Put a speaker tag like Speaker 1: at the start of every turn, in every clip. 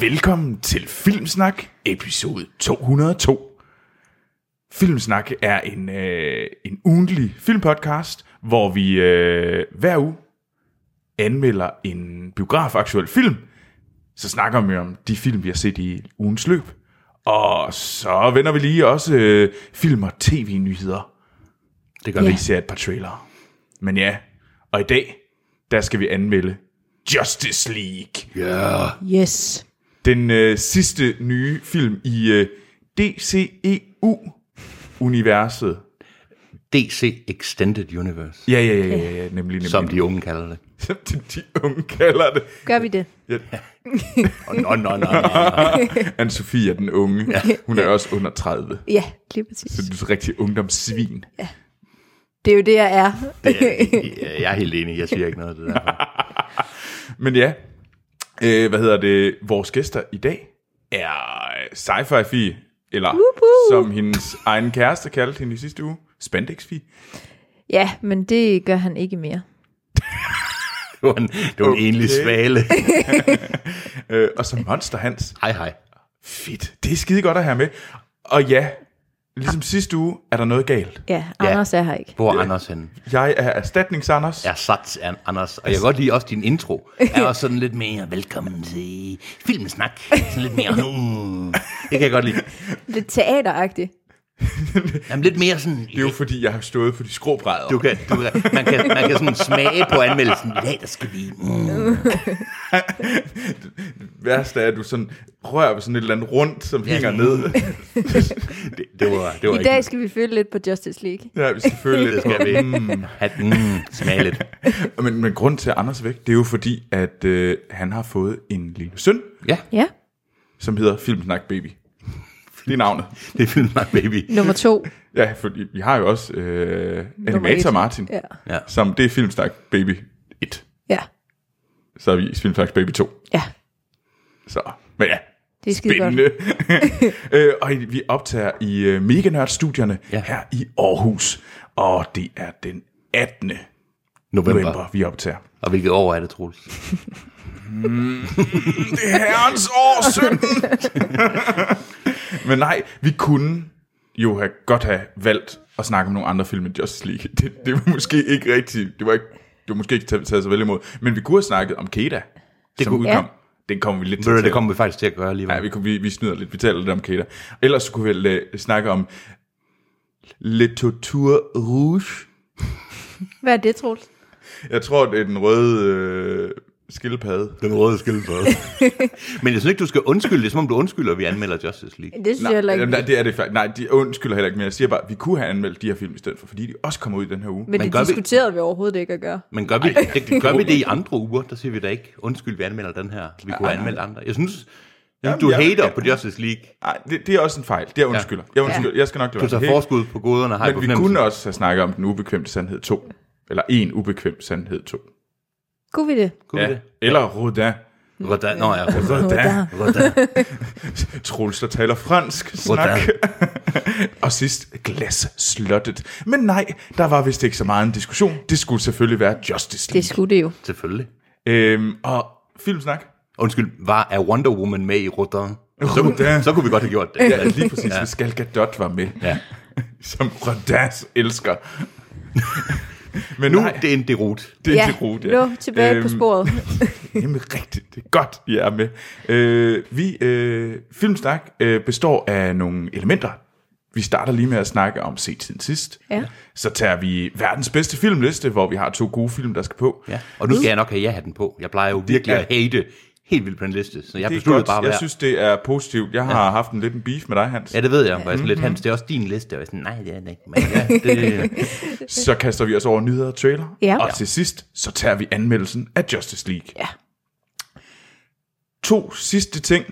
Speaker 1: Velkommen til Filmsnak, episode 202. Filmsnak er en, øh, en ugentlig filmpodcast, hvor vi øh, hver uge anmelder en biografaktuel film. Så snakker vi om de film, vi har set i ugens løb. Og så vender vi lige også øh, film og tv-nyheder. Det gør
Speaker 2: Ja.
Speaker 1: vi. Vi ser et par trailere. Men ja, og i dag, der skal vi anmelde Justice League.
Speaker 2: Yes.
Speaker 1: Den øh, sidste nye film i øh, E DCEU-universet.
Speaker 3: DC Extended Universe,
Speaker 1: Ja, ja, ja, ja, ja, nemlig, nemlig.
Speaker 3: som de unge kalder det.
Speaker 1: Som de, de unge kalder det.
Speaker 2: Gør vi det?
Speaker 1: Ja,
Speaker 3: Oh, no, no, no, no.
Speaker 1: Anne-Sophie er den unge. Ja. Hun er også under 30.
Speaker 2: Ja, lige præcis.
Speaker 1: Så du er så rigtig ungdomssvin. Ja.
Speaker 2: Det er jo det, jeg er.
Speaker 3: Jeg er helt enig, jeg siger ikke noget af det der.
Speaker 1: Men ja, øh, hvad hedder det? Vores gæster i dag er sci-fi fi eller som hendes egen kæreste kaldte hende i sidste uge, spandex fi
Speaker 2: ja, men det gør han ikke mere.
Speaker 3: Det var en, det var en
Speaker 1: Okay.
Speaker 3: enlig svale.
Speaker 1: øh, og så Monster Hans.
Speaker 3: Hej, hej.
Speaker 1: Fedt. Det er skide godt at have med. Og ja, ligesom sidste uge, er der noget galt.
Speaker 2: Ja, Anders er her ikke.
Speaker 3: Hvor er Anders henne?
Speaker 1: Jeg er erstatnings Anders. Ja.
Speaker 3: Jeg er sats af Anders, og jeg kan godt lide også din intro. Er også sådan lidt mere, velkommen til filmsnak. Sådan lidt mere, uh. Det kan jeg godt lide.
Speaker 2: Lidt teateragtigt.
Speaker 3: Jamen lidt mere sådan,
Speaker 1: Det er jo fordi, jeg har stået på de skråbrædder.
Speaker 3: du kan, du kan, man, kan, man kan sådan smage på anmeldelsen. I dag, der skal vi, mm.
Speaker 1: Det værste er, at du sådan rører ved sådan et eller andet rundt, som
Speaker 3: Ja,
Speaker 1: hænger
Speaker 3: sådan-
Speaker 1: ned.
Speaker 3: det, det, var, det var
Speaker 2: I dag skal vi føle lidt på Justice League.
Speaker 1: Ja, vi skal føle
Speaker 3: det
Speaker 1: lidt.
Speaker 3: skal vi. Mm. Have, den, mm, smage lidt.
Speaker 1: Men, men grund til, at Anders er væk, det er jo fordi, at øh, han har fået en lille søn,
Speaker 3: Ja,
Speaker 2: Ja,
Speaker 1: som hedder Filmsnak Baby. Det er navnet.
Speaker 3: det er filmsnak, baby.
Speaker 2: nummer to.
Speaker 1: Ja, fordi vi har jo også øh, animator
Speaker 2: et.
Speaker 1: Martin,
Speaker 2: Ja,
Speaker 3: Ja.
Speaker 1: som det er Filmsnak Baby 1.
Speaker 2: ja,
Speaker 1: Så er vi i Filmsnak Baby 2.
Speaker 2: ja.
Speaker 1: Så, men ja.
Speaker 2: Det er skide godt.
Speaker 1: Spændende. øh, og i- vi optager i øh, Meganørd-studierne ja.
Speaker 3: Ja.
Speaker 1: her i Aarhus. Og det er den 18.
Speaker 3: November.
Speaker 1: november, vi optager.
Speaker 3: Og hvilket år er det, Troels?
Speaker 1: Det er herrens år, 17! Men nej, vi kunne jo have godt have valgt at snakke om nogle andre film end Justice League. Det, det var måske ikke rigtigt. Det var, ikke, det var måske ikke taget taget så vel imod. Men vi kunne have snakket om Keda, det som
Speaker 3: kunne-
Speaker 1: udkom.
Speaker 2: Ja.
Speaker 1: Den kommer vi lidt til
Speaker 3: Ved
Speaker 1: at
Speaker 3: du, det
Speaker 1: tale om.
Speaker 3: kommer vi faktisk til at gøre alligevel.
Speaker 1: Ja, vi, kunne- vi, vi snyder lidt. Vi taler lidt om Kater. Ellers så kunne vi vel, øh, snakke om Le Torture Rouge.
Speaker 2: Hvad er det, Troels?
Speaker 1: Jeg tror, det er den røde øh, skildpadde.
Speaker 3: Den røde skildpadde. Men jeg synes ikke, du skal undskylde. Det er som om, du undskylder, at vi anmelder Justice League.
Speaker 2: Det synes
Speaker 1: Nej,
Speaker 2: jeg heller ikke.
Speaker 1: jamen, nej, det er det faktisk. Nej, de undskylder heller ikke mere. Jeg siger bare, at vi kunne have anmeldt de her film i stedet for, fordi de også kommer ud i den her uge.
Speaker 2: Men
Speaker 3: Men
Speaker 2: det
Speaker 3: gør vi-
Speaker 2: diskuterede vi overhovedet ikke at gøre.
Speaker 3: Men gør vi, det, det, gør vi det i andre uger, der siger vi da ikke, undskyld, vi anmelder den her. Vi kunne have anmeldt andre. Jeg synes, Jamen, du
Speaker 1: jeg-
Speaker 3: hater
Speaker 1: jeg-
Speaker 3: på Justice League.
Speaker 1: Nej, det, det er også en fejl. Det er undskylder. Jeg undskylder. Altså, Jeg skal nok
Speaker 3: Du
Speaker 1: lade
Speaker 3: tager forskud på goderne, har jeg på
Speaker 1: Men vi kunne
Speaker 3: fornemmelsen.
Speaker 1: også have snakket om den ubekvemte sandhed 2. Eller en ubekvem sandhed 2.
Speaker 2: Kunne vi det?
Speaker 3: Kunne vi
Speaker 1: Ja.
Speaker 3: det?
Speaker 1: Eller Rodin.
Speaker 3: Hvordan? Nå ja, hvordan?
Speaker 1: Rodin.
Speaker 3: hvordan?
Speaker 1: Troels, der taler fransk snak.
Speaker 3: Hvordan?
Speaker 1: Og sidst, glas slottet. Men nej, der var vist ikke så meget en diskussion. Det skulle selvfølgelig være Justice
Speaker 2: Det
Speaker 1: League.
Speaker 2: skulle det jo.
Speaker 3: Selvfølgelig.
Speaker 1: Øhm, og filmsnak.
Speaker 3: Undskyld, var er Wonder Woman med i Rodin? Så,
Speaker 1: Rodin.
Speaker 3: kunne- så kunne vi godt have gjort det.
Speaker 1: Ja, lige præcis, ja. hvis Gal Gadot var med,
Speaker 3: Ja.
Speaker 1: som Rodas elsker. Men
Speaker 3: Nu
Speaker 1: nu, nej,
Speaker 3: det er en derut.
Speaker 1: det er ja, rute, ja. Øhm,
Speaker 2: nu tilbage på sporet.
Speaker 1: Jamen rigtigt, det er godt, I er med. Øh, vi, øh, Filmsnak øh, består af nogle elementer. Vi starter lige med at snakke om set siden sidst.
Speaker 2: Ja.
Speaker 1: Så tager vi verdens bedste filmliste, hvor vi har to gode film, der skal på.
Speaker 3: Ja. Og nu skal jeg nok have ja-hatten på. Jeg plejer jo virkelig
Speaker 1: Ja.
Speaker 3: at hate helt vildt på den liste, så jeg
Speaker 1: Det er
Speaker 3: besluttede
Speaker 1: godt.
Speaker 3: bare at
Speaker 1: jeg
Speaker 3: være.
Speaker 1: synes, det er positivt. Jeg har ja. haft en lidt en beef med dig, Hans.
Speaker 3: Ja, det ved jeg faktisk mm-hmm. lidt,
Speaker 1: Mhm.
Speaker 3: Hans. Det er også din liste. Og jeg er sådan, nej, det er det ikke. Men ja, det,
Speaker 1: Så kaster vi os over nyheder og trailer.
Speaker 2: Ja.
Speaker 1: Og til sidst, så tager vi anmeldelsen af Justice League.
Speaker 2: Ja.
Speaker 1: To sidste ting,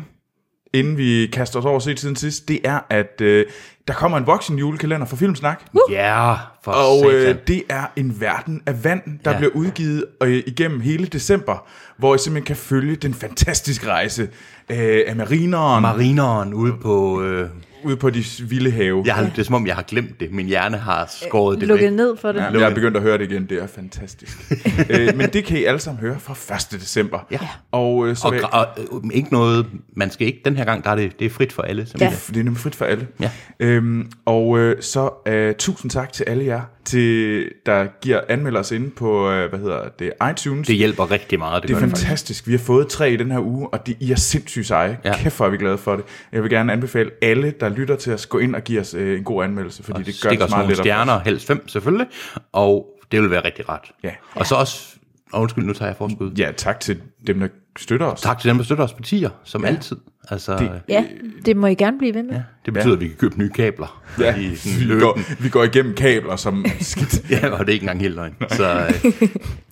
Speaker 1: inden vi kaster os over set siden sidst, det er, at øh, der kommer en voksen julekalender for Filmsnak.
Speaker 3: ja, for
Speaker 1: Og øh,
Speaker 3: satan.
Speaker 1: det er en verden af vand, der ja.
Speaker 3: Ja.
Speaker 1: bliver udgivet øh, igennem hele december, hvor I simpelthen kan følge den fantastiske rejse øh, af marineren.
Speaker 3: Marineren ude på øh,
Speaker 1: ude på de vilde have.
Speaker 3: Jeg har, det er som om, jeg har glemt det. Min hjerne
Speaker 1: Øh,
Speaker 3: har skåret det
Speaker 2: Lukket
Speaker 3: væk.
Speaker 2: ned for det.
Speaker 1: Ja, jeg er begyndt at høre det igen, det er fantastisk. øh, men det kan I alle sammen høre fra 1. december.
Speaker 3: Ja.
Speaker 1: Og, øh, så
Speaker 3: Og,
Speaker 1: vil-
Speaker 3: gra- og, øh, ikke noget, man skal ikke. Den her gang, der er det, det er frit for alle.
Speaker 2: Ja.
Speaker 3: simpelthen.
Speaker 1: Det er nemlig frit for alle.
Speaker 3: Ja.
Speaker 1: Øhm, og øh, så øh, tusind tak til alle jer, til, der giver anmelder os inde på, øh, hvad hedder det, iTunes.
Speaker 3: Det hjælper rigtig meget. Det,
Speaker 1: det
Speaker 3: gør
Speaker 1: er
Speaker 3: faktisk.
Speaker 1: fantastisk. Vi har fået tre i den her uge, og det, I er sindssygt seje.
Speaker 3: Ja.
Speaker 1: Ja. Kæft, hvor er vi glade for det. Jeg vil gerne anbefale alle, der lytter til os, gå ind og give os øh, en god anmeldelse, fordi det gør
Speaker 3: Stik
Speaker 1: det meget
Speaker 3: os nogle
Speaker 1: lettere. for os.
Speaker 3: stjerner, helst fem selvfølgelig, og det vil være rigtig rart.
Speaker 1: Ja.
Speaker 3: Og så også, og undskyld, nu tager jeg forskud. Ja.
Speaker 1: Ja, tak til dem, der støtter os.
Speaker 3: Tak til dem, der støtter os partier, som ja. altid. Altså, det,
Speaker 2: Ja, det må I gerne blive ved med. Ja.
Speaker 3: det betyder, ja. at vi kan købe nye kabler.
Speaker 1: Ja,
Speaker 3: Fordi sådan
Speaker 1: vi,
Speaker 3: løbende-
Speaker 1: går, vi går igennem kabler, som er skidt.
Speaker 3: Ja, og det er ikke engang helt løgn. Så, øh,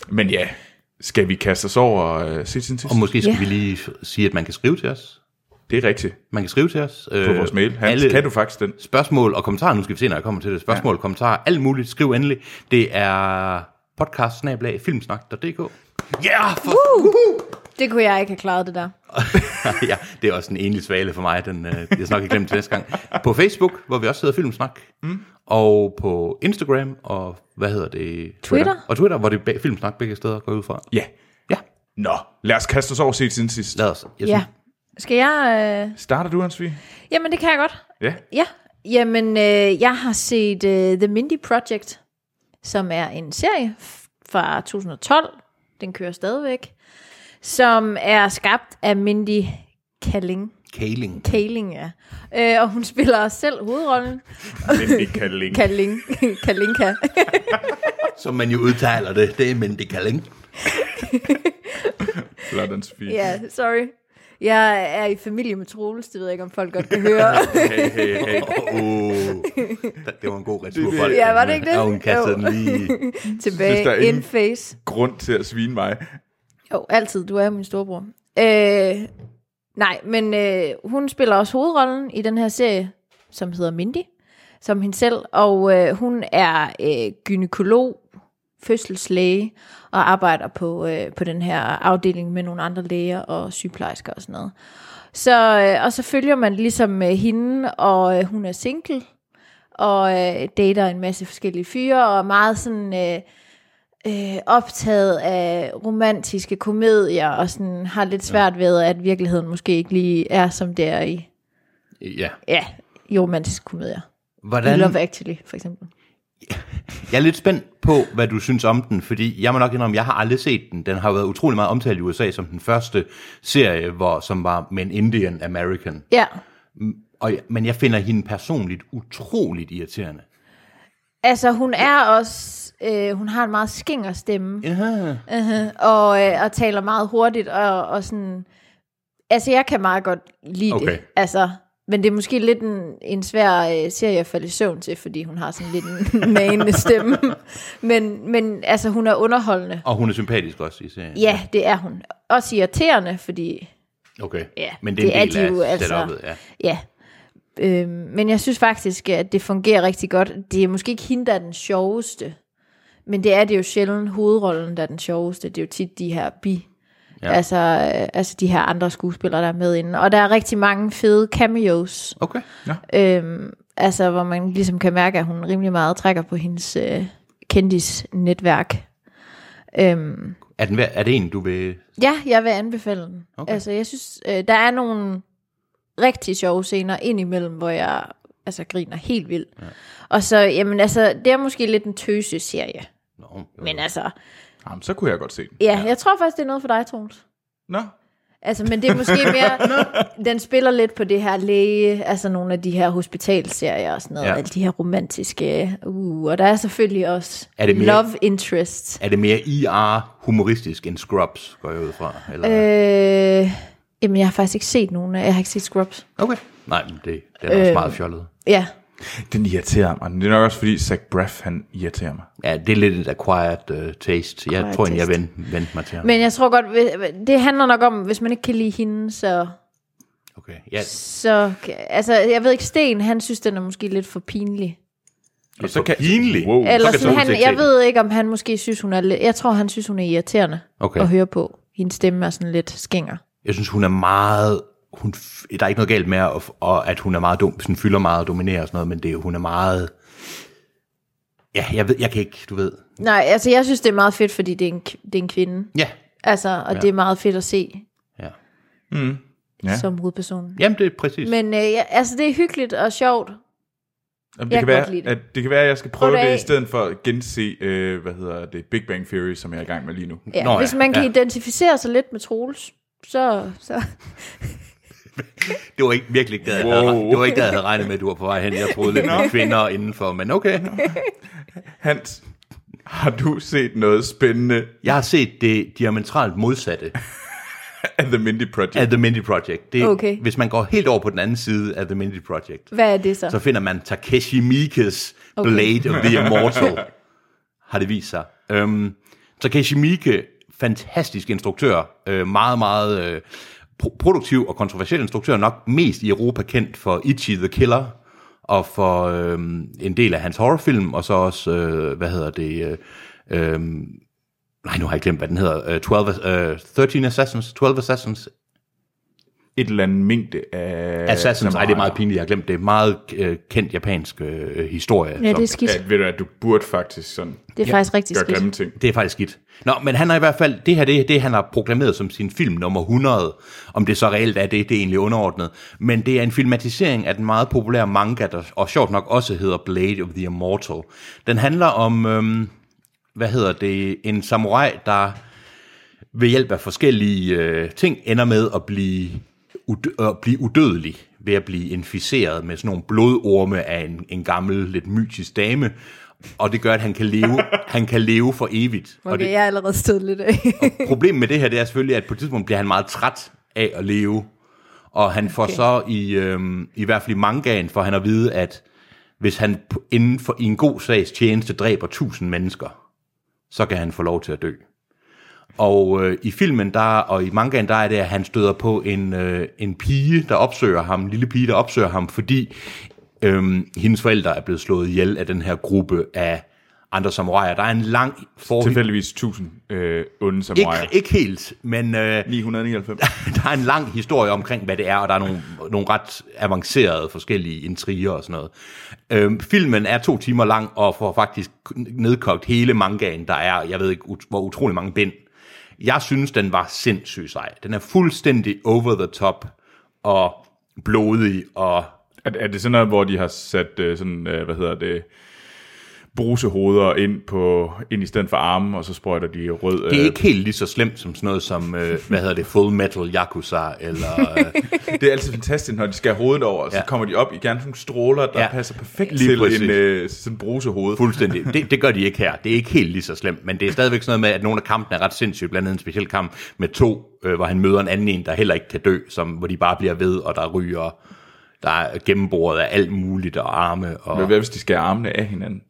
Speaker 1: Men ja, skal vi kaste os over øh, sit sin
Speaker 3: og måske skal
Speaker 2: Ja.
Speaker 3: vi lige sige, at man kan skrive til os.
Speaker 1: Det er rigtigt.
Speaker 3: Man kan skrive til os. Øh,
Speaker 1: På vores mail. Hans,
Speaker 3: alle
Speaker 1: kan du faktisk den?
Speaker 3: Spørgsmål og kommentarer, nu skal vi se, når jeg kommer til det. Spørgsmål, ja. kommentarer, alt muligt. Skriv endelig. Det er podcast filmsnak.dk. Ja, for
Speaker 2: Det kunne jeg ikke have klaret det der.
Speaker 3: ja, det er også en enlig svale for mig, den, øh, jeg snakker ikke glemt til næste gang. På Facebook, hvor vi også hedder Filmsnak, mm. og på Instagram, og hvad hedder det?
Speaker 2: Twitter.
Speaker 3: Og Twitter, hvor det er bag- Filmsnak begge steder går ud fra.
Speaker 1: Ja.
Speaker 3: Ja,
Speaker 1: Nå, lad os kaste os over set siden sidst.
Speaker 3: lad os. Jeg
Speaker 2: Ja. Skal jeg... Øh...
Speaker 1: Starter du, Ansvi?
Speaker 2: Jamen, det kan jeg godt.
Speaker 1: Ja.
Speaker 2: Ja, jamen øh, jeg har set øh, The Mindy Project, som er en serie f- fra 2012. Den kører stadigvæk. Som er skabt af Mindy Kaling.
Speaker 3: Kaling.
Speaker 2: Kaling, ja. Øh, og hun spiller også selv hovedrollen.
Speaker 1: Men ikke kan længe.
Speaker 2: Kaling. Kalinka.
Speaker 3: Som man jo udtaler det, det er Mindy Kaling.
Speaker 1: Blot Ansvi.
Speaker 2: Ja, sorry. Jeg er i familie med Troels, det ved jeg ikke, om folk godt kan høre.
Speaker 1: Hey, hey, hey.
Speaker 3: Oh, det var en god retur for
Speaker 2: Ja, var det ikke det?
Speaker 3: Ja, hun kastede
Speaker 2: Jo.
Speaker 3: den lige.
Speaker 1: Synes, der er
Speaker 2: Tilbage, in
Speaker 1: ingen-
Speaker 2: face.
Speaker 1: Grund til at svine mig.
Speaker 2: Jo, altid. Du er jo min storebror. Øh, nej, men øh, hun spiller også hovedrollen i den her serie, som hedder Mindy, som hende selv. Og øh, hun er øh, gynekolog, fødselslæge og arbejder på, øh, på den her afdeling med nogle andre læger og sygeplejersker og sådan noget. Så, øh, og så følger man ligesom øh, hende, og øh, hun er single og øh, dater en masse forskellige fyre, og er meget sådan... Øh, øh, optaget af romantiske komedier, og sådan har lidt svært ved, at virkeligheden måske ikke lige er, som det er i,
Speaker 3: Ja.
Speaker 2: ja, i romantiske komedier.
Speaker 3: Hvordan,
Speaker 2: I Love Actually, for eksempel.
Speaker 3: Jeg er lidt spændt på, hvad du synes om den, fordi jeg må nok indrømme, jeg har aldrig set den. Den har jo været utrolig meget omtalt i USA som den første serie, hvor, som var med en Indian American.
Speaker 2: Ja.
Speaker 3: Og, jeg- men jeg finder hende personligt utroligt irriterende.
Speaker 2: Altså, hun er også... Øh, hun har en meget skinger stemme,
Speaker 3: Ja.
Speaker 2: og, øh, og taler meget hurtigt, og, og sådan... Altså, jeg kan meget godt lide
Speaker 3: Okay.
Speaker 2: det. Altså, men det er måske lidt en, en svær øh, serie at falde i søvn til, fordi hun har sådan lidt en manende stemme. Men, men altså, hun er underholdende.
Speaker 3: Og hun er sympatisk også i serien.
Speaker 2: Ja, det er hun. Også irriterende, fordi
Speaker 3: Okay.
Speaker 2: Ja,
Speaker 3: men det er en
Speaker 2: det
Speaker 3: del
Speaker 2: er de jo
Speaker 3: af
Speaker 2: altså.
Speaker 3: setupet, ja.
Speaker 2: ja. Øhm, men jeg synes faktisk, at det fungerer rigtig godt. Det er måske ikke hende, der er den sjoveste, men det er det jo sjældent hovedrollen, der er den sjoveste. Det er jo tit de her bi,
Speaker 3: Ja.
Speaker 2: ja. altså, øh, altså de her andre skuespillere, der er med inden. Og der er rigtig mange fede cameos,
Speaker 3: Okay.
Speaker 2: øhm, altså, hvor man ligesom kan mærke, at hun rimelig meget trækker på hendes øh, kendis-netværk. Øhm,
Speaker 3: Er, den, værd- er det en, du vil...
Speaker 2: Ja, jeg vil anbefale den.
Speaker 3: Okay.
Speaker 2: Okay. Altså, jeg synes, øh, der er nogle rigtig sjove scener indimellem, hvor jeg altså, griner helt vildt. Ja. Og så, jamen altså, det er måske lidt en tøse-serie.
Speaker 3: Nå, jo, jo.
Speaker 2: Men altså,
Speaker 1: Jamen, så kunne jeg godt se den.
Speaker 2: ja, ja, jeg tror faktisk, det er noget for dig, Troels.
Speaker 1: Nå.
Speaker 2: Altså, men det er måske mere, den spiller lidt på det her læge, altså nogle af de her hospitalserier og sådan noget,
Speaker 3: Ja.
Speaker 2: ja. alle de her romantiske, uh, og der er selvfølgelig også
Speaker 3: Er det mere-
Speaker 2: love interest.
Speaker 3: Er det mere IR-humoristisk end Scrubs, går jeg ud fra? Eller?
Speaker 2: Øh, jamen, jeg har faktisk ikke set nogen af, jeg har ikke set Scrubs.
Speaker 3: Okay. Nej, men det, det er også
Speaker 2: Øh.
Speaker 3: meget fjollet.
Speaker 2: Ja,
Speaker 1: Den irriterer mig. Det er nok også, fordi Zach Braff, han irriterer mig.
Speaker 3: Ja, det er lidt et acquired uh, taste. Jeg
Speaker 2: Acquired
Speaker 3: tror egentlig, jeg
Speaker 2: taste.
Speaker 3: vendte vend mig til ham.
Speaker 2: Men jeg tror godt, hvis- det handler nok om, hvis man ikke kan lide hende, så...
Speaker 3: Okay. Ja,
Speaker 2: så altså, jeg ved ikke, Sten, han synes, den er måske lidt for pinlig.
Speaker 1: Og
Speaker 3: for pinligt.
Speaker 1: Wow.
Speaker 2: Eller
Speaker 3: kan
Speaker 2: sådan,
Speaker 3: Troels
Speaker 2: han,
Speaker 3: ikke se
Speaker 2: jeg
Speaker 3: den.
Speaker 2: ved ikke, om han måske synes, hun er lidt... Jeg tror, han synes, hun er irriterende
Speaker 3: Okay.
Speaker 2: at høre på. Hendes stemme er sådan lidt skænger.
Speaker 3: jeg synes, hun er meget hun, f- der er ikke noget galt med, at, og at hun er meget dum, sådan fylder meget og dominerer og sådan noget, men det, er- hun er meget... Ja, jeg ved, jeg kan ikke, du ved.
Speaker 2: Nej, altså jeg synes, det er meget fedt, fordi det er en, k- det er en kvinde.
Speaker 3: Ja,
Speaker 2: Altså, og ja. det er meget fedt at se
Speaker 3: ja.
Speaker 1: Ja.
Speaker 2: ja. som hovedpersonen.
Speaker 3: Jamen, det er præcis. Men,
Speaker 2: Men øh, ja, altså, det er hyggeligt og sjovt.
Speaker 1: Jamen, det,
Speaker 2: Jeg
Speaker 1: kan
Speaker 2: kan godt
Speaker 1: være,
Speaker 2: lide det.
Speaker 1: at det kan være, at jeg skal prøve
Speaker 2: Prøv det
Speaker 1: det, i
Speaker 2: af.
Speaker 1: stedet for at gense, øh, hvad hedder det, Big Bang Theory, som jeg er i gang med lige nu.
Speaker 2: Ja.
Speaker 3: Nå
Speaker 2: Nå,
Speaker 3: ja,
Speaker 2: Hvis man kan
Speaker 3: ja.
Speaker 2: ja. identificere sig lidt med Troels, så, så
Speaker 3: det var ikke virkelig ikke, det, wow.
Speaker 1: Wow.
Speaker 3: havde, det var ikke, det, jeg havde regnet med, at du var på vej hen. Jeg troede lidt
Speaker 1: Nå.
Speaker 3: med kvinder indenfor, men okay.
Speaker 1: Hans, har du set noget spændende
Speaker 3: Jeg har set det diametralt modsatte
Speaker 1: af The Mindy Project?
Speaker 3: af The Mindy Project. Det,
Speaker 2: Okay.
Speaker 3: Hvis man går helt over på den anden side af The Mindy Project,
Speaker 2: hvad er det så?
Speaker 3: så
Speaker 2: så
Speaker 3: finder man Takeshi Miike's okay.
Speaker 2: Okay.
Speaker 3: Blade of the Immortal, har det vist sig. Øhm, Takeshi Miike, fantastisk instruktør, øh, meget, meget øh, pro- produktiv og kontroversiel instruktør, nok mest i Europa kendt for Ichi the Killer, og for øh, en del af hans horrorfilm, og så også, øh, hvad hedder det, øh, øh, nej, nu har jeg glemt, hvad den hedder, øh, 12, øh, 13 Assassins, 12 Assassins,
Speaker 1: Et eller andet mængde af...
Speaker 3: Assassins, nej, det er meget
Speaker 1: samuraier.
Speaker 3: pinligt, jeg har glemt det, meget øh, kendt japansk øh, historie.
Speaker 2: ja, det
Speaker 3: som-
Speaker 2: er skidt.
Speaker 1: Ja, ved du, at du burde faktisk sådan
Speaker 2: Det er ja. faktisk rigtig
Speaker 1: gøre
Speaker 2: skidt.
Speaker 1: grimme ting.
Speaker 3: Det er faktisk skidt. Nå, men han har i hvert fald, det her, det, er det han har proklameret som sin film nummer 100. Om det så reelt er det, det er egentlig underordnet. Men det er en filmatisering af den meget populære manga, der og sjovt nok også hedder Blade of the Immortal. Den handler om, øhm, hvad hedder det, en samurai, der ved hjælp af forskellige øh, ting ender med at blive, ud, øh, blive udødelig ved at blive inficeret med sådan nogle blodorme af en, en gammel, lidt mytisk dame. Og det gør, at han kan leve, han kan leve for evigt. Og
Speaker 2: Okay,
Speaker 3: det,
Speaker 2: jeg er allerede stået lidt af.
Speaker 3: problemet med det her, det er selvfølgelig, at på et tidspunkt bliver han meget træt af at leve. Og han får okay. så i, øhm, i hvert fald i mangaen, for han at vide, at hvis han p- inden for i en god sags tjeneste dræber tusind mennesker, så kan han få lov til at dø. Og øh, i filmen der, og i mangaen, der er det, at han støder på en, øh, en pige, der opsøger ham, en lille pige, der opsøger ham, fordi øhm, hendes forældre er blevet slået ihjel af den her gruppe af andre samuraier. Der er en lang forhistorie.
Speaker 1: Tilfældigvis 1000 øh, onde samuraier.
Speaker 3: Ikke, ikke helt, men øh,
Speaker 1: 999.
Speaker 3: der er en lang historie omkring, hvad det er, og der er nogle, nogle ret avancerede forskellige intriger og sådan noget. Øhm, filmen er to timer lang, og får faktisk nedkogt hele mangaen, der er, jeg ved ikke, ut- hvor utrolig mange bind. Jeg synes, den var sindssygt sej. Den er fuldstændig over the top, og blodig, og
Speaker 1: Er, er det sådan noget, hvor de har sat øh, sådan, øh, hvad hedder det, brusehoveder ind, på, ind i stedet for armen, og så sprøjter de rød... Øh,
Speaker 3: det er ikke helt lige så slemt som sådan noget som, øh, hvad hedder det, Full Metal Yakuza, eller... Øh,
Speaker 1: det er altid fantastisk, når de skal have hovedet over, og så
Speaker 3: Ja.
Speaker 1: kommer de op i gerne sådan nogle stråler, der
Speaker 3: Ja.
Speaker 1: passer perfekt
Speaker 3: Lige
Speaker 1: til
Speaker 3: præcis.
Speaker 1: en øh, sådan brusehoved.
Speaker 3: Fuldstændig. Det, det gør de ikke her. Det er ikke helt lige så slemt, men det er stadigvæk sådan noget med, at nogle af kampene er ret sindssyge. Blandt andet en speciel kamp med to, øh, hvor han møder en anden en, der heller ikke kan dø, som, hvor de bare bliver ved, og der ryger, der er gennemboret af alt muligt, og arme.
Speaker 1: Men
Speaker 3: Og,
Speaker 1: hvad hvis de skærer armene af hinanden?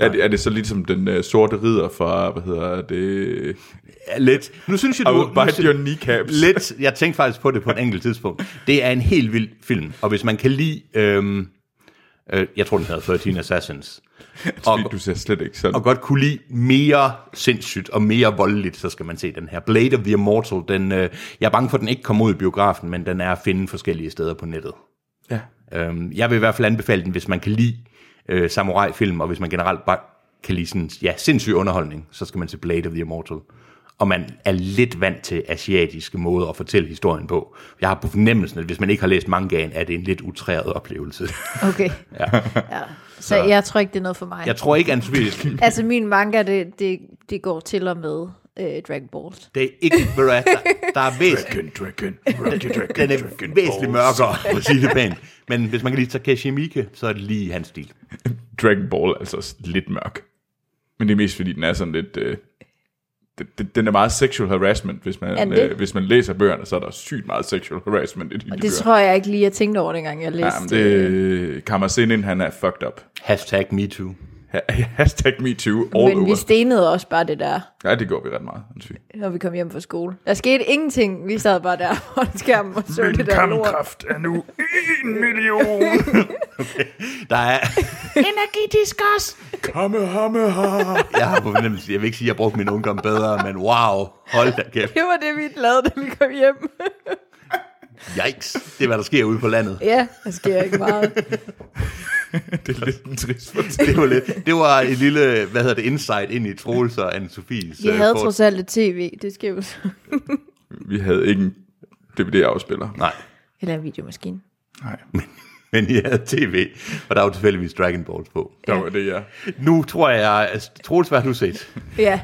Speaker 1: Er det, er det så lidt som den øh, sorte ridder fra, hvad hedder det...
Speaker 3: Ja, lidt. Nu synes jeg,
Speaker 1: I
Speaker 3: du...
Speaker 1: will
Speaker 3: nu
Speaker 1: bite
Speaker 3: sy-
Speaker 1: your kneecaps.
Speaker 3: Lidt. Jeg tænkte faktisk på det på et enkelt tidspunkt. Det er en helt vild film, og hvis man kan lide... Øhm, øh, jeg tror, den hedder 13 Assassins. Og,
Speaker 1: Du ser slet ikke sådan.
Speaker 3: og godt kunne lide mere sindssygt og mere voldeligt, så skal man se den her. Blade of the Immortal, den, øh, jeg er bange for, at den ikke kommer ud i biografen, men den er at finde forskellige steder på nettet.
Speaker 1: Ja.
Speaker 3: Øhm, jeg vil i hvert fald anbefale den, hvis man kan lide øh, samurai-film, og hvis man generelt bare kan lide sådan, ja, sindssyg underholdning, så skal man se Blade of the Immortal. Og man er lidt vant til asiatiske måder at fortælle historien på. Jeg har på fornemmelsen, at hvis man ikke har læst mangaen, er det en lidt utræret oplevelse.
Speaker 2: Okay. ja. ja. Så, så jeg tror ikke, det er noget for mig.
Speaker 3: Jeg tror ikke, at en
Speaker 2: Altså min manga, det, det, det går til og med øh, Dragon Ball.
Speaker 3: Det er ikke, ved du hvad, der, der er væsentligt
Speaker 1: Dragon, dragon, rocky dragon,
Speaker 3: Den er
Speaker 1: dragon
Speaker 3: væsentligt
Speaker 1: balls.
Speaker 3: mørkere, for at sige det pænt. Men hvis man kan lide Takeshi Miike, så er det lige hans stil.
Speaker 1: Dragon Ball er altså også lidt mørk. Men det er mest fordi, den er sådan lidt... Øh, den- den- den er meget sexual harassment, hvis
Speaker 2: Er
Speaker 1: man,
Speaker 2: den det?
Speaker 1: øh, hvis man læser bøgerne, så er der sygt meget sexual harassment i de, de
Speaker 2: Og det
Speaker 1: bøger.
Speaker 2: tror jeg ikke lige, jeg tænkte over, dengang jeg læste. øh,
Speaker 1: Jamen, det, Kammer Sinin, han er fucked up.
Speaker 3: Hashtag MeToo.
Speaker 1: Ha- Hashtag me too, all
Speaker 2: Men vi
Speaker 1: over.
Speaker 2: stenede også bare det der,
Speaker 1: Ja, det går vi ret meget. undskyld.
Speaker 2: når vi kom hjem fra skole. Der skete ingenting. Vi sad bare der foran skærmen og så det der lort.
Speaker 1: er nu en million.
Speaker 3: Der er,
Speaker 2: Energidiskus!
Speaker 1: Komme, hamme, ha.
Speaker 3: jeg har på fornemmelse, jeg vil ikke sige, at jeg brugte min ungdom bedre, men wow, hold da kæft.
Speaker 2: Det var det, vi lavede, da vi kom hjem.
Speaker 3: Yikes, det er, hvad der sker ude på landet.
Speaker 2: Ja, der sker ikke meget.
Speaker 1: det er lidt en trist fortælling.
Speaker 3: Det var, lidt, det var en lille, hvad hedder det, insight ind i Troels og Anne-Sophies.
Speaker 2: Vi
Speaker 3: øh,
Speaker 2: havde
Speaker 3: kort-
Speaker 2: trods alt et tv, det skal jo
Speaker 1: Vi havde ikke en DVD-afspiller.
Speaker 3: Nej,
Speaker 2: Eller en videomaskine.
Speaker 1: Nej,
Speaker 3: men I havde tv, og der var tilfældigvis Dragon Balls på.
Speaker 1: der var det, ja.
Speaker 3: Nu tror jeg, altså, Troels, hvad har du set?
Speaker 2: Ja,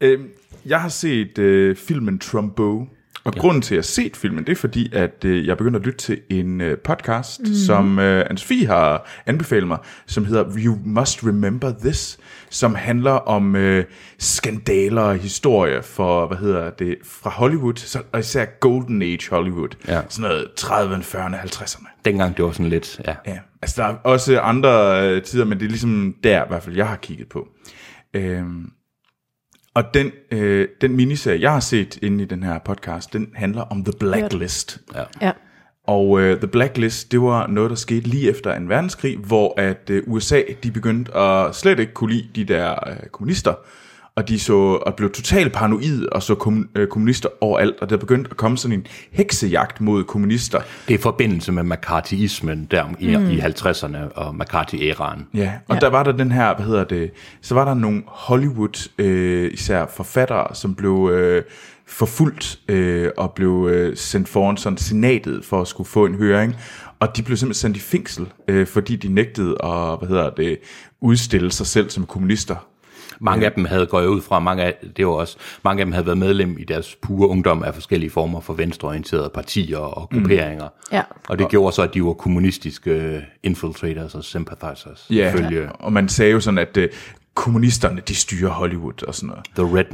Speaker 1: Øhm, jeg har set øh, filmen Trumbo, og ja. grunden til, at jeg har set filmen, det er fordi, at øh, jeg begyndte at lytte til en øh, podcast, mm. som øh, Anne-Sophie har anbefalet mig, som hedder You Must Remember This, som handler om øh, skandaler og historie for, hvad hedder det, fra Hollywood, så, og især Golden Age Hollywood,
Speaker 3: Ja.
Speaker 1: sådan noget 30'erne, 40'erne, 50'erne.
Speaker 3: Dengang det var sådan lidt, ja.
Speaker 1: Ja, altså der er også andre øh, tider, men det er ligesom der i hvert fald, jeg har kigget på. Øhm, og den, øh, den miniserie, jeg har set inde i den her podcast, den handler om The Blacklist.
Speaker 3: ja.
Speaker 2: ja.
Speaker 1: Og øh, The Blacklist, det var noget, der skete lige efter en verdenskrig, hvor at øh, USA, de begyndte at slet ikke kunne lide de der øh, kommunister, og de så og blev totalt paranoid og så kommun, øh, kommunister overalt, og der begyndte at komme sådan en heksejagt mod kommunister.
Speaker 3: Det er i forbindelse med McCarthyismen der i, mm. i 50'erne og McCarthy-æraen.
Speaker 1: Ja, og ja. der var der den her, hvad hedder det, så var der nogle Hollywood, øh, især forfattere, som blev øh, forfulgt øh, og blev øh, sendt foran sådan senatet for at skulle få en høring, og de blev simpelthen sendt i fængsel, øh, fordi de nægtede at, hvad hedder det, udstille sig selv som kommunister.
Speaker 3: Mange af dem havde gået ud fra, mange af, det var også, mange af dem havde været medlem i deres pure ungdom af forskellige former for venstreorienterede partier og
Speaker 1: Mm.
Speaker 3: grupperinger.
Speaker 2: Ja.
Speaker 3: Og det gjorde så, at de var kommunistiske øh, infiltrators og sympathizers. Ifølge
Speaker 1: og man sagde jo sådan, at øh, kommunisterne, de styrer Hollywood og sådan noget.
Speaker 3: The Red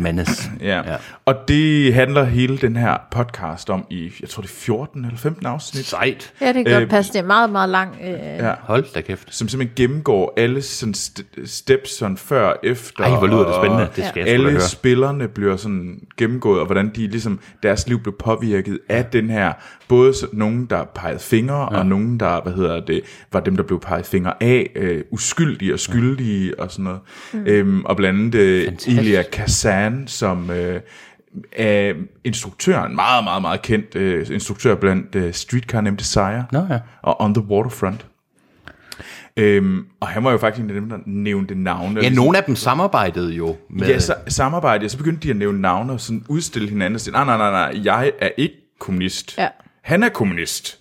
Speaker 3: Menace.
Speaker 1: Ja. ja, og det handler hele den her podcast om i, jeg tror det er 14 eller 15 afsnit.
Speaker 3: Sejt.
Speaker 2: ja det kan
Speaker 1: Øh,
Speaker 2: godt passe. Det er meget, meget lang. Øh, ja.
Speaker 3: Hold da kæft.
Speaker 1: som simpelthen gennemgår alle sådan st- steps sådan før og efter.
Speaker 3: Ej, hvor lyder det spændende.
Speaker 1: og
Speaker 3: Det skal jeg sgu da
Speaker 1: alle
Speaker 3: høre.
Speaker 1: spillerne bliver sådan gennemgået, og hvordan de ligesom, deres liv blev påvirket af den her, både så- nogen, der pegede fingre, ja. og nogen, der, hvad hedder det, var dem, der blev peget fingre af, øh, uskyldige og skyldige, og sådan noget. Mm. Øhm, og blandt andet øh,
Speaker 3: Fantastisk.
Speaker 1: Ilya Kazan, som øh, er instruktøren, meget, meget, meget kendt øh, instruktør blandt øh, Streetcar Named Desire,
Speaker 3: Nå ja.
Speaker 1: og On the Waterfront. Øhm, og han var jo faktisk en af dem, der nævnte navne.
Speaker 3: Ja, nogle af dem samarbejdede jo med...
Speaker 1: ja så samarbejde, og så begyndte de at nævne navne og sådan udstille hinanden og sige, nej, nej, nej, nej, jeg er ikke kommunist.
Speaker 2: Ja.
Speaker 1: Han er kommunist.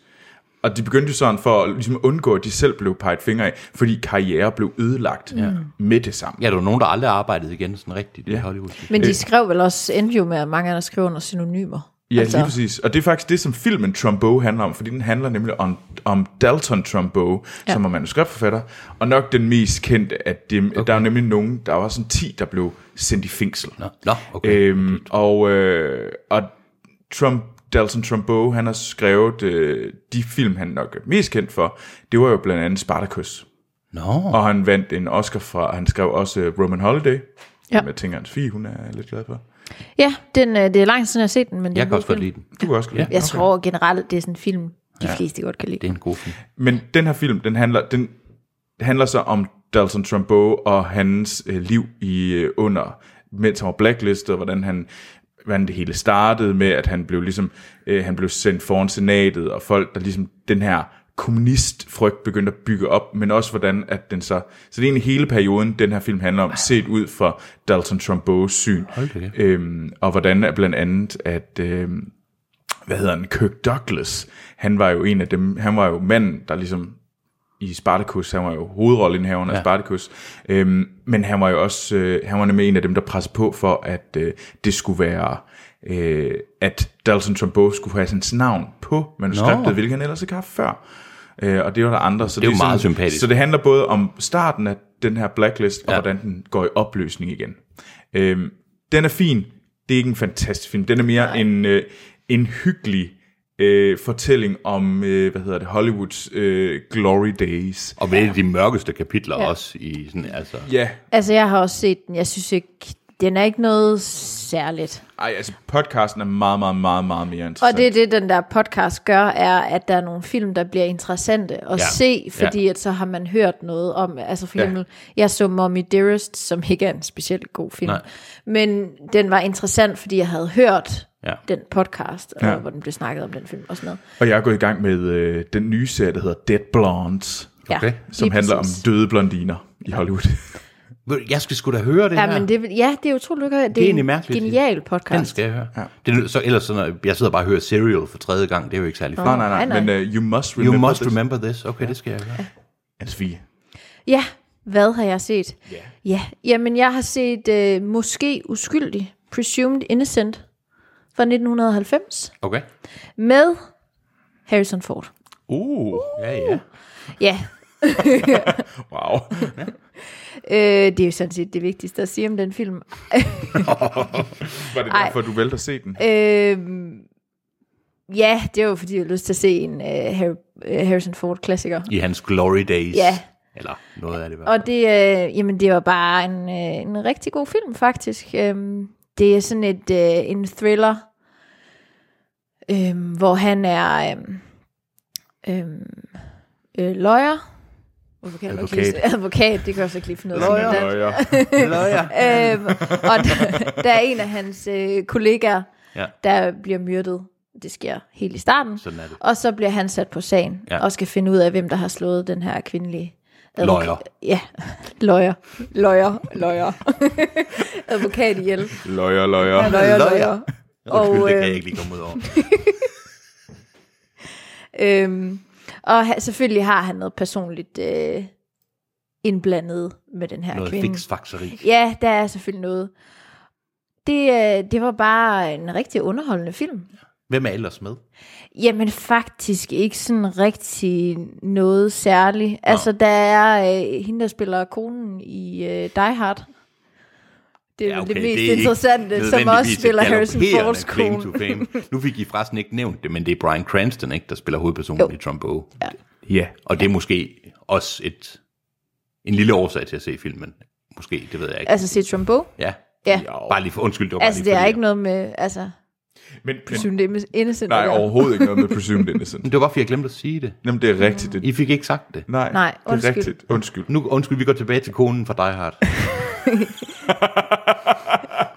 Speaker 1: Og de begyndte jo sådan for at ligesom undgå, at de selv blev peget fingre af, fordi karriere blev ødelagt ja. med det samme.
Speaker 3: ja, der var nogen, der aldrig arbejdede igen sådan rigtigt i Hollywood.
Speaker 2: Men de skrev vel også, endte jo med, at mange af der skrev under synonymer.
Speaker 1: Ja, altså. lige præcis. Og det er faktisk det, som filmen Trumbo handler om, fordi den handler nemlig om, om Dalton Trumbo, ja. som er manuskriptforfatter, og nok den mest kendte af dem. Okay. Der er nemlig nogen, der var sådan 10, der blev sendt i fængsel.
Speaker 3: Nå, Nå okay.
Speaker 1: Øhm, og øh, og Trump, Dalton Trumbo, han har skrevet øh, de film, han nok er mest kendt for. Det var jo blandt andet Spartacus.
Speaker 3: Nå.
Speaker 1: Og han vandt en Oscar fra, han skrev også øh, Roman Holiday,
Speaker 2: Ja.
Speaker 1: som jeg tænker, hans fie, hun er lidt glad for.
Speaker 2: Ja, den, øh, det er langt siden, jeg har set den. Men det er
Speaker 3: Jeg
Speaker 2: en
Speaker 3: kan
Speaker 2: god
Speaker 3: også godt
Speaker 2: film.
Speaker 3: lide den.
Speaker 1: Du kan også godt lide
Speaker 2: Jeg
Speaker 1: den.
Speaker 2: okay. tror generelt, det er sådan en film, de ja. fleste godt kan lide.
Speaker 3: Det er en god film.
Speaker 1: Men den her film, den handler, den handler så om Dalton Trumbo og hans øh, liv i øh, under, mens han var blacklistet, og hvordan han hvordan det hele startede med, at han blev ligesom, øh, han blev sendt foran senatet, og folk, der ligesom den her kommunistfrygt begyndte at bygge op, men også hvordan, at den så, så det er egentlig hele perioden, den her film handler om, set ud fra Dalton Trumbos syn,
Speaker 3: da kæft.
Speaker 1: øhm, og hvordan er blandt andet, at øhm, hvad hedder han, Kirk Douglas, han var jo en af dem, han var jo manden, der ligesom i Spartacus, han var jo hovedrollenhaveren ja. af Spartacus, øhm, men han var jo også, øh, han var nemlig en af dem, der pressede på for, at øh, det skulle være, øh, at Dalton Trumbo skulle have hans navn på manuskriptet,
Speaker 3: Nå.
Speaker 1: hvilket han ellers ikke har haft før. Øh, og det var der andre. Så det
Speaker 3: er jo meget sympatisk.
Speaker 1: Så det handler både om starten af den her blacklist, og
Speaker 3: Ja.
Speaker 1: ja. hvordan den går i opløsning igen. Øhm, den er fin. Det er ikke en fantastisk film. Den er mere en, øh, en hyggelig øh, fortælling om, øh, hvad hedder det, Hollywoods øh, glory days.
Speaker 3: Og med et af de mørkeste kapitler ja. også i sådan, altså...
Speaker 1: Ja,
Speaker 2: Altså, jeg har også set den. Jeg synes ikke, den er ikke noget særligt.
Speaker 1: ej, altså podcasten er meget, meget, meget, meget mere interessant.
Speaker 2: Og det er det, den der podcast gør, er, at der er nogle film, der bliver interessante at
Speaker 3: Ja.
Speaker 2: ja. se, fordi ja. at så har man hørt noget om, altså for
Speaker 1: Ja.
Speaker 2: eksempel, ja. jeg så Mommy Dearest, som ikke er en specielt god film,
Speaker 3: Nej.
Speaker 2: Nej. men den var interessant, fordi jeg havde hørt
Speaker 3: Ja.
Speaker 2: den podcast, og
Speaker 1: Ja.
Speaker 2: hvor den blev snakket om den film og sådan noget.
Speaker 1: Og jeg er gået i gang med øh, den nye serie, der hedder Dead Blondes,
Speaker 3: Okay.
Speaker 2: ja,
Speaker 1: som
Speaker 2: lige
Speaker 1: handler
Speaker 2: præcis.
Speaker 1: om døde blondiner i Hollywood.
Speaker 3: Ved du, Jeg skal sgu da høre det
Speaker 2: Ja,
Speaker 3: her.
Speaker 2: men det, ja, det er utroligt godt. Det,
Speaker 3: er
Speaker 2: det er
Speaker 3: egentlig
Speaker 2: en
Speaker 3: mærkeligt.
Speaker 2: genial podcast.
Speaker 3: Den skal jeg høre.
Speaker 1: Ja.
Speaker 3: Ja. Det, lyder- så, ellers, sådan, at jeg sidder bare og hører Serial for tredje gang. Det er jo ikke særlig fedt.
Speaker 1: nej, nej, nej,
Speaker 2: nej, nej.
Speaker 1: men uh, You Must
Speaker 3: You
Speaker 1: Remember
Speaker 3: must
Speaker 1: this. Altså,
Speaker 3: remember this. Okay, det skal jeg høre.
Speaker 1: Anne-Sophie.
Speaker 2: Ja, hvad har jeg set?
Speaker 1: Ja.
Speaker 2: Ja, jamen jeg har set øh, Måske Uskyldig, Presumed Innocent fra 1990
Speaker 3: Okay.
Speaker 2: med Harrison Ford.
Speaker 3: Uh, ja, ja.
Speaker 2: Ja,
Speaker 1: Wow.
Speaker 2: øh, det er jo sådan set det vigtigste at sige om den film.
Speaker 1: Var det
Speaker 2: Ej.
Speaker 1: derfor, du valgte at se den?
Speaker 2: Øh, ja, det var jo fordi, jeg havde lyst til at se en øh, Harry, øh, Harrison Ford-klassiker.
Speaker 3: I hans glory days.
Speaker 2: Ja.
Speaker 3: Eller noget af det. i hvert fald.
Speaker 2: Og det, øh, jamen, det var bare en, øh, en rigtig god film, faktisk. Øhm, det er sådan et, øh, en thriller, øhm, hvor han er øhm, øhm, øh, løjer. Hvorfor kan jeg ikke lige
Speaker 3: Advokat.
Speaker 2: se- Advokat, det kan jeg så ikke lige finde ud af.
Speaker 3: Løjer.
Speaker 2: Sådan
Speaker 1: ja.
Speaker 3: Nå, ja.
Speaker 2: der. Øhm, og der, der er en af hans øh, kollegaer,
Speaker 3: Ja.
Speaker 2: der bliver myrdet. Det sker helt i starten.
Speaker 3: Sådan er det.
Speaker 2: Og så bliver han sat på sagen,
Speaker 3: Ja.
Speaker 2: ja. og skal finde ud af, hvem der har slået den her kvindelige advokat.
Speaker 3: Løjer.
Speaker 2: Ja, løjer. Løjer, løjer. advokat ihjel.
Speaker 1: Løjer, løjer.
Speaker 3: Løjer.
Speaker 2: Løjer, løjer.
Speaker 3: Og, Undskyld, det
Speaker 2: Og,
Speaker 3: kan jeg
Speaker 2: øh,
Speaker 3: ikke lige komme ud over.
Speaker 2: Øhm, og ha- selvfølgelig har han noget personligt øh, indblandet med den her
Speaker 3: Noget
Speaker 2: kvinde.
Speaker 3: fiksfakseri.
Speaker 2: Ja, der er selvfølgelig noget. Det, øh, det var bare en rigtig underholdende film.
Speaker 3: Hvem er ellers med?
Speaker 2: Jamen faktisk ikke sådan rigtig noget særligt. Altså der er øh, hende, der spiller konen i øh, Die Hard. Det er ja, okay, det mest
Speaker 3: er ikke
Speaker 2: interessante, som også
Speaker 3: nødvendigvis et
Speaker 2: spiller Harrison
Speaker 3: galopperende
Speaker 2: Fords
Speaker 3: claim to
Speaker 2: kone.
Speaker 3: fame. Nu fik I forresten ikke nævnt det, men det er Brian Cranston, ikke, der spiller hovedpersonen
Speaker 2: Jo.
Speaker 3: i Trumbo. Ja.
Speaker 1: Ja.
Speaker 3: Og det er måske også et, en lille årsag til at se filmen. Måske, det ved jeg ikke.
Speaker 2: Altså se Trumbo.
Speaker 3: ja.
Speaker 2: Ja.
Speaker 3: Bare lige for, undskyld, det var bare
Speaker 2: Altså
Speaker 3: lige
Speaker 2: det er
Speaker 3: fordi,
Speaker 2: ikke noget med, altså,
Speaker 1: Men, men,
Speaker 2: Presumed Inno- Innocent.
Speaker 1: nej,
Speaker 2: eller-
Speaker 1: overhovedet ikke noget med Presumed Innocent.
Speaker 3: Men det var bare, fordi jeg glemte at sige det.
Speaker 1: Jamen, det er rigtigt. Det,
Speaker 3: I fik ikke sagt det.
Speaker 1: nej,
Speaker 2: Nej,
Speaker 1: det er
Speaker 2: undskyld.
Speaker 1: rigtigt. Undskyld.
Speaker 3: Nu, undskyld, vi går tilbage til konen fra Die Hard.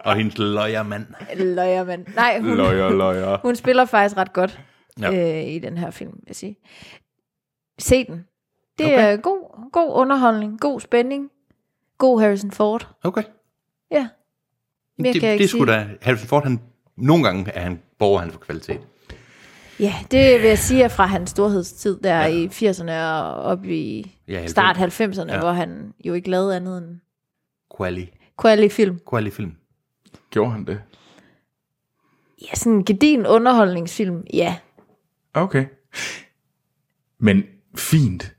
Speaker 3: og hendes løjermand.
Speaker 2: Løjer, mand. Nej, hun,
Speaker 1: Løjer, løjer.
Speaker 2: hun spiller faktisk ret godt
Speaker 3: Ja.
Speaker 2: ja. øh, i den her film, vil jeg sige. Se den. Det
Speaker 3: Okay.
Speaker 2: okay. er god, god underholdning, god spænding, god Harrison Ford.
Speaker 3: Okay.
Speaker 2: Ja. Mere
Speaker 3: det,
Speaker 2: kan jeg ikke
Speaker 3: det skulle
Speaker 2: sige.
Speaker 3: da. Harrison Ford, han, nogle gange er han borger han for kvalitet.
Speaker 2: Ja, det vil jeg sige er fra hans storhedstid der ja. i 80'erne og op i
Speaker 3: Ja, 90'erne.
Speaker 2: start 90'erne,
Speaker 3: Ja.
Speaker 2: ja. hvor han jo ikke lavede andet end
Speaker 3: Quali.
Speaker 2: quality-film.
Speaker 3: Quali-film.
Speaker 1: Gjorde han det?
Speaker 2: Ja, sådan en gedin underholdningsfilm, ja.
Speaker 1: Okay. Men fint.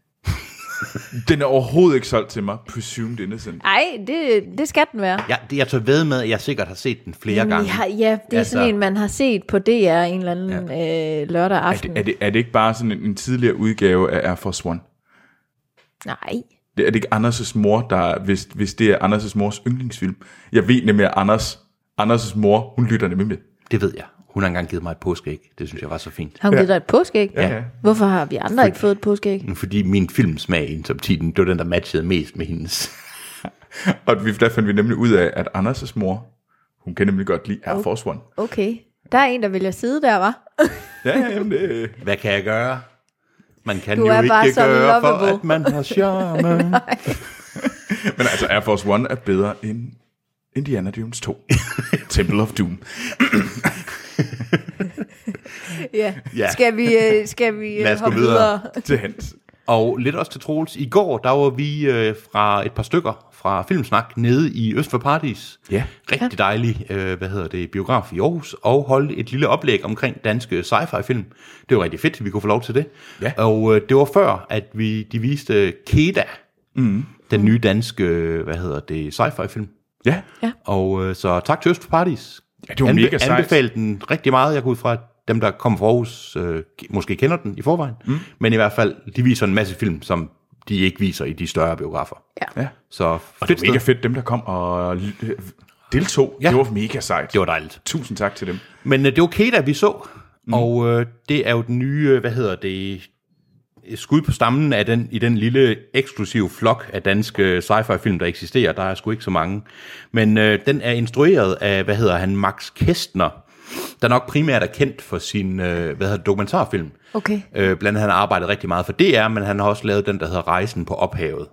Speaker 1: Den er overhovedet ikke solgt til mig. Presumed Innocent.
Speaker 2: Ej, det, det skal den være.
Speaker 3: Jeg, det, jeg tør ved med, at jeg sikkert har set den flere gange.
Speaker 2: Ja, ja, det er
Speaker 3: Altså-
Speaker 2: altså, sådan en, man har set på DR en eller anden ja. øh, lørdag
Speaker 1: Er
Speaker 2: aften.
Speaker 1: det, er, det, er det ikke bare sådan en, en tidligere udgave af Air Force One?
Speaker 2: Nej.
Speaker 1: Det, er det ikke Anders' mor, der, hvis, hvis det er Anders' mors yndlingsfilm? Jeg ved nemlig, at Anders, Anders' mor, hun lytter nemlig med.
Speaker 3: Det ved jeg. Hun har engang givet mig et påskeæg. Det synes jeg var så fint.
Speaker 2: Har hun givet dig et påskæg?
Speaker 1: Ja, ja.
Speaker 2: Hvorfor har vi andre ikke fået et påskæg?
Speaker 3: Fordi min filmsmag i en top 10, den- det var den, der matchede mest med hendes.
Speaker 1: Og vi, der fandt vi nemlig ud af, at Anders' mor, hun kan nemlig godt lide Air Force One.
Speaker 2: Okay. Der er en, der vælger side der, var.
Speaker 1: Ja, ja, jamen det...
Speaker 3: Hvad kan jeg gøre? Man kan
Speaker 2: Du
Speaker 3: jo
Speaker 2: er
Speaker 3: ikke
Speaker 2: bare så
Speaker 3: gøre for,
Speaker 2: lovable.
Speaker 3: at man har charme.
Speaker 1: Men altså, Air Force One er bedre end Indiana Jones 2. Temple of Doom.
Speaker 2: Ja.
Speaker 3: Ja.
Speaker 2: Skal vi, øh, skal vi øh,
Speaker 3: Lad os gå
Speaker 2: hoppe
Speaker 3: videre.
Speaker 2: videre?
Speaker 1: Til hans.
Speaker 3: Og lidt også til Troels. I går, der var vi øh, fra et par stykker fra Filmsnak nede i Øst for Paradis.
Speaker 1: Ja.
Speaker 3: Rigtig dejlig, øh, hvad hedder det, biograf i Aarhus, og holdt et lille oplæg omkring danske sci-fi film. Det var rigtig fedt, vi kunne få lov til det.
Speaker 1: Ja.
Speaker 3: Og øh, det var før, at vi de viste Keda, mm. den nye danske, øh, hvad hedder det, sci-fi film.
Speaker 1: Ja.
Speaker 3: Og øh, så tak til Øst for Paradis.
Speaker 1: Ja, det var mega sejt.
Speaker 3: Anbefale den rigtig meget. Jeg går ud fra, at dem, der kommer fra Aarhus, øh, måske kender den i forvejen. Mm. Men i hvert fald, de viser en masse film, som de ikke viser i de større biografer.
Speaker 1: ja.
Speaker 3: Så
Speaker 1: Og det var mega
Speaker 3: sted.
Speaker 1: fedt, dem der kom og øh, deltog.
Speaker 3: Ja.
Speaker 1: Ja. Det var mega sejt.
Speaker 3: Det var dejligt.
Speaker 1: Tusind tak til dem.
Speaker 3: Men øh, det var Keda, vi så. Mm. Og øh, det er jo den nye, øh, hvad hedder det, skud på stammen af den, i den lille eksklusive flok af danske sci-fi-film, der øh, eksisterer. Der er sgu ikke så mange. Men øh, den er instrueret af, hvad hedder han, Max Kestner, der nok primært er kendt for sin øh, hvad hedder det, dokumentarfilm.
Speaker 2: Okay.
Speaker 3: Øh, blandt andet han har arbejdet rigtig meget for DR, men han har også lavet den, der hedder Rejsen på ophavet,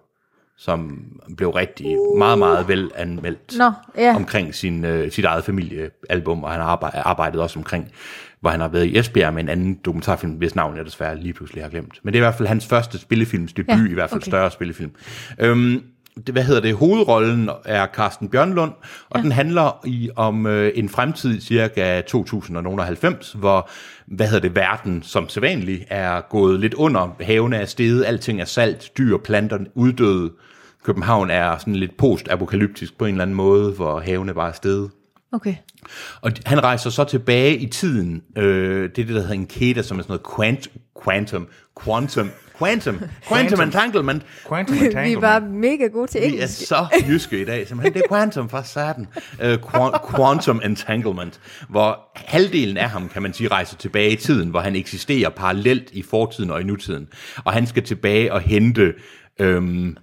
Speaker 3: som blev rigtig meget, meget vel anmeldt
Speaker 2: Nå, ja.
Speaker 3: omkring sin, øh, sit eget familiealbum, og han har arbejdet, arbejdet også omkring, hvor han har været i Esbjerg med en anden dokumentarfilm, hvis navn jeg desværre lige pludselig har glemt. Men det er i hvert fald hans første spillefilmsdebut,
Speaker 2: Ja,
Speaker 3: ja, i hvert fald
Speaker 2: okay.
Speaker 3: okay. større spillefilm. Øhm, det, hvad hedder det? Hovedrollen er Carsten Bjørnlund, og ja. den handler i om øh, en fremtid cirka 2090, hvor hvad hedder det, verden som sædvanlig er gået lidt under. Havene er steget, alting er salt, dyr, planter uddøde. København er sådan lidt post-apokalyptisk på en eller anden måde, hvor havene bare er steget.
Speaker 2: Okay.
Speaker 3: Og d- han rejser så tilbage i tiden. Øh, det er det, der hedder en keda, som er sådan noget quant, quantum, quantum, quantum, quantum entanglement.
Speaker 1: Quantum
Speaker 2: Vi er bare mega gode til
Speaker 3: Vi er
Speaker 2: engelsk.
Speaker 3: så jyske i dag, simpelthen. Det er quantum fra satan. Øh, quan- quantum entanglement, hvor halvdelen af ham, kan man sige, rejser tilbage i tiden, hvor han eksisterer parallelt i fortiden og i nutiden. Og han skal tilbage og hente... Øhm,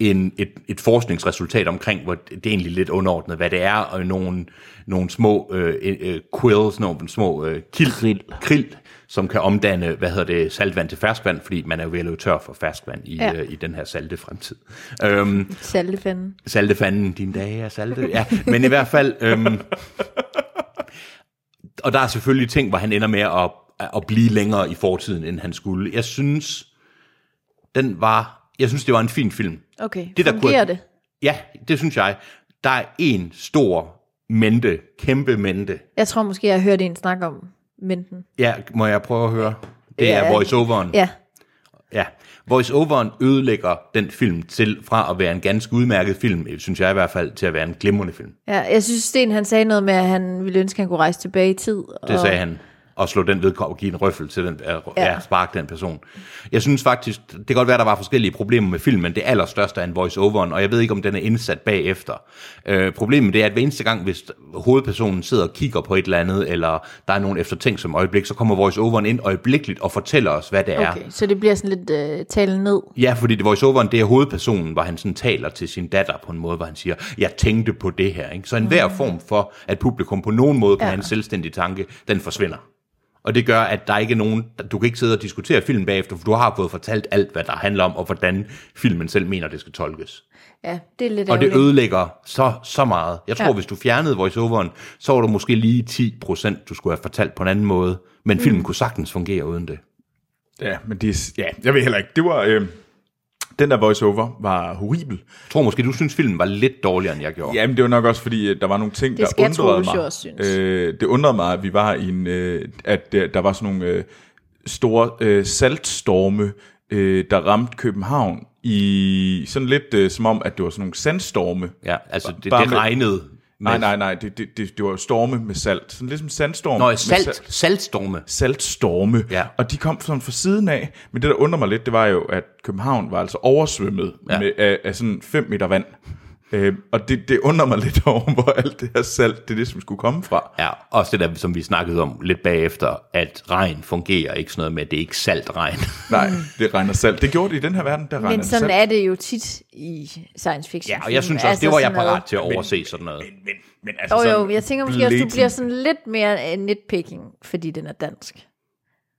Speaker 3: en, et, et forskningsresultat omkring, hvor det er egentlig lidt underordnet, hvad det er, og nogle, nogle små øh, øh, quills, nogle små øh, kild, krill. krill, som kan omdanne, hvad hedder det, saltvand til ferskvand, fordi man er jo ved at løbe tør for ferskvand i,
Speaker 2: Ja.
Speaker 3: ja. øh, i den her salte fremtid. Øhm,
Speaker 2: Saltefanden.
Speaker 3: Salte fanden, dine dage er salte. Ja, men i hvert fald... Øhm, og der er selvfølgelig ting, hvor han ender med at, at blive længere i fortiden, end han skulle. Jeg synes, den var... Jeg synes, det var en fin film.
Speaker 2: Okay,
Speaker 3: Det, der
Speaker 2: fungerer
Speaker 3: kunne-
Speaker 2: det?
Speaker 3: Ja, det synes jeg. Der er en stor mente, kæmpe mente.
Speaker 2: Jeg tror måske, jeg har hørt en snak om menten.
Speaker 3: Ja, må jeg prøve at høre? Det
Speaker 2: Ja.
Speaker 3: er voice-overen.
Speaker 2: Ja,
Speaker 3: Ja, voice-overen ødelægger den film til fra at være en ganske udmærket film, synes jeg i hvert fald, til at være en glimrende film.
Speaker 2: ja. jeg synes, Sten han sagde noget med, at han ville ønske, at han kunne rejse tilbage i tid. Og...
Speaker 3: Det sagde han. Og slå den vedkommende og give en røffel til den, ja.
Speaker 2: Ja.
Speaker 3: ja, spark den person. Jeg synes faktisk, det kan godt være, der var forskellige problemer med filmen. Det allerstørste er en voice-overen, og jeg ved ikke, om den er indsat bagefter. Øh, problemet det er, at hver eneste gang, hvis hovedpersonen sidder og kigger på et eller andet, eller der er nogen eftertænk som øjeblik, så kommer voice-overen ind øjeblikkeligt og fortæller os, hvad det er.
Speaker 2: Okay, så det bliver sådan lidt øh, tale ned.
Speaker 3: Ja, fordi det voiceoveren, det er hovedpersonen, hvor han sådan taler til sin datter på en måde, hvor han siger, jeg tænkte på det her. Ikke? Så enhver form for, at publikum på nogen måde kan
Speaker 2: Mm. Ja.
Speaker 3: ja. have en selvstændig tanke, den forsvinder. Og det gør, at der ikke er nogen, du kan ikke sidde og diskutere filmen bagefter, for du har fået fortalt alt, hvad der handler om, og hvordan filmen selv mener, det skal tolkes.
Speaker 2: Ja, det er lidt
Speaker 3: Og det
Speaker 2: ærgerligt.
Speaker 3: ødelægger så, så meget. Jeg tror,
Speaker 2: Ja.
Speaker 3: ja. hvis du fjernede voiceoveren, så var der måske lige 10%, du skulle have fortalt på en anden måde. Men
Speaker 2: Mm.
Speaker 3: filmen kunne sagtens fungere uden det.
Speaker 1: Ja, men det er... Ja, jeg ved heller ikke. Det var... Øh, den der voiceover var horribel.
Speaker 3: Jeg tror måske, du synes, filmen var lidt dårligere, end jeg gjorde.
Speaker 1: Jamen, det var nok også, fordi øh, der var nogle ting,
Speaker 2: Det
Speaker 1: der
Speaker 2: skal
Speaker 1: undrede
Speaker 2: Troels
Speaker 1: mig.
Speaker 2: jo også synes.
Speaker 1: Øh, det undrede mig, at vi var i en... Øh, at der, der var sådan nogle øh, store øh, saltstorme, øh, der ramte København i sådan lidt øh, som om, at det var sådan nogle sandstorme.
Speaker 3: Ja, altså det,
Speaker 1: Bare
Speaker 3: det
Speaker 1: med-
Speaker 3: regnede.
Speaker 1: Nej, nej, nej, det, det, det, det var storme med salt. Sådan lidt som sandstorm.
Speaker 3: Nå,
Speaker 1: med
Speaker 3: salt, saltstorme.
Speaker 1: saltstorme,
Speaker 3: Ja.
Speaker 1: og de kom sådan fra siden af. Men det, der undrer mig lidt, det var jo, at København var altså oversvømmet ja.
Speaker 3: Ja.
Speaker 1: med, af, af sådan 5 meter vand. Øh, og det, det undrer mig lidt over, hvor alt det her salt, det er det, som skulle komme fra.
Speaker 3: Ja, også det der, som vi snakkede om lidt bagefter, at regn fungerer ikke sådan noget med, at det er ikke saltregn.
Speaker 1: Nej, det regner salt. Det gjorde det i den her verden, der regner
Speaker 2: Men
Speaker 1: det
Speaker 2: sådan
Speaker 1: salt.
Speaker 2: er det jo tit i science fiction.
Speaker 3: Ja, og jeg synes også,
Speaker 2: altså
Speaker 3: det var jeg parat til at overse sådan noget.
Speaker 1: Men, men, men altså
Speaker 2: Jo, jo,
Speaker 1: sådan
Speaker 2: jeg tænker måske også, du
Speaker 1: blatant-
Speaker 2: bliver sådan lidt mere øh, nitpicking, fordi den er dansk.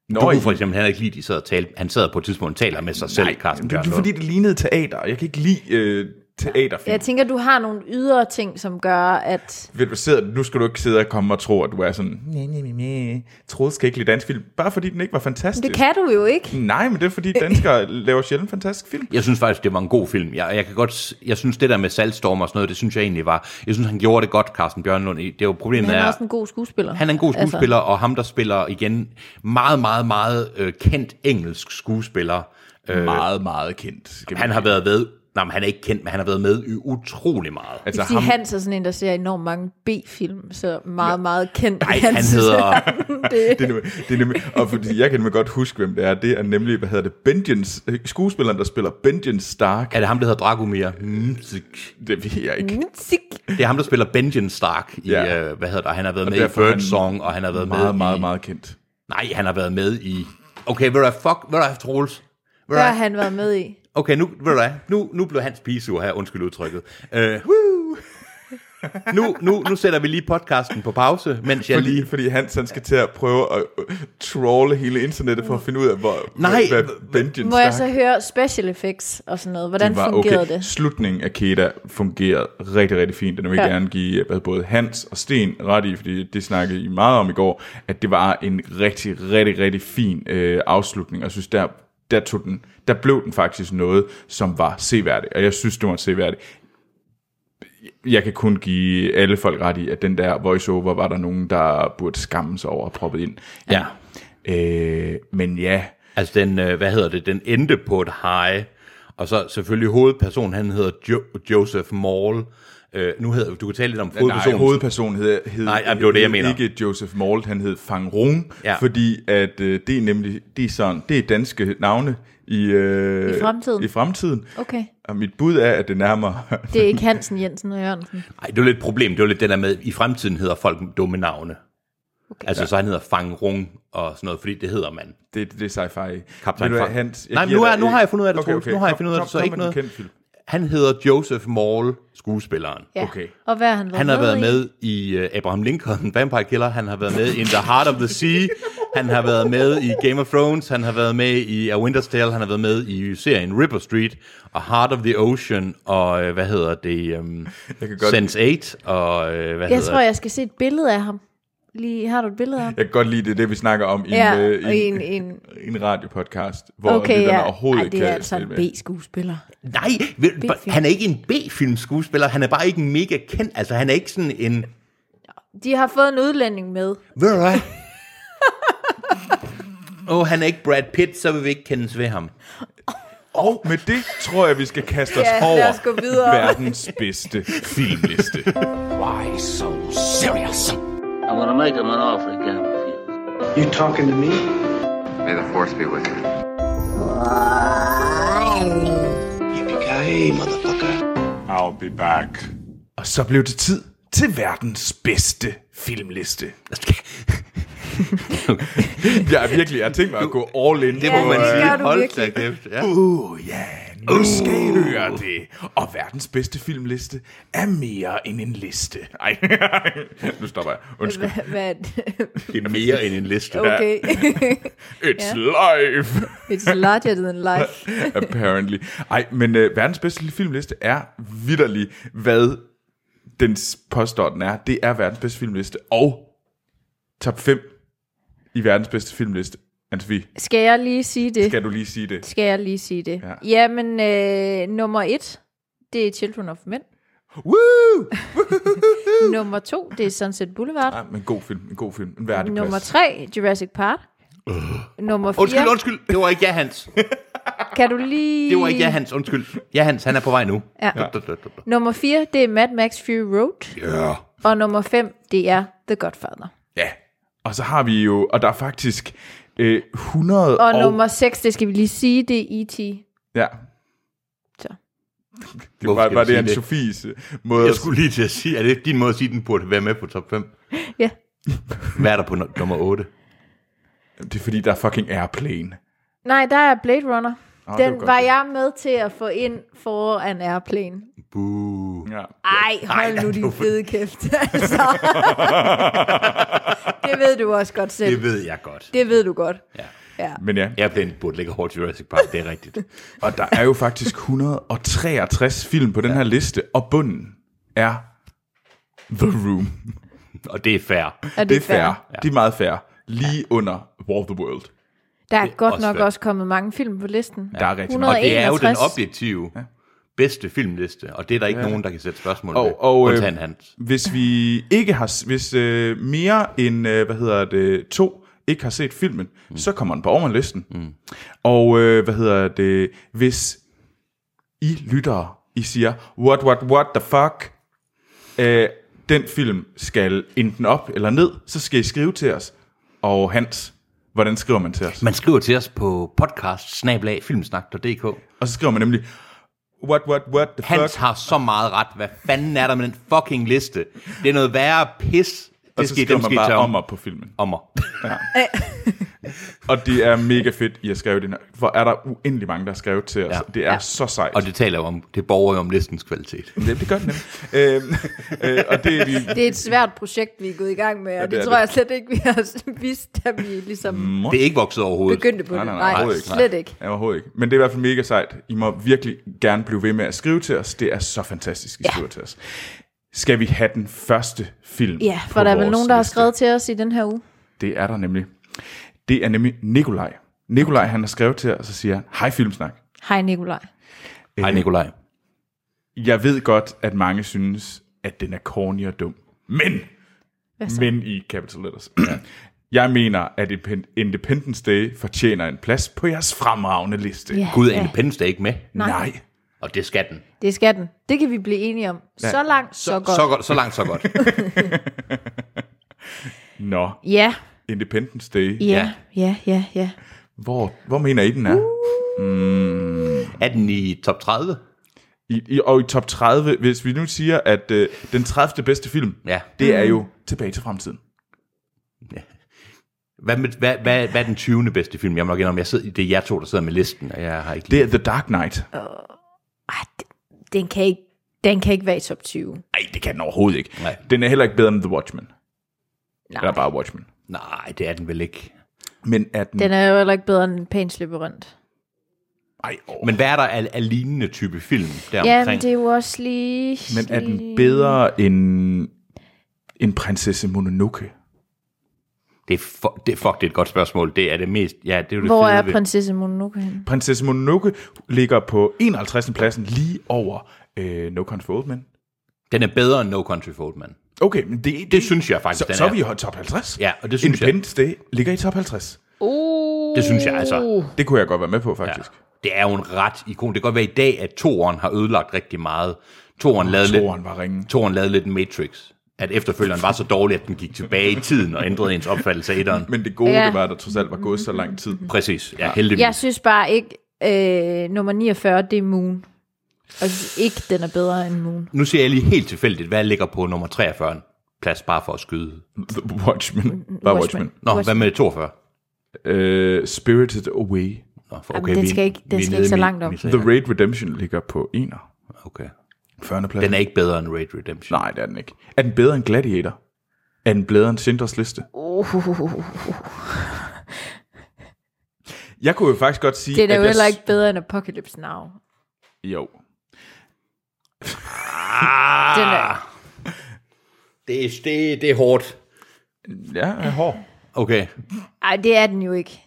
Speaker 1: Nå,
Speaker 3: Du
Speaker 1: ja.
Speaker 3: kunne for eksempel heller ikke lide, de sad og talte, han sad på et tidspunkt og taler med sig selv, Carsten
Speaker 1: det, det, er fordi, det lignede teater, og jeg kan ikke lide øh, teaterfilm.
Speaker 2: Jeg tænker, du har nogle ydre ting, som gør, at...
Speaker 1: ved du, sidder, nu skal du ikke sidde og komme og tro, at du er sådan, nej, nej, nej, Troels skal ikke lide dansk film, bare fordi den ikke var fantastisk.
Speaker 2: Det kan du jo ikke.
Speaker 1: Nej, men det er fordi danskere laver sjældent fantastisk film.
Speaker 3: Jeg synes faktisk, det var en god film. Jeg, jeg, kan godt, s- jeg synes, det der med saltstorm og sådan noget, det synes jeg egentlig var... Jeg synes, han gjorde det godt, Carsten Bjørnlund. i- Det er jo problemet
Speaker 2: Han er
Speaker 3: er...
Speaker 2: også en god skuespiller.
Speaker 3: Han er en god skuespiller, altså. og ham, der spiller igen meget, meget, meget øh, kendt engelsk skuespiller. Øh,
Speaker 1: Meget, meget kendt. Skal vi-
Speaker 3: Han har været ved, nej, men han er ikke kendt, men han har været med i utrolig meget.
Speaker 1: altså,
Speaker 2: Altså, ham... Hans er sådan en, der ser enormt mange B-film, så meget, meget kendt.
Speaker 3: Nej, han hedder,
Speaker 2: det.
Speaker 1: det er nemlig, det er nemlig, og fordi jeg kan nemlig godt huske, hvem det er. Det er nemlig, hvad hedder det, Benjens, øh, skuespilleren, der spiller Benjen Stark.
Speaker 3: er det ham, der hedder Dragomir? Mzik.
Speaker 1: Det ved jeg
Speaker 2: Mm.
Speaker 1: ikke.
Speaker 2: Sik.
Speaker 3: Det er ham, der spiller Benjen Stark i,
Speaker 1: Ja.
Speaker 3: ja. øh, hvad hedder det, han har været med i
Speaker 1: derfor er han
Speaker 3: Bird Song, og han har været med
Speaker 1: Meget, meget,
Speaker 3: i,
Speaker 1: meget kendt.
Speaker 3: nej, han har været med i, okay, ved du hvad, fuck, ved du hvad, Troels? Ved du
Speaker 2: Hvad har
Speaker 3: hvad?
Speaker 2: han været med i?
Speaker 3: Okay, nu, ved du hvad, nu, nu blev hans pige sur her, undskyld udtrykket. Øh, woo! Nu, nu, nu sætter vi lige podcasten på pause, mens jeg
Speaker 1: Fordi,
Speaker 3: lige...
Speaker 1: fordi Hans han skal til at prøve at øh, trawle hele internettet for at finde ud af, hvor,
Speaker 3: Nej.
Speaker 1: hvad Benjen
Speaker 2: Må jeg
Speaker 1: stak.
Speaker 2: så høre special effects og sådan noget? Hvordan
Speaker 1: Den var
Speaker 2: fungerede
Speaker 1: okay.
Speaker 2: det?
Speaker 1: Slutningen af Keda fungerede rigtig, rigtig fint. Den vil jeg
Speaker 2: Ja.
Speaker 1: gerne give øh, både Hans og Sten ret i, fordi det snakkede I meget om i går, at det var en rigtig, rigtig, rigtig fin øh, afslutning. Og jeg synes, der, der, tog den, der blev den faktisk noget, som var seværdig. Og jeg synes, det var seværdig. Jeg kan kun give alle folk ret i, at den der voiceover var der nogen, der burde skamme sig over at proppe ind.
Speaker 3: Ja,
Speaker 1: Øh, men ja,
Speaker 3: altså den, øh, hvad hedder det, den endte på et high, og så selvfølgelig hovedpersonen, han hedder jo- Joseph Maul. Øh, nu hedder, du kan tale lidt om
Speaker 1: Nej,
Speaker 3: hovedpersonen.
Speaker 1: hovedpersonen hed, hed,
Speaker 3: Nej, jamen, det var det, jeg
Speaker 1: hed
Speaker 3: mener.
Speaker 1: ikke Joseph Malt, han hed Fang Rung,
Speaker 3: Ja.
Speaker 1: fordi at øh, det er nemlig det er sådan, det er danske navne i, øh,
Speaker 2: I fremtiden.
Speaker 1: I fremtiden.
Speaker 2: Okay.
Speaker 1: Og mit bud er, at det nærmere...
Speaker 2: Det er ikke Hansen, Jensen og Jørgensen.
Speaker 3: Ej, det var lidt et problem. Det var lidt det der med, i fremtiden hedder folk dumme navne. Okay. Altså, ja. så han hedder Fang Rung og sådan noget, fordi det hedder man.
Speaker 1: Det, det, det er sci-fi.
Speaker 3: Kaptajn
Speaker 1: Ved du hvad,
Speaker 3: Fang.
Speaker 1: Hans, jeg
Speaker 3: Nej, men
Speaker 1: giver
Speaker 3: nu er-
Speaker 1: dig
Speaker 3: nu
Speaker 1: et-
Speaker 3: har jeg fundet ud af det, Troels. Nu har jeg
Speaker 1: kom-
Speaker 3: fundet ud af det,
Speaker 1: kom-
Speaker 3: så
Speaker 1: kom
Speaker 3: ikke
Speaker 1: med
Speaker 3: noget.
Speaker 1: den kendte film.
Speaker 3: Han hedder Joseph Maul, skuespilleren.
Speaker 2: Ja.
Speaker 1: Okay.
Speaker 2: Og hvad har han været
Speaker 3: Han har været
Speaker 2: i?
Speaker 3: med i øh, Abraham Lincoln, Vampire Killer. Han har været med i In the Heart of the Sea. Han har været med i Game of Thrones. Han har været med i A Winter's Tale. Han har været med i serien Ripper Street og Heart of the Ocean. Og øh, hvad hedder det? Um,
Speaker 1: Jeg kan godt-
Speaker 3: Sense8 og øh, hvad
Speaker 2: Jeg
Speaker 3: hedder
Speaker 2: tror, jeg skal se et billede af ham. Lige, har du et billede af ham?
Speaker 1: Jeg kan godt lide, det er det, vi snakker om i
Speaker 2: Ja,
Speaker 1: en, øh,
Speaker 2: og
Speaker 1: i en,
Speaker 2: en- en-
Speaker 1: en radiopodcast, hvor okay,
Speaker 2: Okay,
Speaker 1: lytterne
Speaker 2: ja.
Speaker 1: overhovedet
Speaker 2: Ej,
Speaker 1: ikke
Speaker 2: det er
Speaker 1: kan
Speaker 2: altså en
Speaker 1: følge med.
Speaker 2: B-skuespiller.
Speaker 3: Nej, ved,
Speaker 2: B-film.
Speaker 3: han er ikke en B-film skuespiller. Han er bare ikke mega kendt. Altså, han er ikke sådan en...
Speaker 2: De har fået en udlænding med.
Speaker 3: Ved du hvad? Åh, oh, han er ikke Brad Pitt, så vil vi ikke kendes ved ham.
Speaker 1: Og med det tror jeg, vi skal kaste os
Speaker 2: Ja, lad
Speaker 1: over
Speaker 2: os gå videre.
Speaker 1: verdens bedste filmliste.
Speaker 4: Why so serious?
Speaker 5: I'm gonna make him an offer again with you.
Speaker 6: You talking to me?
Speaker 7: May the force be with you.
Speaker 6: Yippee-ki-yay, motherfucker.
Speaker 1: I'll be back. Og så blev det tid til verdens bedste filmliste. Jeg er virkelig, jeg har tænkt mig at gå all in. Det
Speaker 2: må man det sige. gør du
Speaker 3: Hold da
Speaker 2: virkelig.
Speaker 3: kæft. Ja.
Speaker 1: Uh, ja, nu uh. skal I høre det. Og verdens bedste filmliste er mere end en liste. Ej, nu stopper jeg. Undskyld.
Speaker 2: Hvad- Hvad er det?
Speaker 3: Det er mere end en liste.
Speaker 2: Okay.
Speaker 1: It's life.
Speaker 2: It's larger than life.
Speaker 1: Apparently. Ej, men øh, verdens bedste filmliste er vidderlig, hvad den påstår, den er. Det er verdens bedste filmliste, og top 5 i verdens bedste filmliste. Anne-Sophie,
Speaker 2: Skal jeg lige sige det?
Speaker 1: kan du lige sige det?
Speaker 2: Skal jeg lige sige det?
Speaker 1: Ja.
Speaker 2: Jamen, øh, nummer et, det er Children of Men.
Speaker 1: Woo!
Speaker 2: Nummer to, det er Sunset Boulevard.
Speaker 1: Ej, men god film, en god film. En værdig
Speaker 2: Nummer
Speaker 1: plads.
Speaker 2: tre, Jurassic Park. Nummer fire,
Speaker 3: Undskyld, undskyld. Det var ikke ja, Hans.
Speaker 2: kan du lige...
Speaker 3: Det var ikke ja, Hans. Undskyld. Ja, Hans, han er på vej nu.
Speaker 2: Ja. Nummer fire, det er Mad Max Fury Road.
Speaker 3: Ja.
Speaker 2: Og nummer fem, det er The Godfather.
Speaker 1: Ja, og så har vi jo, og der er faktisk øh, 100
Speaker 2: Og, og nummer 6, det skal vi lige sige, det er E E.T.
Speaker 1: Ja,
Speaker 2: Så.
Speaker 1: det
Speaker 3: Hvorfor
Speaker 1: var,
Speaker 3: skal
Speaker 1: var
Speaker 3: du sige
Speaker 1: det
Speaker 3: det?
Speaker 1: Anne-Sophies øh, måde
Speaker 3: Jeg
Speaker 1: at
Speaker 3: skulle lige til at sige, er det din måde at sige, den burde være med på top 5?
Speaker 2: Ja.
Speaker 3: Hvad er der på nu- nummer 8?
Speaker 1: Det er fordi, der er fucking airplane.
Speaker 2: Nej, der er Blade Runner.
Speaker 1: Åh, det var
Speaker 2: Den
Speaker 1: godt,
Speaker 2: var
Speaker 1: det.
Speaker 2: jeg med til at få ind foran Airplane.
Speaker 3: Buh.
Speaker 1: Ja.
Speaker 2: Ej, hold
Speaker 3: nej,
Speaker 2: nu
Speaker 3: det var-
Speaker 2: din fede kæft. Altså. det ved du også godt selv.
Speaker 3: Det ved jeg godt.
Speaker 2: Det ved du godt.
Speaker 3: Ja.
Speaker 2: Ja.
Speaker 1: Men ja,
Speaker 3: Airplane burde ligge hårdt i Jurassic Park, det er rigtigt.
Speaker 1: og der er jo faktisk 163 film på den her liste, og bunden er The Room.
Speaker 3: Og det er fair.
Speaker 2: Er det,
Speaker 1: Det er fair. Det er meget fair. Lige under War of the World.
Speaker 2: Der er,
Speaker 3: er
Speaker 2: godt
Speaker 3: også
Speaker 2: nok
Speaker 3: fair.
Speaker 2: også kommet mange film på listen.
Speaker 1: Der er rigtig
Speaker 3: Og
Speaker 1: meget.
Speaker 3: det er jo den
Speaker 2: 61.
Speaker 3: objektive bedste filmliste, og det er der ikke ja. nogen, der kan sætte spørgsmål ved.
Speaker 1: Og, og øh,
Speaker 3: Undtagen Hans.
Speaker 1: hvis vi ikke har, s- hvis øh, mere end, øh, hvad hedder det, to ikke har set filmen, mm. så kommer den på overmanlisten. Mm. Og øh, hvad hedder det, hvis I lytter, I siger, what, what, what the fuck, øh, den film skal enten op eller ned, så skal I skrive til os. Og Hans, hvordan skriver man til os?
Speaker 3: Man skriver til os på podcast
Speaker 1: Og så skriver man nemlig, what, what, what the
Speaker 3: Hans
Speaker 1: fuck.
Speaker 3: har så meget ret. Hvad fanden er der med den fucking liste? Det er noget værre pis. Det
Speaker 1: Og så skriver man bare om på filmen.
Speaker 3: Ommer.
Speaker 1: Og det er mega fedt, I har skrevet den. her. For er der uendelig mange, der har skrevet til os.
Speaker 3: Ja.
Speaker 1: Ja. Det er
Speaker 2: Ja.
Speaker 1: ja. så sejt.
Speaker 3: Og det taler jo om, det borger jo om listens kvalitet.
Speaker 1: det, det gør det nemt. øhm, øh, og det er vi
Speaker 2: Det er et svært projekt, vi er gået i gang med, og
Speaker 1: Ja,
Speaker 2: ja,
Speaker 1: det
Speaker 2: det,
Speaker 1: er
Speaker 2: det tror
Speaker 1: det.
Speaker 2: jeg slet ikke, vi har vidst, da vi ligesom mm.
Speaker 3: Det er ikke vokset overhovedet.
Speaker 2: begyndte på
Speaker 1: Nej,
Speaker 2: det.
Speaker 1: nej, nej, overhovedet ikke.
Speaker 2: slet ikke.
Speaker 1: Ja, overhovedet ikke. Men det er i hvert fald mega sejt. I må virkelig gerne blive ved med at skrive til os. Det er så fantastisk, I ja. skriver til os. Skal vi have den første film
Speaker 2: Ja, for
Speaker 1: på
Speaker 2: der er vel
Speaker 1: vores
Speaker 2: nogen, der har
Speaker 1: liste?
Speaker 2: skrevet til os i den her uge.
Speaker 1: Det er der nemlig. Det er nemlig Nikolaj. Nikolaj, han har skrevet til os og siger, hej Filmsnak.
Speaker 2: Hej Nikolaj.
Speaker 3: Hej Nikolaj.
Speaker 1: Jeg ved godt, at mange synes, at den er corny og dum. Men, men i capital letters. Jeg mener, at Independ- Independence Day fortjener en plads på jeres fremragende liste.
Speaker 2: Ja,
Speaker 3: Gud, er
Speaker 2: ja.
Speaker 3: Independence Day ikke med?
Speaker 1: Nej.
Speaker 3: Og det skal den.
Speaker 2: Det skal den. Det kan vi blive enige om. Ja. Så langt, så, så godt.
Speaker 3: Så, godt, så langt, så godt.
Speaker 1: Nå,
Speaker 2: Ja,
Speaker 1: Independence Day.
Speaker 2: ja, ja, ja, ja.
Speaker 1: Hvor, hvor mener I, den er?
Speaker 2: Uh.
Speaker 3: Er den i top 30?
Speaker 1: I, i, og i top 30, hvis vi nu siger, at øh, den 30. bedste film,
Speaker 3: Ja.
Speaker 1: det
Speaker 2: Mm.
Speaker 1: er jo Tilbage til fremtiden.
Speaker 3: Hvad, med, hvad, hvad, hvad er den 20. bedste film? Jeg må nok indrømme, jeg sidder, det er jer to, der sidder med listen, og jeg har ikke
Speaker 1: Det
Speaker 3: lige...
Speaker 1: er The Dark Knight.
Speaker 2: Øh. Ej, d- den kan ikke, den kan ikke være i top 20.
Speaker 1: Nej, det kan den overhovedet ikke.
Speaker 3: Nej.
Speaker 1: Den er heller ikke bedre end The Watchmen.
Speaker 2: Nej.
Speaker 1: Eller bare Watchmen.
Speaker 3: Nej, det er den vel ikke.
Speaker 1: Men er den...
Speaker 2: Den er jo heller ikke bedre end Pans Labyrinth.
Speaker 1: Ej, åh.
Speaker 3: Men hvad er der af, af lignende type film
Speaker 2: Ja,
Speaker 3: deromkring?
Speaker 2: men det er jo også lige...
Speaker 1: Men er den bedre end, end Prinsesse Mononoke?
Speaker 3: det, er fu- det, fuck, det er et godt spørgsmål. Det er det mest... Ja, det er jo det
Speaker 2: Hvor
Speaker 3: fede
Speaker 2: er
Speaker 3: ved-
Speaker 2: prinsesse Mononoke henne?
Speaker 1: Prinsesse Mononoke ligger på 51. pladsen lige over øh, No Country for Old Men.
Speaker 3: Den er bedre end No Country for Old Man.
Speaker 1: Okay, men det, det,
Speaker 3: Det synes jeg faktisk,
Speaker 1: så,
Speaker 3: den
Speaker 1: så
Speaker 3: er.
Speaker 1: er vi i top 50.
Speaker 3: Ja, og det synes jeg-
Speaker 1: Independence Day ligger i top 50.
Speaker 2: Uh,
Speaker 3: Det synes jeg altså.
Speaker 1: Det kunne jeg godt være med på,
Speaker 3: Ja.
Speaker 1: faktisk. Ja.
Speaker 3: Det er jo en ret ikon. Det kan godt være i dag, at toeren har ødelagt rigtig meget. Toeren lavede,
Speaker 1: Toeren
Speaker 3: lidt,
Speaker 1: var ringen.
Speaker 3: toeren lavede lidt en Matrix. At efterfølgeren var så dårlig, at den gik tilbage i tiden og ændrede ens opfattelse af etteren.
Speaker 1: Men det gode, ja.
Speaker 2: Ja.
Speaker 1: det var, at der trods alt var gået så lang tid.
Speaker 3: Præcis, ja, heldigvis.
Speaker 2: Jeg synes bare ikke, øh, nummer 49, det er Moon. Og jeg synes ikke, den er bedre end Moon.
Speaker 3: Nu ser jeg lige helt tilfældigt, hvad ligger på nummer 43 plads bare for at skyde.
Speaker 1: The Watchmen. Bare Watchmen.
Speaker 2: Watchmen.
Speaker 3: Nå,
Speaker 2: Hvor-
Speaker 3: hvad med 42?
Speaker 1: Uh, Spirited Away.
Speaker 3: Nå, for
Speaker 2: Jamen, den skal ikke- den skal ikke så langt op.
Speaker 1: The
Speaker 3: The
Speaker 1: Raid Redemption ligger på ener.
Speaker 3: okay.
Speaker 1: 40. plads.
Speaker 3: Den er ikke bedre end Raid Redemption.
Speaker 1: Nej, det er den ikke. Er den bedre end Gladiator? Er den bedre end Schindlers Liste? Uh. Jeg kunne jo faktisk godt sige...
Speaker 2: Det er da
Speaker 1: at
Speaker 2: jo
Speaker 1: jeg
Speaker 2: heller
Speaker 1: s-
Speaker 2: ikke bedre end Apocalypse Now.
Speaker 1: Jo.
Speaker 2: Den er,
Speaker 1: Ah.
Speaker 3: Det, er- det, det er hårdt.
Speaker 1: Ja, jeg er hård.
Speaker 3: Okay.
Speaker 2: ej, det er den jo ikke.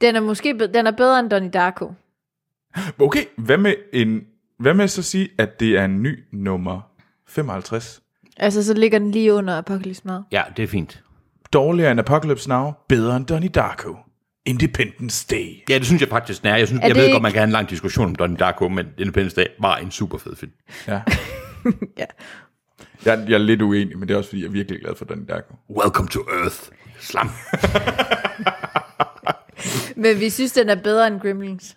Speaker 2: Den er måske bedre, den er bedre end Donnie Darko.
Speaker 1: Okay, hvad med, en, hvad med så at sige, at det er en ny nummer 55?
Speaker 2: Altså, så ligger den lige under Apocalypse Now.
Speaker 3: Ja, det er fint.
Speaker 1: Dårligere end Apocalypse Now, bedre end Donnie Darko. Independence Day.
Speaker 3: Ja, det synes jeg faktisk, den er. Jeg, synes,
Speaker 2: Er
Speaker 3: jeg
Speaker 2: det
Speaker 3: ved
Speaker 2: ikke-
Speaker 3: godt, man kan have en lang diskussion om Donnie Darko, men Independence Day var en super fed film.
Speaker 1: Ja.
Speaker 2: Ja.
Speaker 1: Jeg, jeg er lidt uenig, men det er også fordi, jeg er virkelig glad for Donnie Darko.
Speaker 3: Welcome to Earth. Slam.
Speaker 2: Men vi synes, den er bedre end Gremlins.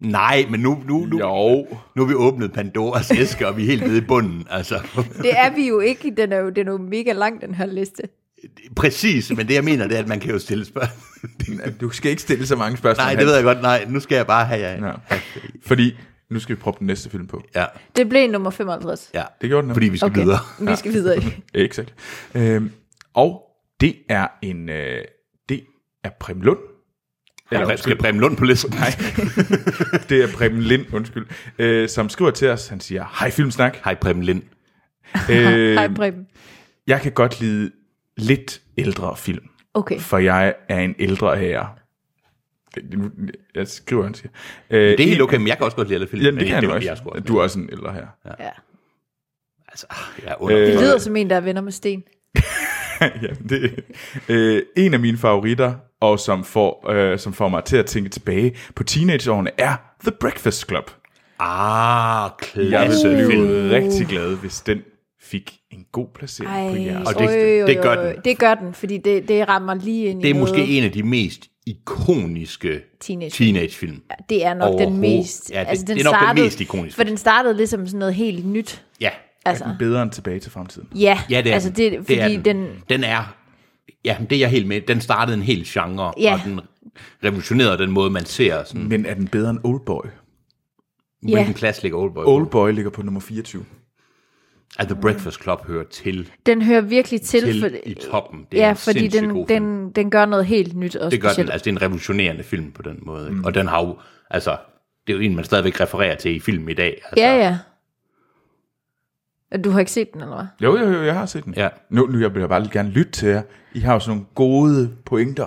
Speaker 3: Nej, men nu, nu, nu,
Speaker 1: Jo.
Speaker 3: nu er vi åbnet Pandoras æske, og vi er helt nede i bunden. Altså.
Speaker 2: Det er vi jo ikke. Den er jo, den er jo mega lang, den her liste.
Speaker 3: Præcis, men det jeg mener, det er, at man kan jo stille spørgsmål.
Speaker 1: Du skal ikke stille så mange spørgsmål.
Speaker 3: Nej, det ved jeg godt. Nej, nu skal jeg bare have jer. Ja.
Speaker 1: Ja. Fordi nu skal vi proppe den næste film på.
Speaker 3: ja.
Speaker 2: Det blev nummer 55.
Speaker 3: ja.
Speaker 1: Det gjorde den.
Speaker 3: Fordi vi skal okay. videre.
Speaker 2: vi skal videre.
Speaker 1: Ja, exakt. Øhm, og det er en... Øh, det er Prem Lund.
Speaker 3: Eller, skal Preben Lund på listen? Nej.
Speaker 1: Det er Preben Lind, undskyld. Øh, som skriver til os. Han siger, hej Filmsnak.
Speaker 3: Hej Preben Lind.
Speaker 1: Øh,
Speaker 2: Hej, Preben.
Speaker 1: jeg kan godt lide lidt ældre film.
Speaker 2: Okay.
Speaker 1: For jeg er en ældre herre. Nu- Jeg skriver, han siger. Øh,
Speaker 3: Det er helt okay, men jeg kan også godt lide alle film.
Speaker 1: Ja, det, det kan
Speaker 3: det,
Speaker 1: du
Speaker 3: jeg
Speaker 1: også.
Speaker 3: sgu også.
Speaker 1: Du er også en ældre herre.
Speaker 2: Ja.
Speaker 3: Altså, ah, jeg er under.
Speaker 2: Det lyder som en, der er venner med Sten.
Speaker 1: ja, det, øh, en af mine favoritter, og som får, øh, som får mig til at tænke tilbage på teenageårene, er The Breakfast Club.
Speaker 3: Ah,
Speaker 1: Jeg
Speaker 3: klasse
Speaker 1: ville
Speaker 3: film.
Speaker 1: blive rigtig glad, hvis den fik en god placering Ej. på jeres.
Speaker 3: Og det- det gør den.
Speaker 2: Det gør den, fordi det, det rammer lige ind
Speaker 3: Det
Speaker 2: i
Speaker 3: er måske
Speaker 2: noget.
Speaker 3: en af de mest ikoniske
Speaker 2: Teenage-
Speaker 3: teenagefilm.
Speaker 2: Det er nok den
Speaker 3: Overhovedet-
Speaker 2: mest... altså,
Speaker 3: Ja, det- det er nok den mest ikoniske.
Speaker 2: For den startede ligesom sådan noget helt nyt.
Speaker 3: Ja.
Speaker 2: Altså,
Speaker 1: Bedre end tilbage til fremtiden.
Speaker 2: ja,
Speaker 3: Ja, det er
Speaker 2: altså, det,
Speaker 3: den.
Speaker 2: fordi
Speaker 3: det er den. den er ja, det er jeg helt med. Den startede en hel genre,
Speaker 2: Ja.
Speaker 3: og den revolutionerede den måde, man ser sådan,
Speaker 1: Men er den bedre end Oldboy?
Speaker 2: Ja.
Speaker 3: hvilken klasse ligger Oldboy på.
Speaker 1: Oldboy ligger på nummer 24.
Speaker 3: At The Breakfast Club hører til,
Speaker 2: Den hører virkelig til,
Speaker 3: til
Speaker 2: for,
Speaker 3: i toppen. Det er
Speaker 2: ja,
Speaker 3: en
Speaker 2: fordi
Speaker 3: sindssygt
Speaker 2: den,
Speaker 3: god film.
Speaker 2: den, den gør noget helt nyt og
Speaker 3: Det gør
Speaker 2: specielt.
Speaker 3: den, altså det er en revolutionerende film på den måde. Mm. Og den har jo, altså, det er jo en, man stadigvæk refererer til i film i dag. Altså,
Speaker 2: Ja, ja. Og Du har ikke set den, eller hvad?
Speaker 1: Jo, jo, jo, jeg har set den.
Speaker 3: Ja.
Speaker 1: Nu, nu jeg vil jeg bare lige gerne lytte til jer. I har jo sådan nogle gode pointer.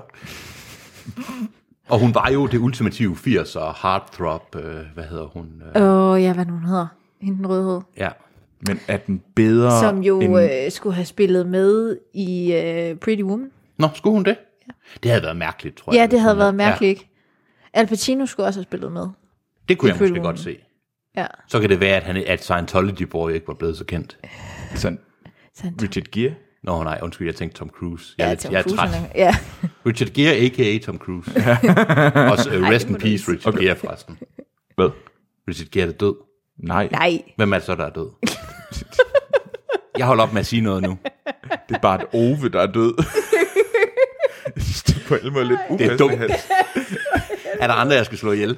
Speaker 3: Og hun var jo det ultimative 80'er, heartthrob, øh, hvad hedder hun? Øh,
Speaker 2: Åh, oh, ja, hvad nu hun hedder. Hende den rødhed.
Speaker 3: ja.
Speaker 1: Men er den bedre
Speaker 2: Som jo
Speaker 1: end...
Speaker 2: øh, skulle have spillet med i øh, Pretty Woman.
Speaker 3: Nå, skulle hun det? Ja. Det havde været mærkeligt, tror jeg.
Speaker 2: Ja,
Speaker 3: hvis
Speaker 2: det havde
Speaker 3: hun
Speaker 2: været mærkeligt, ikke? Al Pacino skulle også have spillet med.
Speaker 3: Ja, det kunne jeg
Speaker 2: Pretty
Speaker 3: måske
Speaker 2: Woman.
Speaker 3: godt se.
Speaker 2: Ja.
Speaker 3: Så kan det være, at, han, at Scientology Boy ikke var blevet så kendt.
Speaker 1: Sådan,
Speaker 2: Sådan.
Speaker 1: Richard Gere?
Speaker 3: Nå nej, undskyld, jeg tænkte Tom Cruise. Jeg, er
Speaker 2: Ja,
Speaker 3: lidt-
Speaker 2: Tom
Speaker 3: jeg er
Speaker 2: Cruise,
Speaker 3: træt.
Speaker 2: han er- ja.
Speaker 3: Richard Gere, a.k.a. Tom Cruise. Også uh,
Speaker 2: Ej,
Speaker 3: rest
Speaker 2: det må
Speaker 3: in
Speaker 2: du
Speaker 3: peace,
Speaker 2: ikke sige.
Speaker 3: Richard Gere, forresten.
Speaker 1: Hvad?
Speaker 3: Richard Gere er død.
Speaker 1: Nej, Nej,
Speaker 2: Nej,
Speaker 3: Hvem er det så, der er død? Jeg holder op med at sige noget nu.
Speaker 1: det er bare et Ove, der er død. Jeg synes, det er på alle måder lidt
Speaker 3: Det er
Speaker 1: upassende.
Speaker 3: dumt. Er der andre, jeg skal slå ihjel?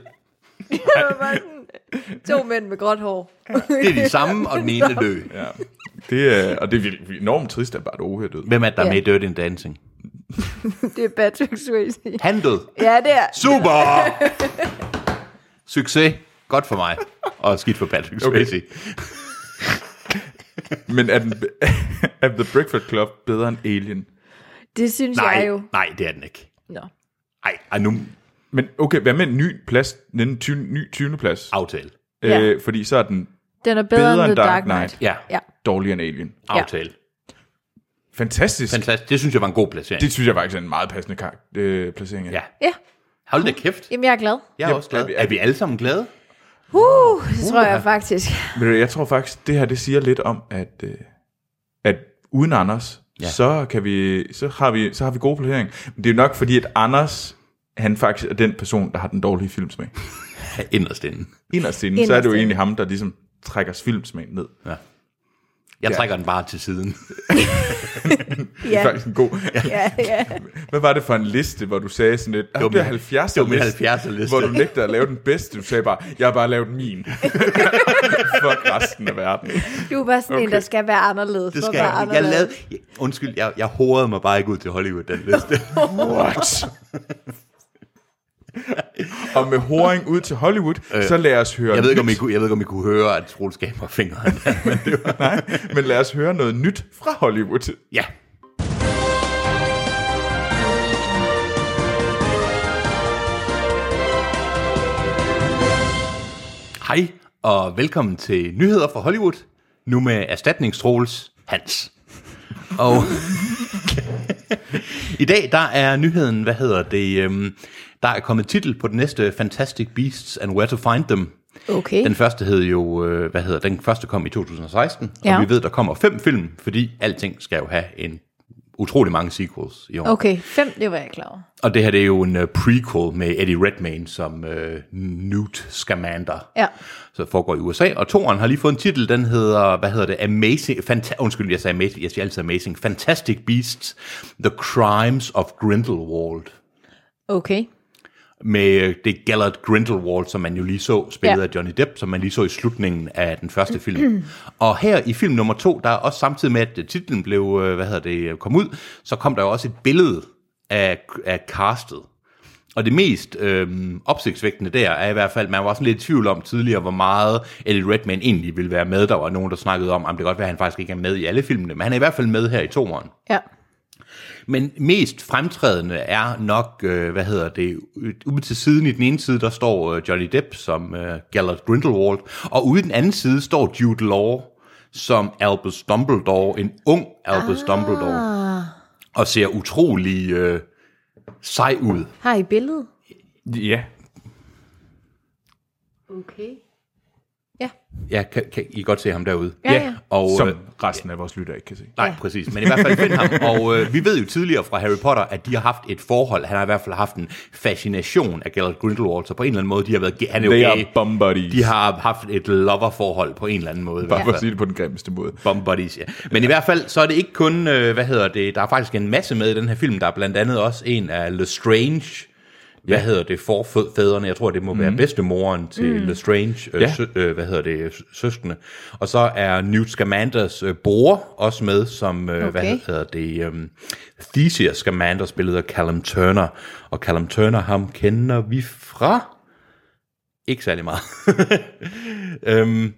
Speaker 2: det var bare sådan to mænd med gråt hår.
Speaker 3: Det er de samme, og den ene er død.
Speaker 1: Ja. Det er, og det er virkelig enormt trist, at bare et Ove er død.
Speaker 3: Hvem er det, der er
Speaker 2: Ja.
Speaker 3: med i Dirty and Dancing?
Speaker 2: det er Patrick Swayze.
Speaker 3: Han død.
Speaker 2: Ja, det er.
Speaker 3: Super! Succes. Godt for mig. Og skidt for Patrick
Speaker 1: Okay.
Speaker 3: Swayze.
Speaker 1: Men er, den, er The Breakfast Club bedre end Alien?
Speaker 2: Det synes jeg jo.
Speaker 3: Nej, nej, det er den ikke.
Speaker 2: Nå.
Speaker 3: Ej, ej nu
Speaker 1: Men okay, hvad med en ny plads? Den tyve, ny 20. plads?
Speaker 3: aftale.
Speaker 2: Ja.
Speaker 1: Øh, fordi så er den
Speaker 2: Den er bedre,
Speaker 1: Bedre
Speaker 2: end The
Speaker 1: end Dark
Speaker 2: Dark
Speaker 1: Knight.
Speaker 2: Knight.
Speaker 3: Ja,
Speaker 2: Ja.
Speaker 1: dårligere end Alien.
Speaker 3: aftale.
Speaker 1: Fantastisk.
Speaker 3: Fantastisk. Det synes jeg var en god placering.
Speaker 1: Det synes jeg faktisk er en meget passende kar- øh, placering.
Speaker 3: Ja.
Speaker 2: ja.
Speaker 3: Hold da kæft.
Speaker 2: Jamen, jeg er glad.
Speaker 3: Jeg er også glad. Er vi alle sammen glade?
Speaker 2: Uh, det tror jeg faktisk.
Speaker 1: Men jeg tror faktisk, det her det siger lidt om, at, øh, at uden Anders, ja. så, kan vi, så, har vi, så har vi gode placering. Men det er jo nok fordi, at Anders han faktisk er den person, der har den dårlige filmsmag.
Speaker 3: Ja, inderst inde.
Speaker 1: Inderst inden, så er det jo
Speaker 2: Inderst inde.
Speaker 1: egentlig ham, der ligesom trækker filmsmagen ned. Ja.
Speaker 3: Jeg
Speaker 1: Ja.
Speaker 3: trækker den bare til siden.
Speaker 1: Det
Speaker 2: Ja,
Speaker 1: er faktisk en god...
Speaker 2: ja, ja.
Speaker 1: Hvad var det for en liste, hvor du sagde sådan lidt, det var, det
Speaker 3: min-
Speaker 1: 70
Speaker 3: det var min 70'er-liste.
Speaker 1: Hvor du nægter at lave den bedste, du sagde bare, jeg har bare lavet min. Fuck resten af verden.
Speaker 2: Du er bare sådan okay. en, der skal være anderledes.
Speaker 3: Det
Speaker 2: for at
Speaker 3: skal
Speaker 2: være
Speaker 3: jeg ikke. Jeg lavede,
Speaker 2: anderledes.
Speaker 3: jeg, undskyld, jeg, jeg horede mig bare ikke ud til Hollywood, den liste.
Speaker 1: What? og med horing ud til Hollywood, øh, så lad os høre
Speaker 3: Jeg ved, ikke, om I
Speaker 1: nyt,
Speaker 3: kunne, jeg ved ikke, om I kunne høre, at Troels gav mig fingeren. Men det var...
Speaker 1: men lad os høre noget nyt fra Hollywood.
Speaker 3: Ja. Hej, og velkommen til Nyheder fra Hollywood. Nu med erstatningstrols Hans. Og i dag, der er nyheden, hvad hedder det, øhm, der er kommet titel på den næste Fantastic Beasts and Where to Find Them.
Speaker 2: Okay.
Speaker 3: Den første hed jo, øh, hvad hedder, den første kom i 2016, ja.
Speaker 2: Ja.
Speaker 3: og vi ved, der kommer fem film, fordi alting skal jo have en utrolig mange sequels i år.
Speaker 2: Okay, fem, det var jeg klar over.
Speaker 3: Og det her det er jo en øh, prequel med Eddie Redmayne som øh, Newt Scamander.
Speaker 2: Ja.
Speaker 3: Så det foregår i USA, og toeren har lige fået en titel, den hedder, hvad hedder det, Amazing, Fanta- undskyld, jeg sagde Amazing, jeg siger altid Amazing, Fantastic Beasts, The Crimes of Grindelwald.
Speaker 2: Okay.
Speaker 3: Med øh, det Gellert Grindelwald, som man jo lige så, spillet
Speaker 2: Ja.
Speaker 3: af Johnny Depp, som man lige så i slutningen af den første film. og her i film nummer to, der er også samtidig med, at øh, titlen blev, øh, hvad hedder det, kom ud, så kom der jo også et billede af, af castet. Og det mest øh, opsigtsvægtende der er i hvert fald, man var sådan lidt i tvivl om tidligere, hvor meget Eddie Redmayne egentlig ville være med. Der var nogen, der snakkede om, om det kan godt være, at han faktisk ikke er med i alle filmene, men han er i hvert fald med her i toeren.
Speaker 2: Ja.
Speaker 3: Men mest fremtrædende er nok, øh, hvad hedder det, ude til siden i den ene side, der står øh, Johnny Depp som øh, Gellert Grindelwald, og ude i den anden side står Jude Law som Albus Dumbledore, en ung Albus ah. Dumbledore, og ser utrolig øh, sej ud.
Speaker 2: Har I billedet?
Speaker 1: Ja,
Speaker 2: Okay. Ja.
Speaker 3: Ja, kan, kan I godt se ham derude.
Speaker 2: Ja, ja.
Speaker 3: Og,
Speaker 1: Som
Speaker 3: øh,
Speaker 1: resten af vores lytter ikke kan se.
Speaker 3: Nej, ja. præcis. Men i hvert fald find ham. Og øh, vi ved jo tidligere fra Harry Potter, at de har haft et forhold. Han har i hvert fald haft en fascination af Geralt Grindelwald, så på en eller anden måde, de har været... Han er jo
Speaker 1: They
Speaker 3: gay.
Speaker 1: are bum buddies.
Speaker 3: De har haft et loverforhold på en eller anden måde. i hvert
Speaker 1: Bare for
Speaker 3: fald.
Speaker 1: at sige det på den grimmeste måde.
Speaker 3: Bum buddies, ja. Men i hvert fald, så er det ikke kun, øh, hvad hedder det, der er faktisk en masse med i den her film. Der er blandt andet også en af Lestrange, hvad ja. hedder det, forfædrene, jeg tror, det må være mm. bedstemoren til mm. Lestrange, øh,
Speaker 1: Ja.
Speaker 3: sø, øh, hvad hedder det, sø- søskende. Og så er Newt Scamanders øh, bror også med, som, øh, okay. hvad
Speaker 2: Okay.
Speaker 3: hedder det, øh, Theseus Scamander, spillet af Callum Turner. Og Callum Turner, ham kender vi fra... Ikke særlig meget. øhm,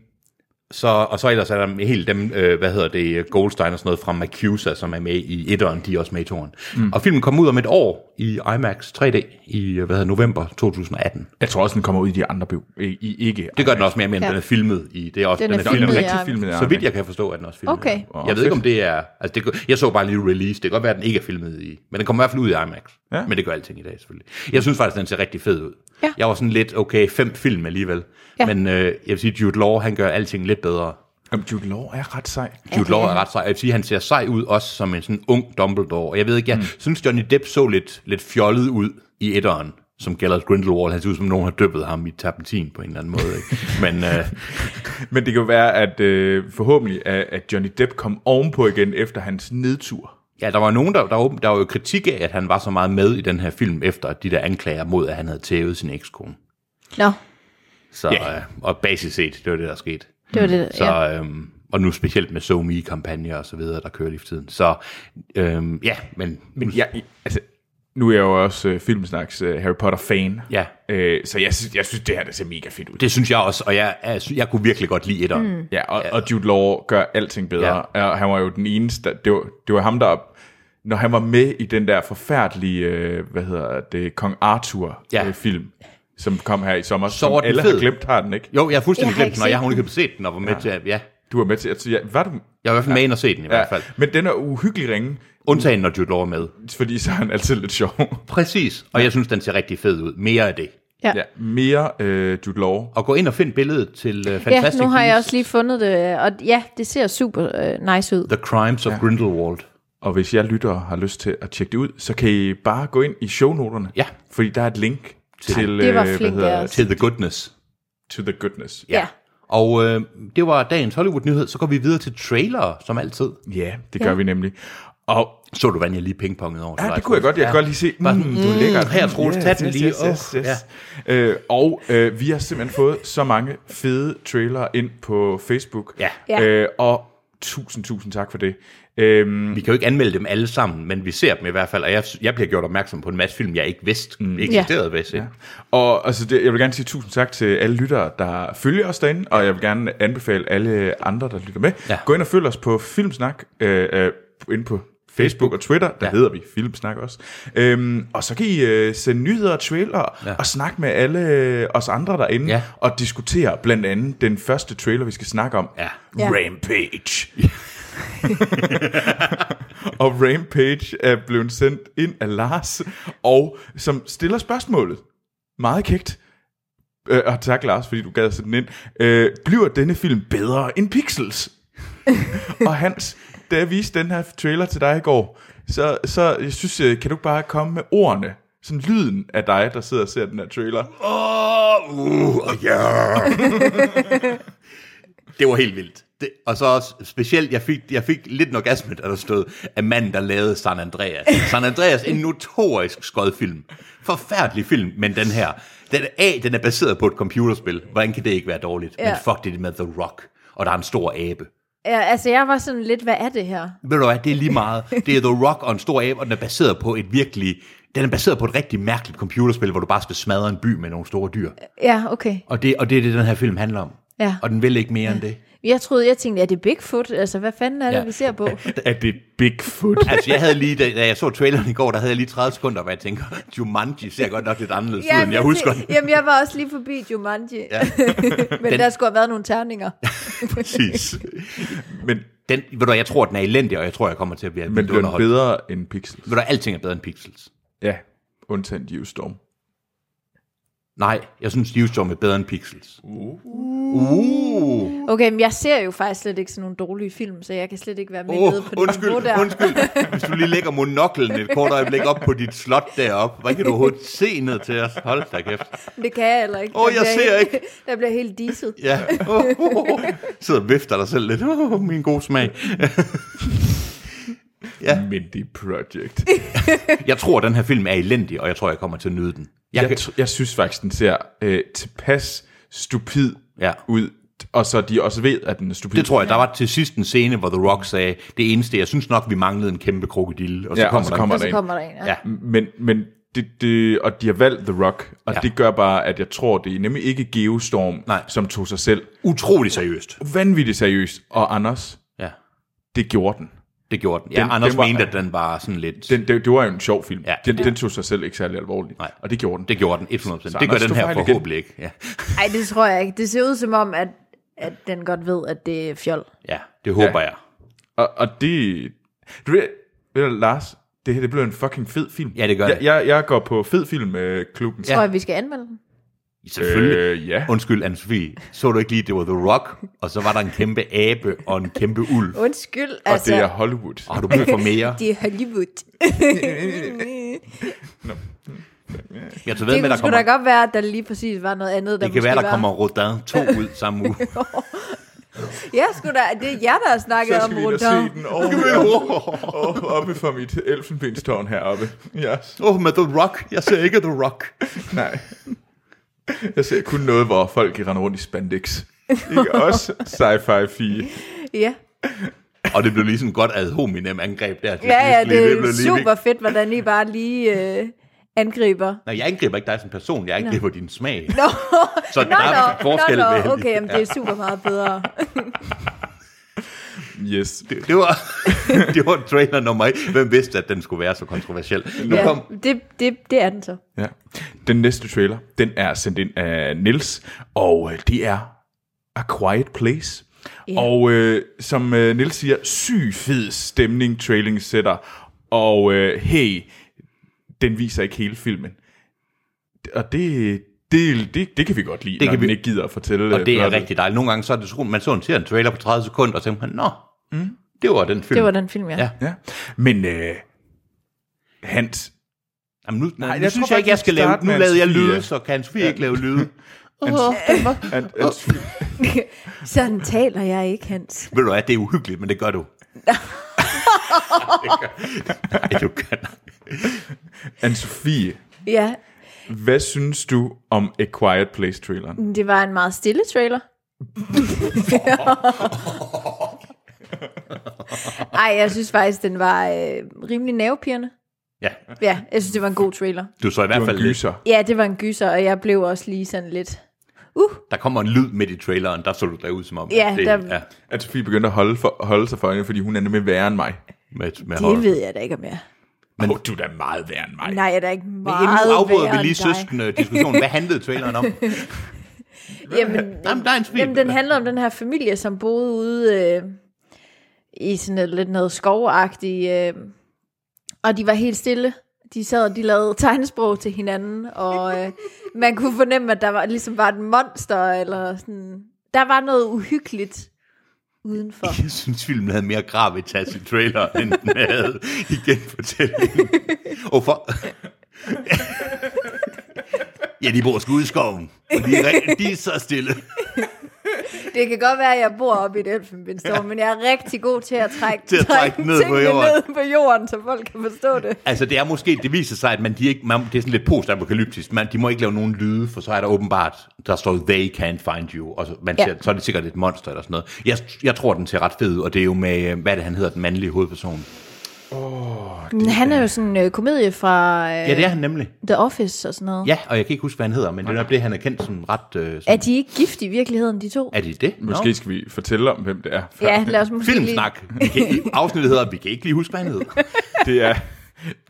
Speaker 3: så, og så ellers er der helt dem, øh, hvad hedder det, Goldstein og sådan noget fra Macusa, som er med i etteren, de er også med i toren. Mm. Og filmen kom ud om et år i IMAX 3D i øh, hvad hedder, november 2018.
Speaker 1: Jeg tror også, den kommer ud i de andre bio. I, i ikke.
Speaker 3: Det gør den også mere, men ja.
Speaker 2: Ja.
Speaker 3: den er filmet i. Det er også, den er, den er
Speaker 1: Den
Speaker 3: filmet,
Speaker 1: er
Speaker 2: Filmet i
Speaker 1: rigtig
Speaker 2: Arne.
Speaker 1: filmet.
Speaker 3: Så vidt jeg kan forstå, er den også filmet.
Speaker 2: Okay.
Speaker 3: Jeg ved ikke, om det er... Altså det, kan- jeg så bare lige release. Det kan godt være, at den ikke er filmet i... Men den kommer i hvert fald ud i IMAX.
Speaker 1: Ja.
Speaker 3: Men det gør alting i dag, selvfølgelig. Jeg synes faktisk, den ser rigtig fed ud.
Speaker 2: Ja.
Speaker 3: Jeg var sådan lidt, okay, fem film alligevel.
Speaker 2: Ja.
Speaker 3: Men øh, jeg vil sige, Jude Law, han gør alting lidt bedre.
Speaker 1: Jamen, Jude Law er ret sej.
Speaker 3: Jude Law er ret sej. Jeg vil sige, han ser sej ud også som en sådan ung Dumbledore. Og jeg ved ikke, jeg mm. synes, Johnny Depp så lidt, lidt fjollet ud i etteren som Gellert Grindelwald. Han ser ud som, nogen har dyppet ham i tapentin på en eller anden måde. Ikke? Men øh,
Speaker 1: Men det kan jo være, at øh, forhåbentlig, at, at Johnny Depp kom ovenpå igen efter hans nedtur.
Speaker 3: Ja, der var nogen, der, der, åben- der var jo kritik af, at han var så meget med i den her film, efter de der anklager mod, at han havde tævet sin ekskone.
Speaker 2: Nå,
Speaker 3: Så,
Speaker 1: Ja.
Speaker 3: yeah. øh, og basis set, det var det, der skete.
Speaker 2: det var det.
Speaker 3: Så,
Speaker 2: Ja.
Speaker 3: ja. øhm, og nu specielt med SoMe-kampagner og så videre, der kører lige for tiden. Så øhm, ja, men,
Speaker 1: Men jeg, altså, nu er jeg jo også øh, filmsnaks øh, Harry Potter-fan.
Speaker 3: Ja.
Speaker 1: Øh, så jeg synes, jeg synes, det her det ser mega fedt ud.
Speaker 3: det synes jeg også, og jeg, jeg, sy- jeg kunne virkelig godt lide etteren. Mm.
Speaker 1: Ja, og, og Jude Law gør alting bedre. Ja. Og han var jo den eneste, der- det var, det var ham, der... Når han var med i den der forfærdelige, øh, hvad hedder det, Kong
Speaker 3: Ja.
Speaker 1: Arthur-film, som kom her i sommer, så
Speaker 3: var
Speaker 1: som
Speaker 3: den
Speaker 1: alle
Speaker 3: fed.
Speaker 1: har glemt, har den ikke?
Speaker 3: Jo, jeg har fuldstændig
Speaker 2: Jeg har
Speaker 3: glemt
Speaker 2: ikke
Speaker 3: den, og jeg
Speaker 2: set
Speaker 3: har ikke set den, og var med ja. til at, ja,
Speaker 1: Du var med til... Altså, ja, var du,
Speaker 3: jeg var i hvert fald med ind og se den i hvert
Speaker 1: ja,
Speaker 3: fald.
Speaker 1: men den er uhyggelig ringe,
Speaker 3: Undtagen, når Jude Law er med.
Speaker 1: fordi så er han altid lidt sjov.
Speaker 3: Præcis, og jeg synes, den ser rigtig fed ud. Mere af det.
Speaker 1: Ja, mere øh, Jude Law.
Speaker 3: Og gå ind og find billedet til øh,
Speaker 2: Ja,
Speaker 3: Fantastic
Speaker 2: nu har jeg
Speaker 3: Beasts.
Speaker 2: også lige fundet det, og ja, det ser super øh, nice ud.
Speaker 3: The Crimes of ja. Grindelwald.
Speaker 1: Og hvis jeg lytter har lyst til at tjekke det ud, så kan I bare gå ind i shownoterne.
Speaker 3: Ja.
Speaker 1: Fordi der er et link til,
Speaker 2: det var
Speaker 1: øh, hvad
Speaker 2: flink af
Speaker 1: hedder, det?
Speaker 2: os.
Speaker 3: Til The Goodness.
Speaker 1: to the goodness.
Speaker 2: Ja.
Speaker 3: Og øh, det var dagens Hollywood-nyhed. Så går vi videre til trailer, som altid.
Speaker 1: Ja, det gør vi nemlig. Og
Speaker 3: Så du, hvordan jeg lige pingpongede over?
Speaker 1: Ja, det kunne jeg godt. Jeg kan godt lige se, mm,
Speaker 3: Bare
Speaker 1: du
Speaker 3: sådan,
Speaker 1: er lækker.
Speaker 3: her, Troels, tag den lige.
Speaker 1: Yes, yes,
Speaker 3: Åh,
Speaker 1: yes. Øh, og øh, vi har simpelthen fået så mange fede trailere ind på Facebook.
Speaker 3: Ja.
Speaker 2: Ja.
Speaker 1: Øh, og tusind, tusind tak for det. Øhm,
Speaker 3: Vi kan jo ikke anmelde dem alle sammen, men vi ser dem i hvert fald. Og jeg, jeg bliver gjort opmærksom på en masse film, jeg ikke vidste mm. eksisterede, hvis ikke.
Speaker 1: og altså, det, jeg vil gerne sige tusind tak til alle lyttere, der følger os derinde, og jeg vil gerne anbefale alle andre, der lytter med.
Speaker 3: Ja.
Speaker 1: Gå ind og følg os på Filmsnak, øh, øh, inde på Facebook og Twitter, der
Speaker 3: Ja.
Speaker 1: ja. hedder vi Filmsnak også. Øhm, og så kan I øh, sende nyheder og trailer ja. og snakke med alle øh, os andre derinde
Speaker 3: Ja.
Speaker 1: og diskutere blandt andet den første trailer, vi skal snakke om.
Speaker 3: Ja.
Speaker 2: Ja.
Speaker 1: Rampage. og Rampage er blevet sendt ind af Lars, og som stiller spørgsmålet. Meget kægt. Øh, og tak Lars, fordi du gad at sætte den ind. Øh, bliver denne film bedre end Pixels? og Hans, da jeg viste den her trailer til dig i går, så, så jeg synes, øh, kan du ikke bare komme med ordene? Sådan lyden af dig, der sidder og ser den her trailer.
Speaker 3: Åh, uh, og ja. det var helt vildt. Det, og så også specielt, jeg fik, jeg fik lidt en orgasme, da der stod, at manden, der lavede San Andreas. San Andreas, en notorisk skodfilm. Forfærdelig film, men den her. Den er, A, den er baseret på et computerspil. Hvordan kan det ikke være dårligt? Ja. Men
Speaker 2: Ja.
Speaker 3: fuck det er med The Rock. Og der er en stor abe.
Speaker 2: Ja, altså jeg var sådan lidt, hvad er det her?
Speaker 3: Ved du hvad, det er lige meget. Det er The Rock og en stor abe, og den er baseret på et virkelig... Den er baseret på et rigtig mærkeligt computerspil, hvor du bare skal smadre en by med nogle store dyr.
Speaker 2: Ja, okay.
Speaker 3: Og det, og det er det, den her film handler om.
Speaker 2: Ja.
Speaker 3: Og den vil ikke mere ja. end det.
Speaker 2: Jeg troede, jeg tænkte, er det Bigfoot? Altså, hvad fanden er det,
Speaker 3: Ja.
Speaker 2: ja. vi ser på?
Speaker 1: Er det Bigfoot?
Speaker 3: Altså, jeg havde lige, da, da jeg så traileren i går, der havde jeg lige 30 sekunder, hvor jeg tænker, Jumanji ser godt nok lidt anderledes ud, end jeg husker den.
Speaker 2: det, jamen, jeg var også lige forbi Jumanji. Ja. Men
Speaker 3: Den-
Speaker 2: den... der skulle have været nogle terninger.
Speaker 3: Præcis.
Speaker 1: men,
Speaker 3: Den, ved du, hvad, jeg tror, den er elendig, og jeg tror, jeg kommer til at blive
Speaker 1: men
Speaker 3: vildt
Speaker 1: blev den
Speaker 3: underholdt.
Speaker 1: bedre end Pixels?
Speaker 3: Ved du, hvad, alting er bedre end Pixels.
Speaker 1: Ja, undtagen Geostorm.
Speaker 3: Nej, jeg synes, Geostorm er bedre end Pixels. Uh.
Speaker 2: Okay, men jeg ser jo faktisk slet ikke sådan nogle dårlige film, så jeg kan slet ikke være med
Speaker 3: Oh,
Speaker 2: nede på det
Speaker 3: undskyld,
Speaker 2: niveau der.
Speaker 3: undskyld. Hvis du lige lægger monoklen et kort øjeblik op på dit slot deroppe, hvad kan du overhovedet se ned til os? Hold da kæft.
Speaker 2: Det kan jeg heller ikke.
Speaker 3: Åh,
Speaker 2: Der
Speaker 3: jeg
Speaker 2: bliver
Speaker 3: ser
Speaker 2: helt, Der bliver helt diset.
Speaker 3: Ja. Oh, oh, oh. Sidder og vifter dig selv lidt. Oh, min gode smag.
Speaker 1: Mindy Project.
Speaker 3: Jeg tror, den her film er elendig, og jeg tror, jeg kommer til at nyde den. Jeg
Speaker 1: Jeg,
Speaker 3: kan...
Speaker 1: t- jeg synes faktisk, den ser øh, tilpas stupid
Speaker 3: Ja.
Speaker 1: ud, og så de også ved, at den er stupid.
Speaker 3: Det tror jeg, der var til sidst en scene, hvor The Rock sagde, det eneste, jeg synes nok, vi manglede en kæmpe krokodille, og så
Speaker 1: Ja, og
Speaker 3: kommer
Speaker 1: så
Speaker 3: der en-
Speaker 1: kommer
Speaker 2: Og så
Speaker 1: en.
Speaker 2: kommer der en. Ja.
Speaker 3: Ja.
Speaker 1: Men, men det, det, og de har valgt The Rock, og
Speaker 3: Ja.
Speaker 1: ja. det gør bare, at jeg tror, det er nemlig ikke Geostorm,
Speaker 3: Nej.
Speaker 1: som tog sig selv
Speaker 3: utrolig seriøst.
Speaker 1: vanvittigt seriøst. Og Anders,
Speaker 3: Ja,
Speaker 1: det gjorde den.
Speaker 3: det gjorde den. Ja, den,
Speaker 1: Den- den
Speaker 3: Anders den
Speaker 1: var-
Speaker 3: mente, at den var sådan lidt... Den,
Speaker 1: den det, det var jo en sjov film.
Speaker 3: Ja.
Speaker 1: Ja. Den, den tog sig selv ikke særlig alvorligt.
Speaker 3: Nej.
Speaker 1: Og det gjorde den.
Speaker 3: det gjorde den 100%.
Speaker 1: Så
Speaker 3: det gør
Speaker 1: Anders
Speaker 3: den
Speaker 1: tog
Speaker 3: her
Speaker 1: fejl igen.
Speaker 3: forhåbentlig ikke. Ja.
Speaker 2: Ej, det tror jeg ikke. Det ser ud som om, at, at den godt ved, at det er fjol.
Speaker 3: ja, det håber
Speaker 1: Ja.
Speaker 3: jeg.
Speaker 1: Og, og det... Du ved, ved du, Lars, det her det blev en fucking fed film.
Speaker 3: Ja, det gør
Speaker 1: jeg,
Speaker 3: det.
Speaker 1: Jeg, jeg går på fed film-klubben.
Speaker 2: Tror jeg, vi skal anmelde den?
Speaker 3: Selvfølgelig. Øh,
Speaker 1: Øh, ja.
Speaker 3: Undskyld, Anne-Sophie. Så du ikke lige, det var The Rock, og så var der en kæmpe abe og en kæmpe ulv.
Speaker 2: Undskyld,
Speaker 1: Og
Speaker 2: altså.
Speaker 1: det er Hollywood.
Speaker 3: Har du brug for mere?
Speaker 2: det er Hollywood.
Speaker 3: Jeg tager
Speaker 2: Det
Speaker 3: ved med,
Speaker 2: kunne
Speaker 3: der
Speaker 2: sgu da
Speaker 3: kommer...
Speaker 2: godt være, at der lige præcis var noget andet, der
Speaker 3: Det kan
Speaker 2: måske
Speaker 3: være, der
Speaker 2: var.
Speaker 3: kommer Rodin 2 ud samme uge.
Speaker 2: Ja, sgu da. Det er jer, der har snakket
Speaker 1: Så
Speaker 2: om
Speaker 1: skal vi ind og se
Speaker 2: Rodin.
Speaker 1: den oppe, oppe for mit elfenbenstårn heroppe. Yes.
Speaker 3: Åh, oh, med The Rock. Jeg ser ikke The Rock.
Speaker 1: Nej. Jeg ser kun noget, hvor folk render rundt i spandex. Ikke også sci-fi fie.
Speaker 2: Ja.
Speaker 3: Og det blev lige sådan et godt ad hominem angreb der. til
Speaker 2: ja, ja,
Speaker 3: sidst
Speaker 2: det
Speaker 3: lige.
Speaker 2: er
Speaker 3: blev lige
Speaker 2: super
Speaker 3: vigtigt.
Speaker 2: fedt, hvordan I bare lige øh, angriber.
Speaker 3: Nej, jeg angriber ikke dig som person. Jeg angriber din smag.
Speaker 2: Nå,
Speaker 3: Så
Speaker 2: nå,
Speaker 3: der er forskel.
Speaker 2: nå,
Speaker 3: ved det.
Speaker 2: nå, okay, jamen, det er super meget bedre.
Speaker 1: Yes.
Speaker 3: Det, det, var, det var trailer nummer et. Hvem vidste, at den skulle være så kontroversiel? Nu
Speaker 2: Ja,
Speaker 3: kom
Speaker 2: det, det, det er den så.
Speaker 1: Ja. Den næste trailer, den er sendt ind af Nils og øh, det er A Quiet Place.
Speaker 2: Ja.
Speaker 1: Yeah. Og øh, som øh, Nils siger, syg fed stemning, trailing sætter. Og øh, hey, den viser ikke hele filmen. Og det, det, det, det kan vi godt lide, det når
Speaker 3: kan
Speaker 1: kan
Speaker 3: vi-
Speaker 1: vi ikke gider at fortælle.
Speaker 3: Og det er
Speaker 1: plottet.
Speaker 3: rigtig dejligt. Nogle gange så er det sådan, man så en, ser en trailer på 30 sekunder, og tænker man, nå, mm. det var den film.
Speaker 2: Det var den film, ja.
Speaker 3: Ja.
Speaker 2: ja.
Speaker 1: Ja. Men øh, Hans,
Speaker 3: Jamen, nu, nej, nu
Speaker 1: jeg
Speaker 3: synes
Speaker 1: tror
Speaker 3: jeg ikke, jeg
Speaker 1: faktisk, vi
Speaker 3: skal lave...
Speaker 1: starter
Speaker 3: Nu
Speaker 1: med
Speaker 3: lavede jeg
Speaker 1: Hans Fie,
Speaker 3: lyde,
Speaker 1: ja.
Speaker 3: så kan Hans Fie ikke lave lyde. Åh, den var-
Speaker 1: an, an,
Speaker 2: Sådan taler jeg ikke, Hans.
Speaker 3: Ved du hvad, det er uhyggeligt, men det gør du. det gør, nej, du gør nej.
Speaker 1: an Sofie,
Speaker 2: Ja,
Speaker 1: hvad synes du om A Quiet Place traileren?
Speaker 2: det var en meget stille trailer. Ej, jeg synes faktisk, den var øh, rimelig nervepirrende.
Speaker 3: Ja,
Speaker 2: Ja, jeg synes, det var en god trailer.
Speaker 3: du så i hvert
Speaker 1: Det var
Speaker 3: fald...
Speaker 1: en
Speaker 3: lidt-
Speaker 1: gyser.
Speaker 2: Ja, det var en gyser, og jeg blev også lige sådan lidt... Uh,
Speaker 3: Der kommer en lyd midt i traileren, der så du der ud som om...
Speaker 2: Ja,
Speaker 3: at det,
Speaker 2: der-
Speaker 3: ja
Speaker 1: At Sofie begyndte at holde, for, holde sig for øjnene, fordi hun er nemlig værre end mig.
Speaker 3: med, med
Speaker 2: det
Speaker 3: hold.
Speaker 2: ved jeg da ikke om jeg...
Speaker 1: Men oh, du er da meget værre end mig.
Speaker 2: Nej, jeg er da ikke
Speaker 3: Men inden
Speaker 2: meget
Speaker 3: nu afbryder
Speaker 2: værre
Speaker 3: vi lige
Speaker 2: end dig.
Speaker 3: søskende diskussionen. Hvad handlede traileren om?
Speaker 2: Jamen,
Speaker 3: Jamen, der er en film.
Speaker 2: Jamen, den handler om den her familie, som boede ude øh, i sådan et, lidt noget skovagtigt, øh, og de var helt stille. De sad og de lavede tegnesprog til hinanden, og øh, man kunne fornemme, at der var, ligesom var et monster, eller sådan. Der var noget uhyggeligt udenfor.
Speaker 3: Jeg synes, filmen havde mere gravitas i trailer, end den havde i genfortællingen. Og for... ja, de bor sgu ude i skoven, og de er, re- de er så stille.
Speaker 2: Det kan godt være, at jeg bor oppe i et elfenbenstorm, ja. men jeg er rigtig god til at trække,
Speaker 3: Til at trække ned på
Speaker 2: tingene
Speaker 3: jorden.
Speaker 2: ned på jorden, så folk kan forstå det.
Speaker 3: Altså, det er måske, det viser sig, at man, de ikke, man, det er sådan lidt post-apokalyptisk. Man, de må ikke lave nogen lyde, for så er der åbenbart, der står, they can't find you, og så, man
Speaker 2: Ja.
Speaker 3: ja. ser, så er det sikkert et monster eller sådan noget. Jeg, jeg tror, den ser ret fed ud, og det er jo med, øh, hvad er det, han hedder, den mandlige hovedperson.
Speaker 2: Han er jo sådan en øh, komedie fra øh,
Speaker 3: Ja, det er han nemlig.
Speaker 2: The Office og sådan noget.
Speaker 3: Ja, og jeg kan ikke huske, hvad han hedder, men det er nok det, han er kendt som ret... Øh, som,
Speaker 2: Er de ikke gift i virkeligheden, de to?
Speaker 3: er det det? Nå.
Speaker 1: Måske skal vi fortælle om, hvem det er. For
Speaker 2: Ja, lad os måske
Speaker 3: Filmsnak. Vi kan ikke- Afsnittet hedder, vi kan ikke lige huske, hvad han hed.
Speaker 1: Det er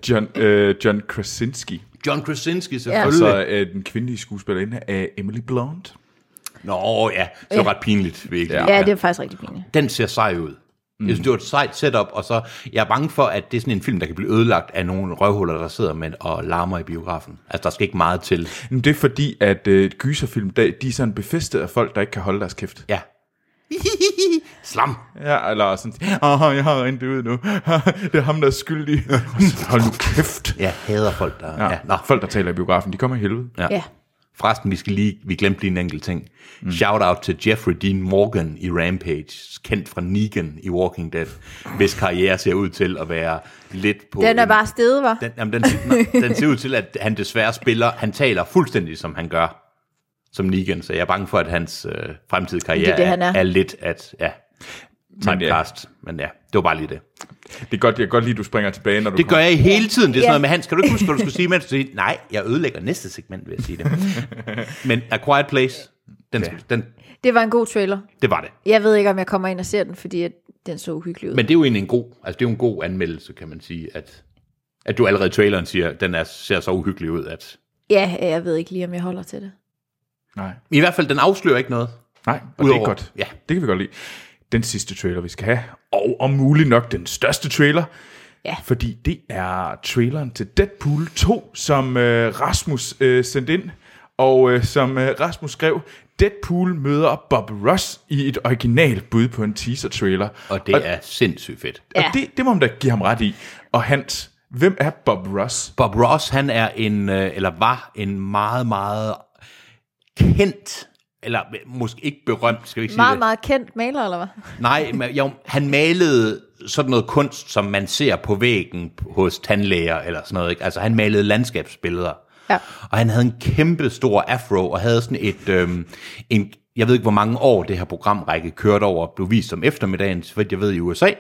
Speaker 1: John, øh, John Krasinski,
Speaker 3: John Krasinski,
Speaker 1: og
Speaker 3: selvfølgelig.
Speaker 1: så
Speaker 3: Ja.
Speaker 1: øh, den kvindelige skuespillerinde af Emily Blunt.
Speaker 3: Nå ja, det var ret pinligt, virkelig.
Speaker 2: Lige... Ja, det er faktisk rigtig pinligt.
Speaker 3: Den ser sej ud. Mm. Jeg synes, det var et sejt setup, og så jeg er bange for, at det er sådan en film, der kan blive ødelagt af nogle røvhuller, der sidder med og larmer i biografen. Altså, der skal ikke meget til.
Speaker 1: Men det er fordi, at øh, gyserfilm, der- de er sådan befæstet af folk, der ikke kan holde deres kæft.
Speaker 3: Ja. Slam.
Speaker 1: Ja, eller sådan, åh, jeg har rent det ud nu. det er ham, der er skyldig. Hold nu kæft.
Speaker 3: Jeg hader folk, der...
Speaker 1: Ja.
Speaker 3: Ja. ja. Nå,
Speaker 1: Folk, der taler i biografen, de kommer i helvede.
Speaker 3: Ja.
Speaker 2: Ja.
Speaker 3: Forresten, vi, skal lige, vi glemte lige en enkelt ting. Mm. Shout out til Jeffrey Dean Morgan i Rampage, kendt fra Negan i Walking Dead, hvis karriere ser ud til at være lidt på...
Speaker 2: Den er
Speaker 3: en-
Speaker 2: bare stedet, var.
Speaker 3: Den, jamen, den, nej, den ser ud til, at han desværre spiller, han taler fuldstændig som han gør, som Negan, så jeg er bange for, at hans øh, fremtidige karriere
Speaker 2: det, han er.
Speaker 3: Er, er lidt at... Ja,
Speaker 1: Men ja.
Speaker 3: timecast, men ja, det var bare lige det.
Speaker 1: Det er godt, jeg kan godt lide, at du springer tilbage, når du
Speaker 3: Det gør jeg hele tiden. Det er
Speaker 2: Ja.
Speaker 3: sådan noget med, Hans, kan du ikke huske, hvad du skulle sige, mens du siger, nej, jeg ødelægger næste segment ved at sige det. Men A Quiet Place, den, den,
Speaker 2: Det var en god trailer.
Speaker 3: det var det.
Speaker 2: Jeg ved ikke, om jeg kommer ind og ser den, fordi at den så uhyggelig ud.
Speaker 3: Men det er jo egentlig en god, altså det er jo en god anmeldelse, kan man sige, at, at du allerede i traileren siger, den er, ser så uhyggelig ud, at...
Speaker 2: Ja, jeg ved ikke lige, om jeg holder til det.
Speaker 1: Nej,
Speaker 3: I hvert fald, den afslører ikke noget.
Speaker 1: Nej og det er
Speaker 3: Udover-
Speaker 1: godt.
Speaker 3: ja.
Speaker 1: Det kan vi godt lide. Den sidste trailer, vi skal have, og om muligt nok den største trailer,
Speaker 2: Ja.
Speaker 1: fordi det er traileren til Deadpool 2, som øh, Rasmus øh, sendte ind, og øh, som øh, Rasmus skrev, Deadpool møder Bob Ross i et originalt bud på en teaser-trailer.
Speaker 3: Og det er sindssygt fedt.
Speaker 1: Ja.
Speaker 2: Ja.
Speaker 1: Og det, det må man da give ham ret i. Og Hans, hvem er Bob Ross?
Speaker 3: Bob Ross, han er en, øh, eller var en meget, meget kendt, eller måske ikke berømt, skal vi ikke sige
Speaker 2: Meget,
Speaker 3: det.
Speaker 2: meget kendt maler, eller hvad?
Speaker 3: Nej, men jo, han malede sådan noget kunst, som man ser på væggen hos tandlæger eller sådan noget. Ikke? Altså han malede landskabsbilleder.
Speaker 2: Ja.
Speaker 3: Og han havde en kæmpe stor afro og havde sådan et... Øhm, en, jeg ved ikke, hvor mange år det her programrække kørte over, blev vist om eftermiddagen, så vidt jeg ved, i USA,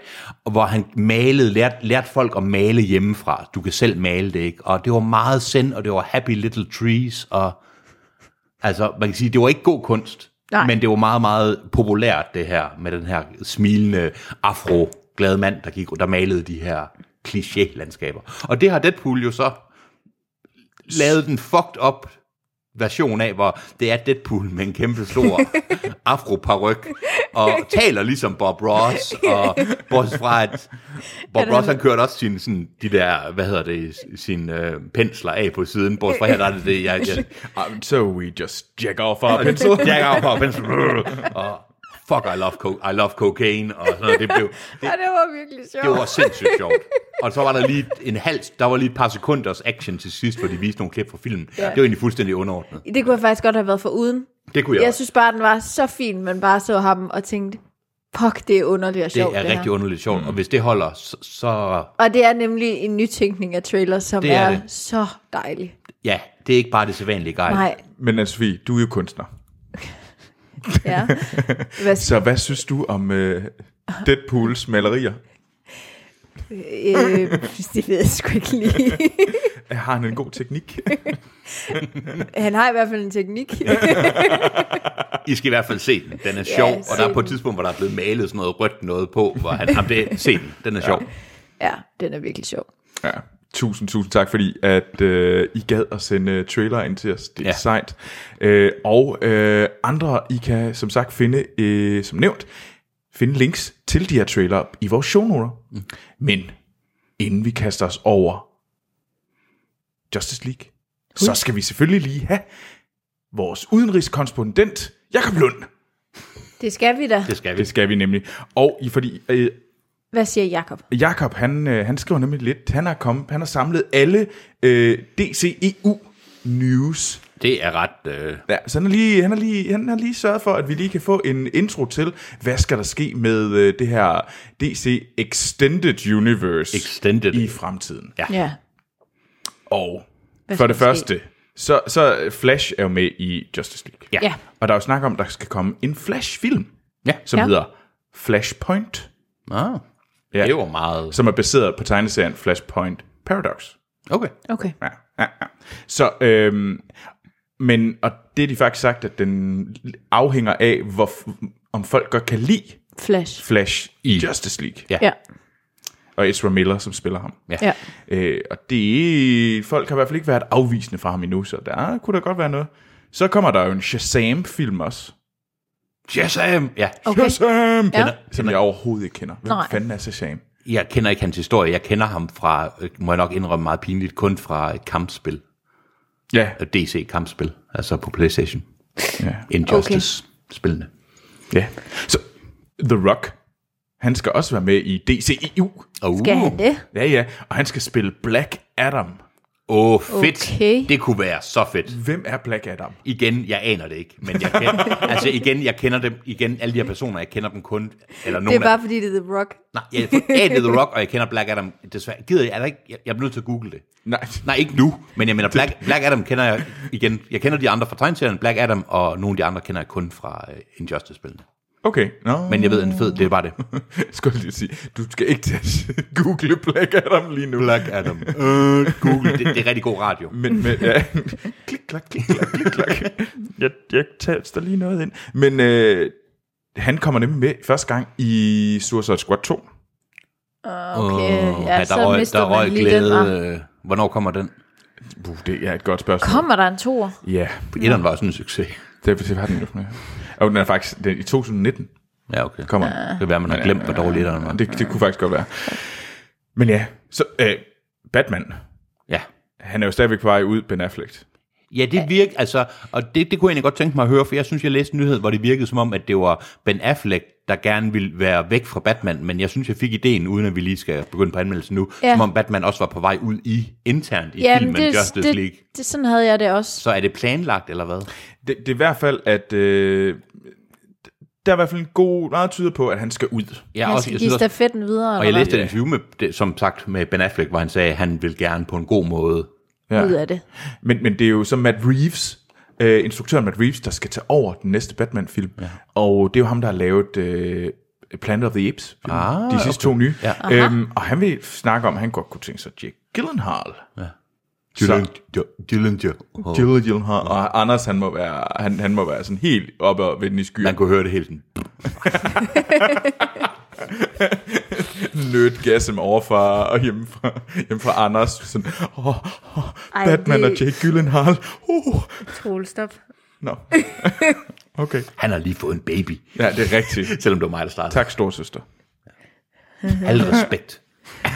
Speaker 3: og hvor han malede, lærte, lærte folk at male hjemmefra. Du kan selv male det, ikke? Og det var meget send, og det var happy little trees, og Altså, man kan sige, det var ikke god kunst,
Speaker 2: Nej.
Speaker 3: men det var meget, meget populært, det her, med den her smilende, afro-glade mand, der, gik, der malede de her kliché-landskaber. Og det har Deadpool jo så lavet den fucked up version af, hvor det er Deadpool med en kæmpe stor afroparyk, og taler ligesom Bob Ross, og bortset fra, at Bob Ross, han kørte også sin, sådan, de der, hvad hedder det, sin øh, pensler af på siden, bortset fra her, der er det det, jeg, jeg,
Speaker 1: Um, so we just jack off our pencil.
Speaker 3: pencil. Jack off og pencil. Og fuck, I love, co- I love cocaine. Og sådan noget. Det, blev, det,
Speaker 2: Ja, det var virkelig sjovt.
Speaker 3: det var sindssygt sjovt. Og så var der lige en hals, der var lige et par sekunders action til sidst, hvor de viste nogle klip fra filmen. Det var egentlig fuldstændig underordnet.
Speaker 2: Det kunne jeg faktisk godt have været for uden.
Speaker 3: Det kunne jeg,
Speaker 2: Jeg
Speaker 3: også.
Speaker 2: synes bare, den var så fin, man bare så ham og tænkte, fuck, det er underligt
Speaker 3: det
Speaker 2: og sjovt.
Speaker 3: er rigtig
Speaker 2: her.
Speaker 3: underligt sjovt.
Speaker 1: Mm.
Speaker 3: Og hvis det holder, så, så
Speaker 2: Og det er nemlig en nytænkning af trailer, som
Speaker 3: Det
Speaker 2: det
Speaker 3: er
Speaker 2: er,
Speaker 3: det.
Speaker 2: så dejlig.
Speaker 3: ja, det er ikke bare det sædvanlige gej.
Speaker 2: Nej,
Speaker 1: Men Anne-Sophie, du er jo kunstner.
Speaker 2: ja. Hvad,
Speaker 1: Så hvad synes du om øh, Deadpools malerier?
Speaker 2: øh, det ved jeg sgu ikke lige.
Speaker 1: Har han en god teknik?
Speaker 2: Han har i hvert fald en teknik.
Speaker 3: I skal i hvert fald se den. Den er sjov,
Speaker 2: Ja,
Speaker 3: og
Speaker 2: se
Speaker 3: der er på et
Speaker 2: den.
Speaker 3: tidspunkt, hvor der er blevet malet sådan noget rødt noget på, hvor han, jamen det, se den, den er sjov.
Speaker 2: ja, den er virkelig sjov.
Speaker 1: ja. Tusind, tusind tak, fordi at øh, I gad at sende trailer ind til os. Det er
Speaker 3: Ja.
Speaker 1: ja. sejt. Øh, og øh, andre, I kan som sagt finde, øh, som nævnt, finde links til de her trailer i vores shownoter. Mm. Men inden vi kaster os over Justice League, så skal vi selvfølgelig lige have vores udenrigskorrespondent, Jakob Lund.
Speaker 2: Det skal vi da.
Speaker 3: Det skal vi.
Speaker 1: Det skal vi nemlig. Og i fordi øh,
Speaker 2: Hvad siger Jakob?
Speaker 1: Jakob, han, øh, han skriver nemlig lidt, han har, kommet, han har samlet alle øh, DCEU news.
Speaker 3: Det er ret... Øh,
Speaker 1: Ja, så han har, lige, han, har lige, han har lige sørget for, at vi lige kan få en intro til, hvad skal der ske med øh, det her DC Extended Universe
Speaker 3: Extended.
Speaker 1: i fremtiden. Ja.
Speaker 2: Ja.
Speaker 1: Og
Speaker 2: Hvad
Speaker 1: for det
Speaker 2: skal der ske?
Speaker 1: første, så, så Flash er jo med i Justice League.
Speaker 3: Ja.
Speaker 2: Ja.
Speaker 1: Og der er jo snak om, at der skal komme en Flash-film,
Speaker 3: ja.
Speaker 1: som
Speaker 2: Ja.
Speaker 1: ja. hedder Flashpoint,
Speaker 3: Ah,
Speaker 1: Ja.
Speaker 3: det var meget...
Speaker 1: som er baseret på tegneserien Flashpoint Paradox.
Speaker 3: Okay.
Speaker 2: Okay.
Speaker 1: Så, øhm, men, og det er de faktisk sagt, at den afhænger af, hvor, om folk godt kan lide
Speaker 2: Flash.
Speaker 1: Flash i
Speaker 3: I-
Speaker 1: Justice League.
Speaker 3: Ja.
Speaker 2: Ja.
Speaker 1: Og Ezra Miller, som spiller ham.
Speaker 2: Ja.
Speaker 1: Øh, og det, folk har i hvert fald ikke været afvisende fra ham endnu, så der kunne da godt være noget. Så kommer der jo en Shazam-film også.
Speaker 3: Shazam! Ja,
Speaker 2: Okay.
Speaker 1: Shazam!
Speaker 2: Ja.
Speaker 1: Som jeg overhovedet ikke kender. Hvem
Speaker 2: Nej.
Speaker 1: fanden er Shazam?
Speaker 3: jeg kender ikke hans historie. Jeg kender ham fra, øh, må jeg nok indrømme meget pinligt, kun fra et kampspil.
Speaker 1: Ja,
Speaker 3: Øh, DC-kampspil, altså på Playstation.
Speaker 1: ja.
Speaker 3: Injustice-spillene.
Speaker 1: ja. Så The Rock, han skal også være med i DCEU.
Speaker 3: Okay.
Speaker 2: Skal han det?
Speaker 1: Ja, ja. Og han skal spille Black Adam.
Speaker 3: Åh, oh, fedt.
Speaker 2: Okay.
Speaker 3: Det kunne være så fedt.
Speaker 1: Hvem er Black Adam?
Speaker 3: Igen, jeg aner det ikke, men jeg kender, altså igen, jeg kender dem, igen, alle de her personer, jeg kender dem kun, eller
Speaker 2: Det
Speaker 3: nogen
Speaker 2: er bare
Speaker 3: af,
Speaker 2: fordi, det er The Rock.
Speaker 3: nej, jeg får A, det er The Rock, og jeg kender Black Adam, desværre, gider jeg, er der ikke, jeg, jeg er nødt til at google det.
Speaker 1: Nej,
Speaker 3: Nej, ikke nu, men jeg mener, Black, Black Adam kender jeg, igen, jeg kender de andre fra tegneserien, Black Adam, og nogle af de andre kender jeg kun fra uh, Injustice-spillene.
Speaker 1: okay. No.
Speaker 3: Men jeg ved, en fed, det er bare det.
Speaker 1: Skulle jeg lige sige, du skal ikke til at google Black Adam lige nu. Black
Speaker 3: Adam. Øh, Google, det, det er rigtig god radio.
Speaker 1: Men, men ja. klik, klak, klik, klak, klik, klak. Jeg, jeg taster lige noget ind. Men øh, han kommer nemlig med første gang i Suicide Squad 2.
Speaker 2: Okay, Øh, ja, så mister man lige den, ah. hva'?
Speaker 3: øh, Hvornår kommer den?
Speaker 1: Uh, det er et godt spørgsmål.
Speaker 2: Kommer der en toer?
Speaker 1: Ja,
Speaker 3: Etteren var også en succes.
Speaker 1: det, det var den jo. Ja. Og den er faktisk den er i 2019
Speaker 3: Ja, okay. Kom.
Speaker 1: kommer den.
Speaker 3: Det kan være, man har glemt, hvor dårlig etteren var.
Speaker 1: Det, det kunne faktisk godt være. Men ja, så øh, Batman,
Speaker 3: Ja.
Speaker 1: han er jo stadigvæk på vej ud, Ben Affleck.
Speaker 3: Ja, det virker, altså, og det, det kunne jeg egentlig godt tænke mig at høre, for jeg synes, jeg læste en nyhed, hvor det virkede som om, at det var Ben Affleck, der gerne ville være væk fra Batman, men jeg synes, jeg fik ideen, uden at vi lige skal begynde på anmeldelsen nu, ja.
Speaker 2: Ja.
Speaker 3: som om Batman også var på vej ud i internt i
Speaker 2: Ja,
Speaker 3: ja, filmen det, Justice det, League.
Speaker 2: det, det, sådan havde jeg det også.
Speaker 3: Så er det planlagt, eller hvad?
Speaker 1: Det, det er i hvert fald, at øh, der er i hvert fald en god, meget tyder på, at han skal ud.
Speaker 3: Ja,
Speaker 2: Han skal give stafetten videre,
Speaker 3: og jeg
Speaker 2: eller
Speaker 3: læste et interview med, det, som sagt med Ben Affleck, hvor han sagde, at han ville gerne på en god måde.
Speaker 2: hvad? ud af det.
Speaker 1: Men, men det er jo så Matt Reeves, øh, instruktøren Matt Reeves, der skal tage over den næste Batman-film. Ja. Og det er jo ham, der har lavet øh, Planet of the Apes, ah, de sidste okay. to nye. Ja. Øhm, og han vil snakke om, at han godt kunne tænke sig Jake Gyllenhaal. Ja. Så,
Speaker 3: Dylan,
Speaker 1: Jill Gyllenhaal. Og Anders, han må være, han, han må være sådan helt oppe og vende i skyen.
Speaker 3: Man kunne høre det hele tiden.
Speaker 1: nødgasm overfra og hjemmefra, hjemmefra Anders. Sådan, oh, oh,
Speaker 2: Ej,
Speaker 1: Batman
Speaker 2: det-
Speaker 1: og Jake Gyllenhaal. Uh.
Speaker 2: Troel, stop.
Speaker 1: Nå. Okay.
Speaker 3: Han har lige fået en baby,
Speaker 1: Ja, det er rigtigt.
Speaker 3: selvom det var mig, der startede.
Speaker 1: Tak, storsøster.
Speaker 3: Al respekt. Mm.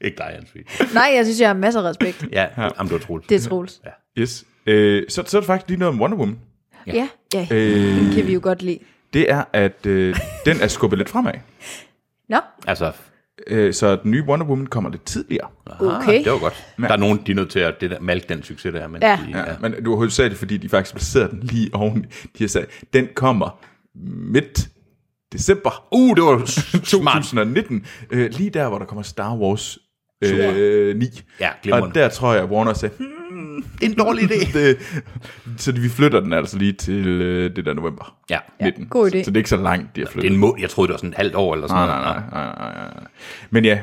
Speaker 3: ikke dig, Hans Vig.
Speaker 2: Nej, jeg synes, jeg har masser af respekt.
Speaker 3: Ja, ja. Jamen, det var Troels.
Speaker 2: Det er Troels.
Speaker 1: Yes. Øh, så, så er det faktisk lige noget om Wonder Woman.
Speaker 2: Ja, ja. ja.
Speaker 1: Øh,
Speaker 2: kan vi jo godt lide.
Speaker 1: det er, at øh, den er skubbet lidt fremad.
Speaker 2: Nå,
Speaker 3: Altså,
Speaker 1: Øh, så den nye Wonder Woman kommer lidt tidligere.
Speaker 2: okay.
Speaker 3: ah, det var godt. Der er nogen, de er nødt til at det der, malke den succes der. Men
Speaker 2: Ja.
Speaker 3: De,
Speaker 1: Ja, men det var hovedsageligt, fordi de faktisk placerede den lige oven. De har sagt, den kommer midt december
Speaker 3: Uh, det var smart.
Speaker 1: 2019. Øh, lige der, hvor der kommer Star Wars øh, 9.
Speaker 3: Ja, glimrende.
Speaker 1: og der tror jeg, at Warner sagde, hmm,
Speaker 3: Det er en dårlig idé.
Speaker 1: det, så vi flytter den altså lige til øh, det der november
Speaker 3: Ja.
Speaker 1: 19.
Speaker 2: god idé.
Speaker 1: Så, så det er ikke så langt, de har flyttet.
Speaker 3: Det er en må jeg troede, det var sådan et halvt år eller sådan
Speaker 1: nej,
Speaker 3: noget.
Speaker 1: nej, nej, nej, nej, nej. Men ja,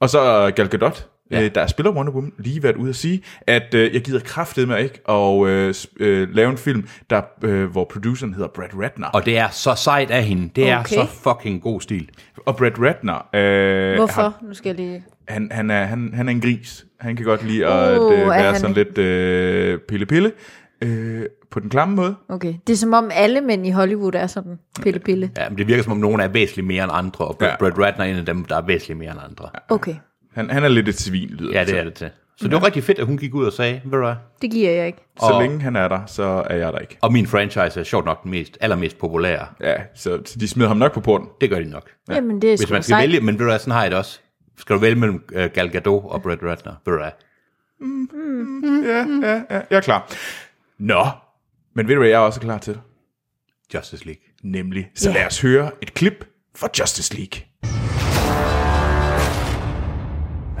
Speaker 1: og så Gal Gadot,
Speaker 3: Ja.
Speaker 1: ja. øh, der spiller Wonder Woman, lige været ude at sige, at øh, jeg gider kraftedeme ikke at øh, sp- øh, lave en film, der, øh, hvor produceren hedder Brad Ratner. Og,
Speaker 3: Og det er så sejt af hende. Det er
Speaker 2: Okay.
Speaker 3: så fucking god stil.
Speaker 1: og Brad Ratner, øh,
Speaker 2: Hvorfor? Nu skal jeg lige...
Speaker 1: han, han, er, han, han er en gris. Han kan godt lide at
Speaker 2: Uh,
Speaker 1: øh,
Speaker 2: er
Speaker 1: være
Speaker 2: han-
Speaker 1: sådan lidt øh, pille-pille øh, på den klamme måde.
Speaker 2: Okay. Det er som om alle mænd i Hollywood er sådan pille-pille.
Speaker 3: Ja, men det virker som om nogen er væsentligt mere end andre, og Brad,
Speaker 1: Ja.
Speaker 3: Brad Ratner er en af dem, der er væsentligt mere end andre.
Speaker 2: Okay,
Speaker 1: Han, han er lidt et svin, lyder
Speaker 3: Ja, det
Speaker 1: til.
Speaker 3: er det til. Så det var rigtig fedt, at hun gik ud og sagde, ved du hvad,
Speaker 2: det giver jeg ikke.
Speaker 1: Så
Speaker 3: Og-
Speaker 1: længe han er der, så er jeg der ikke.
Speaker 3: og min franchise er sjovt nok den mest, allermest populære.
Speaker 1: Ja, så, så de smider ham nok på porten.
Speaker 3: Det gør de nok.
Speaker 2: Jamen, det er
Speaker 3: Hvis
Speaker 2: sgu
Speaker 3: man skal
Speaker 2: sejt.
Speaker 3: vælge, men ved du hvad, sådan har jeg det også. Skal du vælge mellem uh, Gal Gadot og Brad Ratner? Ved du hvad?
Speaker 1: Ja, jeg er klar. Nå, men ved du hvad, jeg er også klar til det.
Speaker 3: Justice League.
Speaker 1: nemlig. Så
Speaker 2: Ja.
Speaker 1: lad os høre et klip fra Justice League.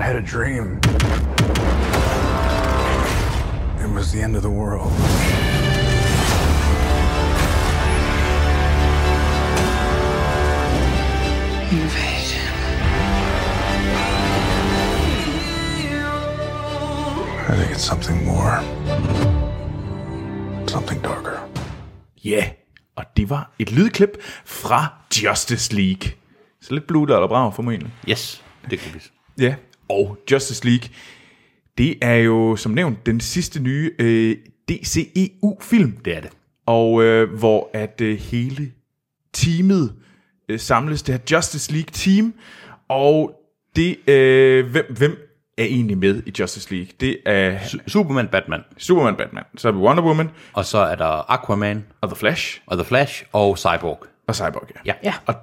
Speaker 8: I had a dream. It was the end of the world. I think it's something more, something darker.
Speaker 1: Ja, yeah. og det var et lydklip fra Justice League. Så lidt blue eller brav formentlig.
Speaker 3: Yes, det kan vi.
Speaker 1: Ja, yeah. og Justice League, det er jo som nævnt den sidste nye øh, DCEU-film.
Speaker 3: Det er det.
Speaker 1: og øh, hvor at øh, hele teamet øh, samles, det her Justice League team, og det, øh, hvem, hvem er egentlig med i Justice League? Det er
Speaker 3: Superman, Batman.
Speaker 1: Superman, Batman, så er vi Wonder Woman,
Speaker 3: Og så er der Aquaman,
Speaker 1: og The Flash,
Speaker 3: og The Flash, og Cyborg.
Speaker 1: og Cyborg,
Speaker 3: Ja.
Speaker 2: Ja.
Speaker 1: Og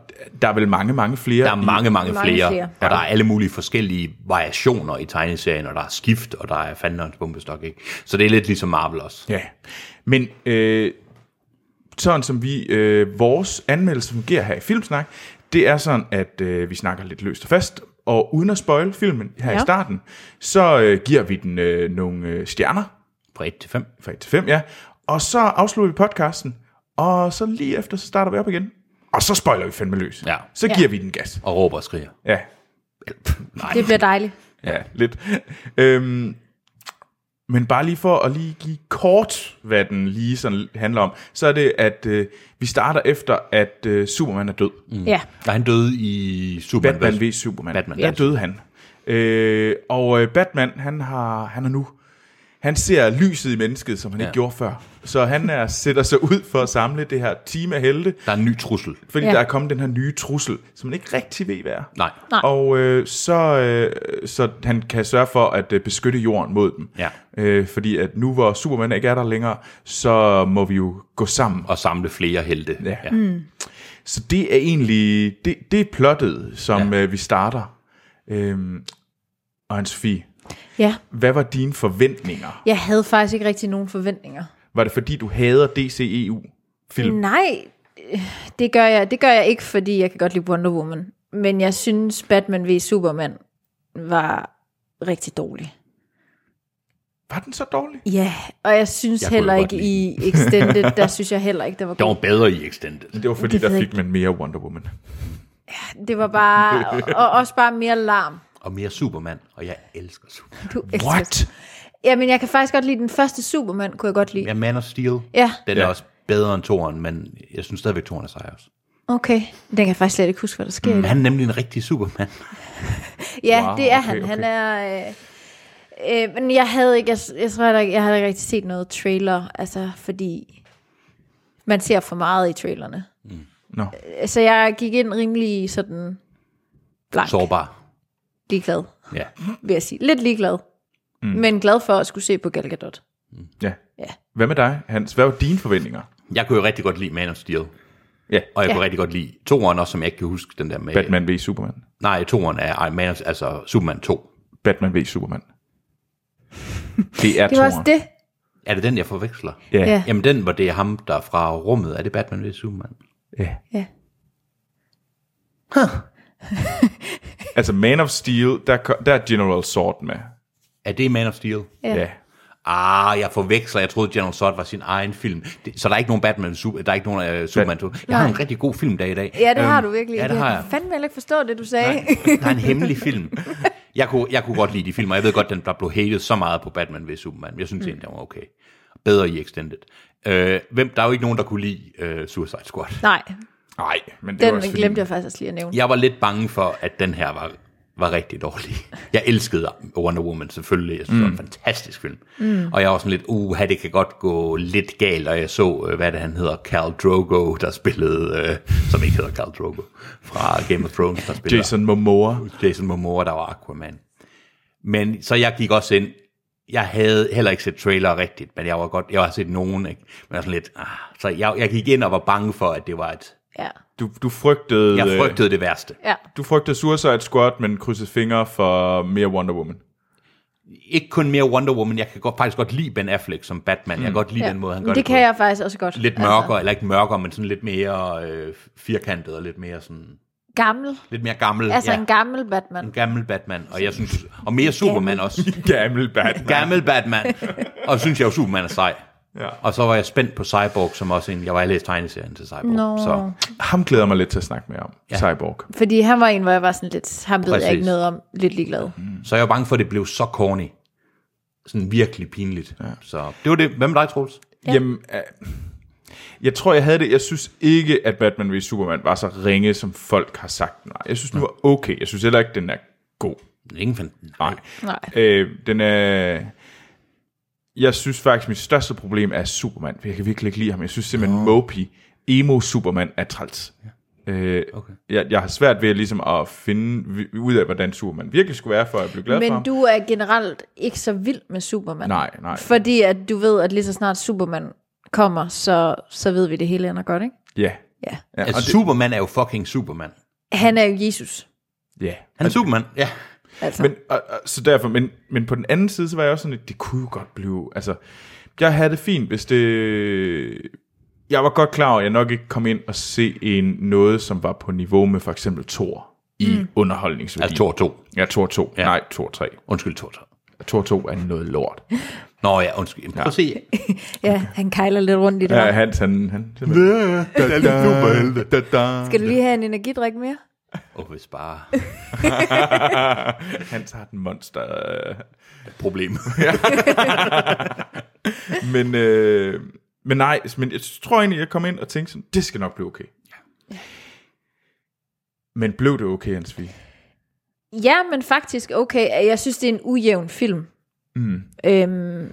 Speaker 1: der er vel mange, mange flere.
Speaker 3: Der er
Speaker 1: i-
Speaker 3: mange, mange,
Speaker 2: Mange
Speaker 3: flere,
Speaker 2: flere.
Speaker 3: og der er alle mulige forskellige variationer i tegneserien, og der er skift, og der er fandme hans bombestok, ikke? Så det er lidt ligesom Marvel også.
Speaker 1: Ja, men øh, sådan som vi, øh, vores anmeldelse fungerer her i Filmsnak, det er sådan, at øh, vi snakker lidt løst og fast, og uden at spoil filmen her ja. i
Speaker 2: Ja.
Speaker 1: starten, så øh, giver vi den øh, nogle øh, stjerner,
Speaker 3: Fra 1 til 5.
Speaker 1: fra 1 til 5, ja, og så afslutter vi podcasten, og så lige efter, så starter vi op igen, og så spoiler vi fandme løs.
Speaker 3: Ja.
Speaker 1: Så giver vi den gas.
Speaker 3: Og råber og skriger.
Speaker 1: Ja,
Speaker 2: Det bliver dejligt.
Speaker 1: ja, lidt. Øhm, men bare lige for at lige give kort, hvad den lige sådan handler om, så er det, at øh, vi starter efter, at øh, Superman er død. Mm.
Speaker 2: Ja.
Speaker 3: Og han døde i Superman.
Speaker 1: Batman
Speaker 3: vs.
Speaker 1: vs. Superman.
Speaker 3: Batman,
Speaker 1: der
Speaker 3: ja.
Speaker 1: døde han. Øh, og øh, Batman, han har, han er nu, han ser lyset i mennesket, som han ja. ikke gjorde før. Så han er, sætter sig ud for at samle det her team af helte,
Speaker 3: Der er en ny trussel.
Speaker 1: fordi ja.
Speaker 2: Ja.
Speaker 1: der er kommet den her nye trussel, som man ikke rigtig ved, hvad er.
Speaker 3: Nej.
Speaker 2: Nej.
Speaker 1: Og øh, så, øh, så han kan sørge for at øh, beskytte jorden mod dem.
Speaker 3: Ja.
Speaker 1: Øh, fordi at nu hvor Superman ikke er der længere, så må vi jo gå sammen.
Speaker 3: Og samle flere helte.
Speaker 1: Ja.
Speaker 2: Mm.
Speaker 1: Så det er egentlig, det, det er plottet, som ja. øh, vi starter. Øhm, og Anne-Sophie,
Speaker 2: ja.
Speaker 1: hvad var dine forventninger?
Speaker 2: Jeg havde faktisk ikke rigtig nogen forventninger.
Speaker 1: Var det fordi du hader E
Speaker 2: Mm.
Speaker 1: DCEU-film?
Speaker 2: Nej, øh, det gør jeg, det gør jeg ikke, fordi jeg kan godt lide Wonder Woman. Men jeg synes, Batman v Superman var rigtig dårlig.
Speaker 1: Var den så dårlig?
Speaker 2: Ja, og jeg synes
Speaker 3: Jeg
Speaker 2: jeg
Speaker 3: kunne
Speaker 2: heller
Speaker 3: jo
Speaker 2: ikke
Speaker 3: godt
Speaker 2: i Extended, der synes jeg heller ikke, der var
Speaker 3: Der var
Speaker 2: god.
Speaker 3: bedre i Extended.
Speaker 1: Det var fordi,
Speaker 2: Det ved
Speaker 1: der
Speaker 2: jeg
Speaker 1: fik man mere Wonder Woman.
Speaker 2: Det var bare, og også bare mere larm.
Speaker 3: Og mere Superman. Og jeg elsker Superman.
Speaker 2: Du elsker det. Jamen, jeg kan faktisk godt lide den første Superman, kunne jeg godt lide.
Speaker 3: Ja, Man of Steel.
Speaker 2: Ja.
Speaker 3: Den er
Speaker 1: Ja.
Speaker 3: også bedre end Toren, men jeg synes stadigvæk, Toren er sej også.
Speaker 2: Okay, den kan jeg faktisk slet ikke huske, hvad der sker. i
Speaker 3: Men
Speaker 2: den.
Speaker 3: han er nemlig en rigtig Superman.
Speaker 2: Ja,
Speaker 1: Wow,
Speaker 2: wow, det er
Speaker 1: okay,
Speaker 2: han. Han
Speaker 1: okay.
Speaker 2: er... Øh, øh, men jeg havde ikke, jeg, jeg tror heller ikke, jeg havde ikke rigtig set noget trailer, altså fordi man ser for meget i trailerne. Øh,
Speaker 1: Nå.
Speaker 2: Så jeg gik ind rimelig sådan blank,
Speaker 3: Sårbar.
Speaker 2: ligeglad,
Speaker 3: Ja.
Speaker 2: vil jeg sige. Lidt ligeglad, mm. men glad for at skulle se på Gal Gadot.
Speaker 1: Ja.
Speaker 2: Ja.
Speaker 1: Hvad med dig, Hans? Hvad var dine forventninger?
Speaker 3: Jeg kunne jo rigtig godt lide Man of Steel.
Speaker 1: Ja.
Speaker 3: Og jeg ja.
Speaker 2: Ja.
Speaker 3: kunne rigtig godt lide Toren også, som jeg ikke kan huske den der med...
Speaker 1: Batman v Superman.
Speaker 3: Nej, Toren er ej, Man of, altså Superman 2.
Speaker 1: Batman v Superman. Det er
Speaker 2: Det var også
Speaker 1: toeren.
Speaker 2: det.
Speaker 3: Er det den, jeg forveksler?
Speaker 1: Ja. ja.
Speaker 2: Ja.
Speaker 3: Jamen den, hvor det er ham, der er fra rummet. Er det Batman ved Superman?
Speaker 1: ja.
Speaker 2: Ja.
Speaker 1: Altså Man of Steel, der, ko- der er General Zod med.
Speaker 3: Er det Man of Steel?
Speaker 1: Ja.
Speaker 2: Ja.
Speaker 1: ja.
Speaker 3: Ah, jeg forveksler. Jeg troede, General Zod var sin egen film. Det, så der er ikke nogen Batman, Super, der er ikke nogen uh, Superman 2. Jeg har en rigtig god filmdag i dag.
Speaker 2: Ja, det har
Speaker 3: Øhm,
Speaker 2: du virkelig.
Speaker 3: Ja, det har jeg.
Speaker 2: kan fandme heller ikke forstå det, du sagde.
Speaker 3: Der er en hemmelig film. Jeg kunne, jeg kunne godt lide de film, og jeg ved godt, den der blev hated så meget på Batman ved Superman, men jeg
Speaker 2: Mm.
Speaker 3: synes egentlig, den var okay. Bedre i Extended. Øh, hvem, der er jo ikke nogen, der kunne lide øh, Suicide Squad.
Speaker 2: Nej,
Speaker 1: Nej, men det var også
Speaker 2: den
Speaker 1: fordi-
Speaker 2: glemte jeg faktisk også lige at nævne.
Speaker 3: Jeg var lidt bange for, at den her var, var rigtig dårlig. Jeg elskede Wonder Woman selvfølgelig. Jeg synes, mm. det var en fantastisk film. Mm. Og jeg var sådan lidt, uha, det kan godt gå lidt galt. Og jeg så, øh, hvad er det han hedder, Khal Drogo, der spillede, øh, som ikke hedder Khal Drogo, fra Game of Thrones, der spiller
Speaker 1: Jason Momoa.
Speaker 3: Jason Momoa, der var Aquaman. Men så jeg gik også ind, jeg havde heller ikke set trailer rigtigt, men jeg var godt, jeg har set nogen, ikke? Men jeg var sådan lidt, ah, så jeg, jeg gik ind og var bange for, at det var et,
Speaker 2: Ja.
Speaker 1: Du, du frygtede...
Speaker 3: jeg
Speaker 1: øh,
Speaker 3: frygtede det værste.
Speaker 2: ja.
Speaker 1: Du frygtede Suicide Squad, men krydsede fingre for mere Wonder Woman.
Speaker 3: ikke kun mere Wonder Woman, jeg kan godt, faktisk godt lide Ben Affleck som Batman. Jeg kan godt lide ja. den måde, han gør
Speaker 2: Mm. det
Speaker 3: det
Speaker 2: kan jeg faktisk også godt.
Speaker 3: Lidt mørkere, altså. eller ikke mørkere, men sådan lidt mere øh, firkantet og lidt mere sådan...
Speaker 2: Gammel.
Speaker 3: Lidt mere gammel.
Speaker 2: Altså
Speaker 3: ja.
Speaker 2: en gammel Batman.
Speaker 3: en gammel Batman. Og jeg synes... Og mere Superman også.
Speaker 1: Gammel Batman.
Speaker 3: gammel Batman. Og synes jeg jo, Superman er sej.
Speaker 1: Ja.
Speaker 3: Og så var jeg spændt på Cyborg, som også en... Jeg var læst tegneserien til Cyborg.
Speaker 2: Nå.
Speaker 3: Så
Speaker 1: Ham glæder jeg mig lidt til at snakke mere om. Ja. Cyborg.
Speaker 2: Fordi han var en, hvor jeg var sådan lidt, ham ved
Speaker 3: Præcis.
Speaker 2: jeg ikke noget om, lidt ligeglad.
Speaker 3: Så jeg var bange for, at det blev så corny. Sådan virkelig pinligt. Ja. Så det var det. Hvad med dig, Troels?
Speaker 1: Ja. Jamen, øh, jeg tror, jeg havde det. Jeg synes ikke, at Batman vs. Superman var så ringe, som folk har sagt. Nej, jeg synes, den var okay. Jeg synes heller ikke, den er god.
Speaker 3: Ingen fandt
Speaker 1: Nej.
Speaker 2: Nej.
Speaker 1: Øh, den er... jeg synes faktisk, mit største problem er Superman, for jeg kan virkelig ikke lide ham. Jeg synes simpelthen, oh. Mopey, emo Superman, er træls. Øh, okay. jeg, jeg har svært ved ligesom at finde vi- ud af, hvordan Superman virkelig skulle være, for at blive glad for ham.
Speaker 2: Men du er generelt ikke så vild med Superman.
Speaker 1: Nej, nej.
Speaker 2: Fordi at du ved, at lige så snart Superman kommer, så, så ved vi det hele ender godt, ikke?
Speaker 1: Ja.
Speaker 2: Ja.
Speaker 1: ja.
Speaker 3: Altså,
Speaker 1: og
Speaker 3: det... Superman er jo fucking Superman.
Speaker 2: Han er jo Jesus.
Speaker 1: det, ja.
Speaker 3: Han er Superman, ja.
Speaker 2: Altså.
Speaker 1: Men, og, og, så derfor, men, men på den anden side, så var jeg også sådan, lidt, det kunne jo godt blive, altså, jeg havde det fint, hvis det, jeg var godt klar over, at jeg nok ikke kom ind og se en, noget, som var på niveau med for eksempel Thor i mm. underholdningsværdi.
Speaker 3: Altså 2 og 2.
Speaker 1: Ja, Thor 2. Ja. Nej, Thor 3.
Speaker 3: Undskyld, 2 og 2.
Speaker 1: Thor 2 er noget lort.
Speaker 3: Nå ja, undskyld. Jamen, Prøv at se.
Speaker 2: ja, han kejler lidt rundt i det
Speaker 1: Ja,
Speaker 2: her.
Speaker 1: Hans, han... han da, da, da, da, da.
Speaker 2: Skal du lige have en energidrik mere?
Speaker 3: Åh, oh, hvis bare
Speaker 1: Hans har den monster... øh,
Speaker 3: problem.
Speaker 1: Men, øh, men nej, men jeg tror egentlig, jeg kom ind og tænkte sådan, det skal nok blive okay. Ja. Men blev det okay, Hans Vig?
Speaker 2: Ja, men faktisk okay. Jeg synes, det er en ujævn film. Mm. Øhm,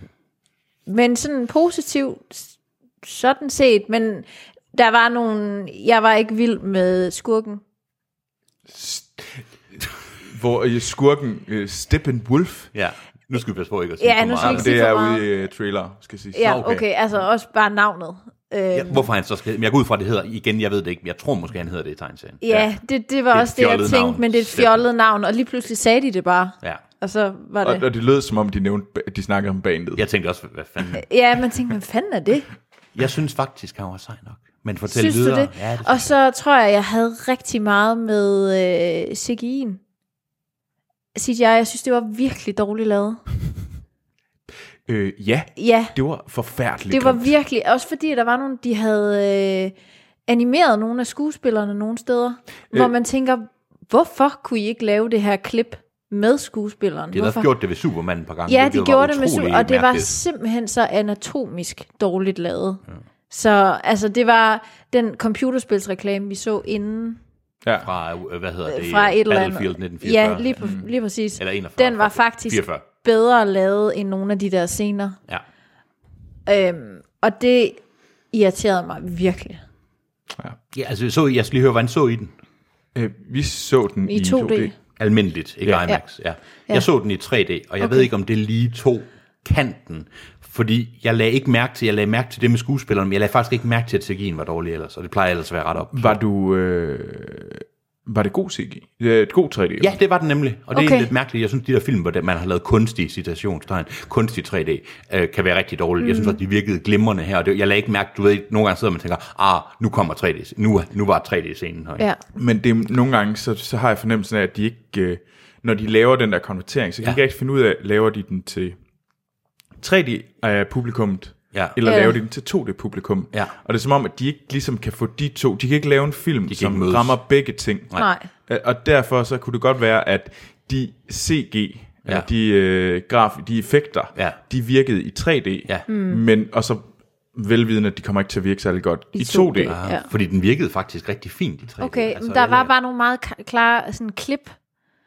Speaker 2: men sådan positiv, s- sådan set. Men der var nogle... Jeg var ikke vild med skurken.
Speaker 1: Hvor øh, skurken øh, Steppenwolf,
Speaker 3: ja. Nu skal vi passe på ikke at sige
Speaker 2: Ja,
Speaker 3: for
Speaker 2: nu skal
Speaker 3: meget.
Speaker 2: vi ikke
Speaker 1: det
Speaker 2: for
Speaker 1: er
Speaker 2: meget.
Speaker 1: ude i øh, trailer, skal jeg sige.
Speaker 2: Ja,
Speaker 3: okay.
Speaker 2: okay. okay. Altså også bare navnet. Øhm, ja,
Speaker 3: Ja, hvorfor han så skal... Men jeg går ud fra, at det hedder... Igen, jeg ved det ikke, men jeg tror måske, han hedder det i tegneserien.
Speaker 2: ja det, det
Speaker 3: Det er
Speaker 2: var det
Speaker 3: et
Speaker 2: også det, jeg
Speaker 3: fjollet
Speaker 2: tænkte.
Speaker 3: navn.
Speaker 2: Men det er et fjollet navn. Og lige pludselig sagde de det bare.
Speaker 3: Ja.
Speaker 2: Og så var
Speaker 1: Og,
Speaker 2: det...
Speaker 1: og det lød som om, de nævnte, de snakkede om bandet.
Speaker 3: Jeg tænkte også, hvad fanden...
Speaker 2: Ja, man tænkte, hvad fanden er det?
Speaker 3: Jeg synes faktisk, han var sej nok. Men fortæl
Speaker 2: Synes du
Speaker 3: videre.
Speaker 2: det?
Speaker 3: Ja, det
Speaker 2: og så tror jeg, jeg havde rigtig meget med øh, CGI'en. CGI, jeg synes, det var virkelig dårligt lavet.
Speaker 1: Øh, ja,
Speaker 2: Ja,
Speaker 1: det var forfærdeligt.
Speaker 2: det var
Speaker 1: grimt.
Speaker 2: virkelig, også fordi der var nogle, de havde øh, animeret nogle af skuespillerne nogle steder, øh, hvor
Speaker 1: Øh.
Speaker 2: man tænker, hvorfor kunne I ikke lave det her klip med skuespilleren?
Speaker 3: De havde
Speaker 2: hvorfor?
Speaker 3: også gjort det ved Superman et par gange.
Speaker 2: Ja,
Speaker 3: hvilket
Speaker 2: de
Speaker 3: var
Speaker 2: gjorde det med
Speaker 3: utrolig
Speaker 2: su- og det var
Speaker 3: mærkeligt.
Speaker 2: simpelthen så anatomisk dårligt lavet. Ja. Så altså, det var den computerspilsreklame, vi så inden
Speaker 1: Ja.
Speaker 3: Fra, øh, hvad hedder det?
Speaker 2: fra et eller andet.
Speaker 3: Battlefield 1944.
Speaker 2: Ja, lige, på, lige præcis.
Speaker 3: Eller 41.
Speaker 2: Den var faktisk
Speaker 3: 44.
Speaker 2: bedre lavet end nogle af de der scener.
Speaker 3: Ja.
Speaker 2: Øhm, og det irriterede mig virkelig.
Speaker 3: ja, altså så, jeg skal lige høre, hvordan så I den?
Speaker 1: Øh, vi så den i,
Speaker 2: I 2D.
Speaker 3: Almindeligt, ikke
Speaker 1: Ja.
Speaker 3: ja. IMAX. Ja. Jeg så den i 3D, og jeg okay. ved ikke, om det lige tog kanten, fordi jeg lagde ikke mærke til, jeg lagde mærke til det med skuespillerne, men jeg lagde faktisk ikke mærke til, at CGI'en var dårlig ellers, og det plejer ellers at være ret op.
Speaker 1: Var du... Øh, var det god CG? Øh, god 3D?
Speaker 3: Ja, det var den nemlig, og det okay. er
Speaker 2: Okay.
Speaker 3: lidt mærkeligt. Jeg synes, de der film, hvor man har lavet kunstige citationstegn, kunstig 3D, øh, kan være rigtig dårligt. Mm. Jeg synes at de virkede glimrende her, og det, jeg lagde ikke mærke, du ved, ikke, nogle gange sidder man og tænker, ah, nu kommer 3D, nu, nu var 3D-scenen her.
Speaker 2: Ja.
Speaker 1: Men det er, nogle gange, så, så har jeg fornemmelsen af, at de ikke, øh, når de laver den der konvertering, så kan ja.
Speaker 3: Ja.
Speaker 1: de ikke rigtig finde ud af, laver de den til 3D-publikummet,
Speaker 3: Ja.
Speaker 1: eller
Speaker 2: Ja.
Speaker 1: laver de den til 2D-publikum.
Speaker 3: Ja.
Speaker 1: Og det er som om, at de ikke ligesom kan få de to, de kan ikke lave en film,
Speaker 3: kan
Speaker 1: som
Speaker 3: ikke mødes.
Speaker 1: rammer begge ting.
Speaker 2: Nej.
Speaker 1: Øh, Og derfor så kunne det godt være, at de CG, ja.
Speaker 3: Ja.
Speaker 1: de, øh, graf, de effekter,
Speaker 3: Ja.
Speaker 1: de virkede i 3D,
Speaker 3: Ja. Mm.
Speaker 1: men, og så velvidende, at de kommer ikke til at virke særlig godt i, 2D.
Speaker 2: 2D.
Speaker 3: Ah, Altså,
Speaker 2: Ja.
Speaker 3: Fordi den virkede faktisk rigtig fint i 3D.
Speaker 2: Okay, men der
Speaker 3: jeg-
Speaker 2: var bare nogle meget ka- klare sådan, klip,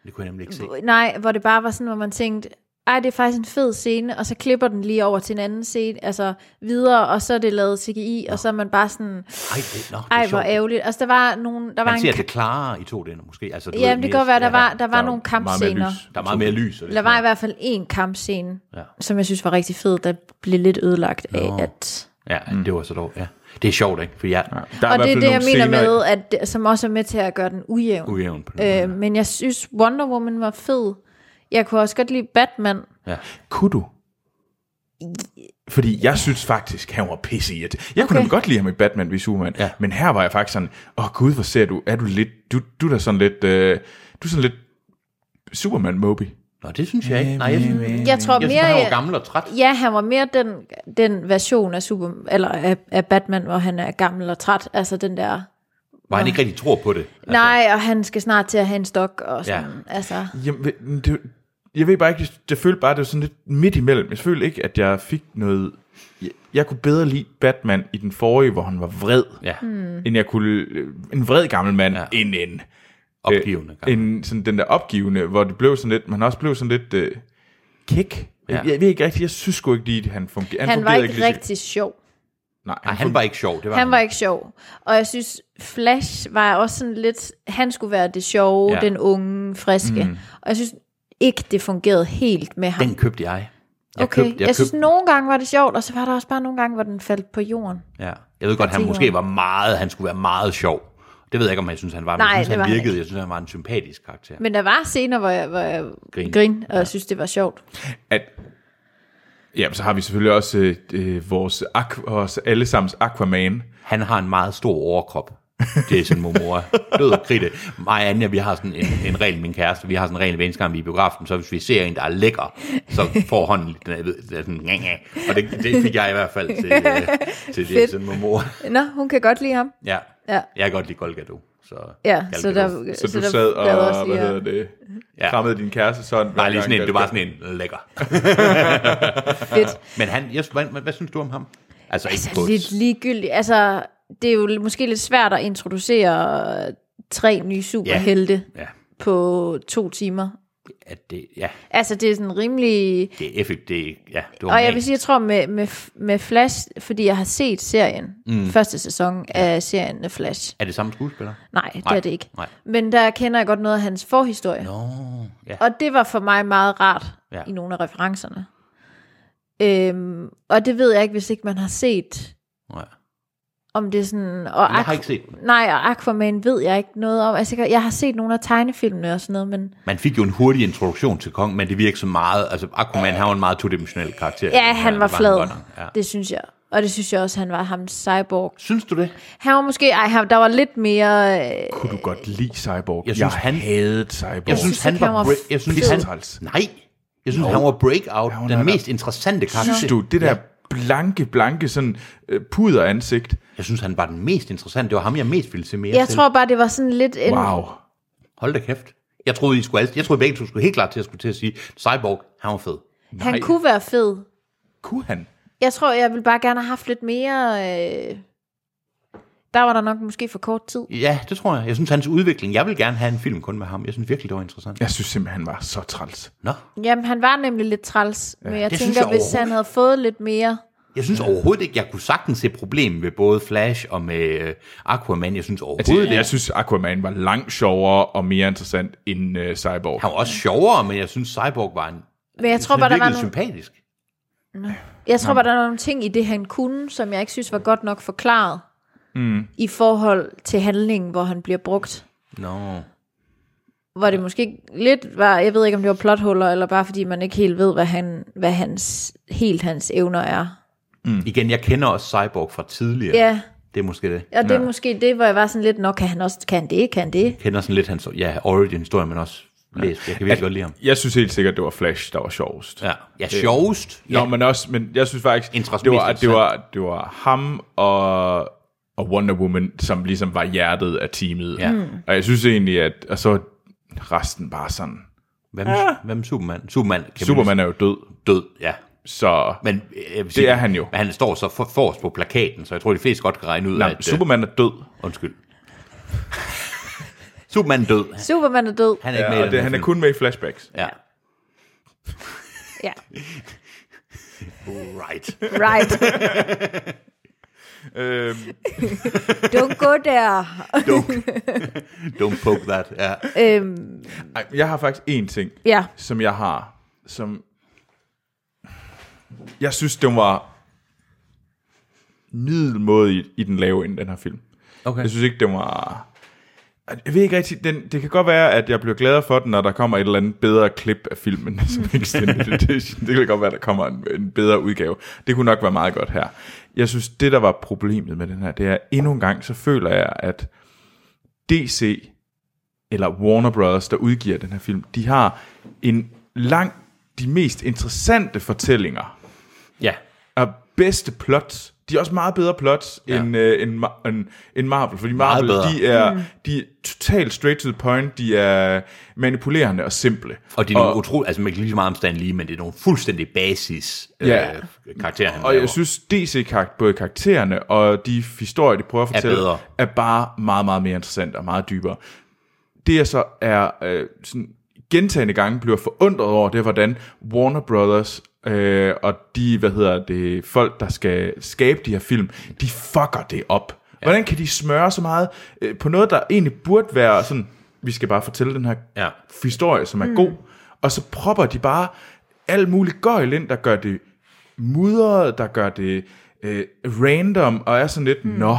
Speaker 3: Det kunne jeg nemlig ikke se.
Speaker 2: nej, hvor det bare var sådan, hvor man tænkte, ej, det er faktisk en fed scene, og så klipper den lige over til en anden scene, altså videre, og så er det lavet CGI, og så er man bare sådan,
Speaker 3: Ej, det, nå, det er
Speaker 2: ej, hvor
Speaker 3: sjovt.
Speaker 2: ærgerligt. Altså, der var nogle, der var
Speaker 3: Man siger,
Speaker 2: en,
Speaker 3: at det klarer i 2D'erne måske. Altså, du ved,
Speaker 2: jamen, det kan
Speaker 3: mere-
Speaker 2: godt være, der
Speaker 3: ja,
Speaker 2: var, der var
Speaker 1: er
Speaker 2: nogle
Speaker 1: meget mere
Speaker 2: kampscener.
Speaker 1: lys.
Speaker 3: Der er meget mere lys. Og det
Speaker 2: Der var i hvert fald en kampscene,
Speaker 3: Ja.
Speaker 2: ja. som jeg synes var rigtig fed, der blev lidt ødelagt af, at...
Speaker 3: Ja, det var så dog. Ja. Det er sjovt, ikke? For jeg er
Speaker 1: Der
Speaker 2: og
Speaker 1: i hvert
Speaker 2: det er
Speaker 1: fald
Speaker 2: det, jeg
Speaker 1: nogle
Speaker 2: mener
Speaker 1: scener-
Speaker 2: med, at, det- som også er med til at gøre den ujævn.
Speaker 3: ujævn på den.
Speaker 2: Øh, men jeg synes, Wonder Woman var fed. Jeg kunne også godt lide Batman.
Speaker 3: Ja.
Speaker 1: Kunne du? Fordi jeg synes faktisk, han var pisse Jeg okay. kunne nemlig godt lide ham i Batman vs. Superman, ja.
Speaker 3: Ja.
Speaker 1: men her var jeg faktisk sådan, åh oh, gud, hvor ser du, er du lidt, du, du er da sådan lidt, øh, du er sådan lidt Superman Moby.
Speaker 3: Nå, det synes jeg ikke. Nej, jeg synes, jeg
Speaker 2: Jeg tror
Speaker 3: synes
Speaker 2: mere...
Speaker 3: han var gammel og træt.
Speaker 2: Ja, han var mere den, den version af, Super, eller af, af Batman, hvor han er gammel og træt. Altså den der, altså,
Speaker 3: Var han ikke rigtig tror på det? Altså,
Speaker 2: nej, og han skal snart til at have en stok og sådan.
Speaker 3: Ja.
Speaker 2: Ja. Altså,
Speaker 1: Jamen, men det, jeg ved bare ikke, det- jeg følte bare, det var sådan lidt midt imellem. Jeg følte ikke, at jeg fik noget, jeg, jeg kunne bedre lide Batman i den forrige, hvor han var vred,
Speaker 3: Ja,
Speaker 2: Mm.
Speaker 1: end jeg kunne, øh, en vred gammel mand, ja.
Speaker 3: Ja.
Speaker 1: end en,
Speaker 3: opgivende.
Speaker 1: en sådan den der opgivende, hvor det blev sådan lidt, man også blev sådan lidt øh, kæk. Ja.
Speaker 3: Ja.
Speaker 1: Jeg, jeg ved ikke rigtigt, jeg synes sgu ikke lige, at han fungerede.
Speaker 2: Han, han var
Speaker 1: fungerede
Speaker 2: ikke
Speaker 1: lige så-
Speaker 2: rigtig sjov.
Speaker 1: Nej,
Speaker 3: Nej, han var ikke sjov. Det var
Speaker 2: Han var ikke sjov. Og jeg synes, Flash var også sådan lidt... Han skulle være det sjove, ja.
Speaker 3: Ja.
Speaker 2: den unge, friske. Mm. Og jeg synes ikke, det fungerede helt med ham.
Speaker 3: Den købte jeg. Jeg
Speaker 2: okay, jeg, jeg synes,
Speaker 3: købte-
Speaker 2: nogle gange var det sjovt, og så var der også bare nogle gange, hvor den faldt på jorden.
Speaker 3: Ja. Jeg ved godt, han
Speaker 2: tænker jeg.
Speaker 3: måske var meget, han skulle være meget sjov. Det ved jeg ikke, om jeg synes, han var, men
Speaker 2: Nej,
Speaker 3: jeg synes,
Speaker 2: det
Speaker 3: han
Speaker 2: var han
Speaker 3: virkede.
Speaker 2: ikke.
Speaker 3: Jeg synes, han var en sympatisk karakter.
Speaker 2: Men der var scener, hvor jeg, hvor jeg
Speaker 3: Grin.
Speaker 2: grin. grin, og jeg synes, det var sjovt.
Speaker 1: at Ja, så har vi selvfølgelig også øh, øh, vores, aqu- vores allesammens Aquaman.
Speaker 3: Han har en meget stor overkrop. Jason Momoa. Død og kridte. Mig og Anja, vi har sådan en, en regel, min kæreste, vi har sådan en regel ved eneste gang, vi er i biografen, så hvis vi ser en, der er lækker, så får hånden lidt, jeg ved, det er sådan, "Nga, nga." og det, det fik jeg i hvert fald til, øh, til Jason Momoa.
Speaker 2: Nå, hun kan godt lide ham.
Speaker 3: Ja.
Speaker 2: Ja.
Speaker 3: Jeg kan godt lide Gal Gadot. Så
Speaker 2: Ja,
Speaker 3: Gal
Speaker 2: så
Speaker 3: Gadot.
Speaker 2: der,
Speaker 1: Så, så du
Speaker 2: der
Speaker 1: sad
Speaker 2: gad
Speaker 1: og,
Speaker 2: lige
Speaker 1: hvad
Speaker 2: at-
Speaker 1: hedder det,
Speaker 3: Ja.
Speaker 1: krammede din kæreste sådan. hver
Speaker 3: Bare lige
Speaker 1: gang,
Speaker 3: sådan en,
Speaker 1: at-
Speaker 3: det var sådan en lækker.
Speaker 2: Fedt.
Speaker 3: Men han, jeg, hvad, hvad, hvad synes du om ham? Altså, ikke
Speaker 2: Altså,
Speaker 3: på-
Speaker 2: lidt ligegyldigt. Altså, det er jo måske lidt svært at introducere tre nye superhelte ja.
Speaker 3: Ja,
Speaker 2: på to timer.
Speaker 3: at det, ja,
Speaker 2: Altså, det er sådan rimelig...
Speaker 3: det er effektivt. Det, ja, det var
Speaker 2: Og jeg
Speaker 3: rent.
Speaker 2: vil sige, jeg tror med, med, med Flash, fordi jeg har set serien, mm. første sæson af serien Flash.
Speaker 3: Er det samme skuespiller?
Speaker 2: Nej, det
Speaker 3: Nej,
Speaker 2: er det ikke.
Speaker 3: nej.
Speaker 2: Men der kender jeg godt noget af hans forhistorie.
Speaker 3: Nå, ja.
Speaker 2: Og det var for mig meget rart ja.
Speaker 3: Ja.
Speaker 2: i nogle af referencerne. Øhm, og det ved jeg ikke, hvis ikke man har set,
Speaker 3: ja.
Speaker 2: om det er sådan... Og
Speaker 3: Jeg har
Speaker 2: Aqu-
Speaker 3: ikke set den.
Speaker 2: Nej, og Aquaman ved jeg ikke noget om. Altså, jeg jeg har set nogle af tegnefilmene og sådan noget, men
Speaker 3: Man fik jo en hurtig introduktion til Kong, men det virker så meget... Altså, Aquaman har jo en meget todimensionel karakter.
Speaker 2: ja, han var
Speaker 3: det
Speaker 2: flad.
Speaker 3: godt nok, Ja.
Speaker 2: Det synes jeg. Og det synes jeg også, han var ham cyborg.
Speaker 3: Synes du det?
Speaker 2: Han var måske... Ej, han, der var lidt mere... Øh,
Speaker 1: Kunne du godt lide Cyborg?
Speaker 3: Jeg synes,
Speaker 1: jeg
Speaker 3: han-
Speaker 1: hadede Cyborg.
Speaker 3: Jeg synes,
Speaker 2: synes
Speaker 3: han
Speaker 2: ikke,
Speaker 3: var...
Speaker 2: han var
Speaker 3: break- Jeg synes, han...
Speaker 1: pissetræls.
Speaker 3: Nej. Jeg synes, han var breakout.
Speaker 1: Ja, hun er
Speaker 3: Den
Speaker 1: da-
Speaker 3: mest interessante karakter.
Speaker 1: synes du, det der blanke, blanke sådan øh, puderansigt.
Speaker 3: Jeg synes, han var den mest interessante. Det var ham, jeg mest ville se mere
Speaker 2: jeg
Speaker 3: til.
Speaker 2: tror bare, det var sådan lidt en...
Speaker 1: Wow.
Speaker 3: Hold da kæft. Jeg troede, I skulle, alle- jeg troede begge to skulle helt klart til at, skulle til at sige, Cyborg, han var fed.
Speaker 2: Han
Speaker 1: Nej.
Speaker 2: kunne være fed.
Speaker 1: Kunne han?
Speaker 2: Jeg tror, jeg ville bare gerne have haft lidt mere... Øh, der var der nok måske for kort tid.
Speaker 3: Ja, det tror jeg. Jeg synes, hans udvikling... Jeg vil gerne have en film kun med ham. Jeg synes virkelig, det var interessant.
Speaker 1: Jeg synes simpelthen, han var så træls.
Speaker 3: Nå.
Speaker 2: Jamen, han var nemlig lidt træls, ja, men jeg
Speaker 3: det
Speaker 2: tænker,
Speaker 3: synes jeg
Speaker 2: hvis han
Speaker 3: overhovedet-
Speaker 2: havde fået lidt mere...
Speaker 3: Jeg synes overhovedet ikke, jeg kunne sagtens se problem ved både Flash og med øh, Aquaman. Jeg synes overhovedet
Speaker 1: Altså,
Speaker 3: ikke.
Speaker 1: jeg synes, Aquaman var langt sjovere og mere interessant end øh, Cyborg.
Speaker 3: Han var også sjovere, men jeg synes, Cyborg var en...
Speaker 2: Men jeg tror
Speaker 3: han
Speaker 2: bare, der var
Speaker 3: virkede
Speaker 2: nogle,
Speaker 3: sympatisk.
Speaker 2: jeg tror bare, der var nogle ting i det, han kunne, som jeg ikke synes var godt nok forklaret mm. i forhold til handlingen, hvor han bliver brugt.
Speaker 3: Nå.
Speaker 2: Hvor det måske lidt var, jeg ved ikke, om det var plothuller, eller bare fordi man ikke helt ved, hvad, han, hvad hans, helt hans evner er.
Speaker 3: Mm. Igen, jeg kender også Cyborg fra tidligere.
Speaker 2: Ja,
Speaker 3: Det er måske det.
Speaker 2: og det er måske det, hvor jeg var sådan lidt, nok kan han også, kan han det, kan han det?
Speaker 3: Jeg kender sådan lidt hans ja, origin-historie, men også læst. Jeg kan
Speaker 1: Altså-
Speaker 3: virkelig godt lide ham.
Speaker 1: Jeg synes helt sikkert, det var Flash, der var sjovest.
Speaker 3: Ja, ja sjovest.
Speaker 1: Ja.
Speaker 3: Ja.
Speaker 1: Nå, men også, men jeg synes faktisk,
Speaker 3: Interest-
Speaker 1: det var,
Speaker 3: mest
Speaker 1: det, var, det var ham og, og Wonder Woman, som ligesom var hjertet af teamet.
Speaker 3: Ja. Mm.
Speaker 1: Og jeg synes egentlig, at og så var resten bare sådan.
Speaker 3: Hvem, ja. hvem Superman? Superman, kan
Speaker 1: Ah. Superman er jo død,
Speaker 3: død, ja.
Speaker 1: så... Men,
Speaker 3: Men øh, jeg vil sige,
Speaker 1: er han jo.
Speaker 3: Men han står så for, forrest på plakaten, så jeg tror, de fleste godt kan regne ud,
Speaker 1: nej,
Speaker 3: at... øh,
Speaker 1: Superman er død,
Speaker 3: Undskyld. Superman er død.
Speaker 2: Superman er død.
Speaker 3: Han er ikke med
Speaker 1: ja,
Speaker 3: i
Speaker 1: og
Speaker 3: den
Speaker 1: det,
Speaker 3: her
Speaker 1: han er
Speaker 3: film.
Speaker 1: kun med i flashbacks.
Speaker 3: Ja.
Speaker 2: Ja,
Speaker 3: Right.
Speaker 2: right.
Speaker 1: Øhm,
Speaker 2: Don't go there.
Speaker 3: Don't, don't poke that. Ja.
Speaker 2: øhm,
Speaker 1: ej, jeg har faktisk én ting,
Speaker 2: ja,
Speaker 1: som jeg har, som... Jeg synes, den var middelmådig i, i den lave ende, den her film.
Speaker 3: Okay.
Speaker 1: Jeg synes ikke, den var... Jeg ved ikke rigtig, den, det kan godt være, at jeg bliver gladere for den, når der kommer et eller andet bedre klip af filmen, som extended edition. Det kan godt være, der kommer en, en bedre udgave. Det kunne nok være meget godt her. Jeg synes, det der var problemet med den her, det er endnu en gang, så føler jeg, at DC eller Warner Brothers, der udgiver den her film, de har en lang, de mest interessante fortællinger
Speaker 3: ja.
Speaker 1: og bedste plots. De er også meget bedre plots ja. end, øh, end, Ma- end, end Marvel, fordi Marvel,
Speaker 3: bedre.
Speaker 1: de er, de er totalt straight to the point, de er manipulerende og simple.
Speaker 3: Og det er nogle utroligt, altså man kan lige så meget om Stan Lee, men det er nogle fuldstændig basis øh,
Speaker 1: Ja.
Speaker 3: karakterer, han
Speaker 1: Og
Speaker 3: laver.
Speaker 1: jeg synes, DC -karak- både karaktererne og de historier, de prøver at fortælle,
Speaker 3: bedre.
Speaker 1: er bare meget, meget mere interessant og meget dybere. Det jeg så er øh, sådan, gentagende gange bliver forundret over, det er, hvordan Warner Brothers Øh, og de, hvad hedder det, folk, der skal skabe de her film, de fucker det op. Ja. Hvordan kan de smøre så meget øh, på noget, der egentlig burde være sådan, vi skal bare fortælle den her
Speaker 3: Ja.
Speaker 1: historie, som er mm. god, og så propper de bare alt muligt gøjl ind, der gør det mudret, der gør det øh, random, og er sådan lidt, mm. nå,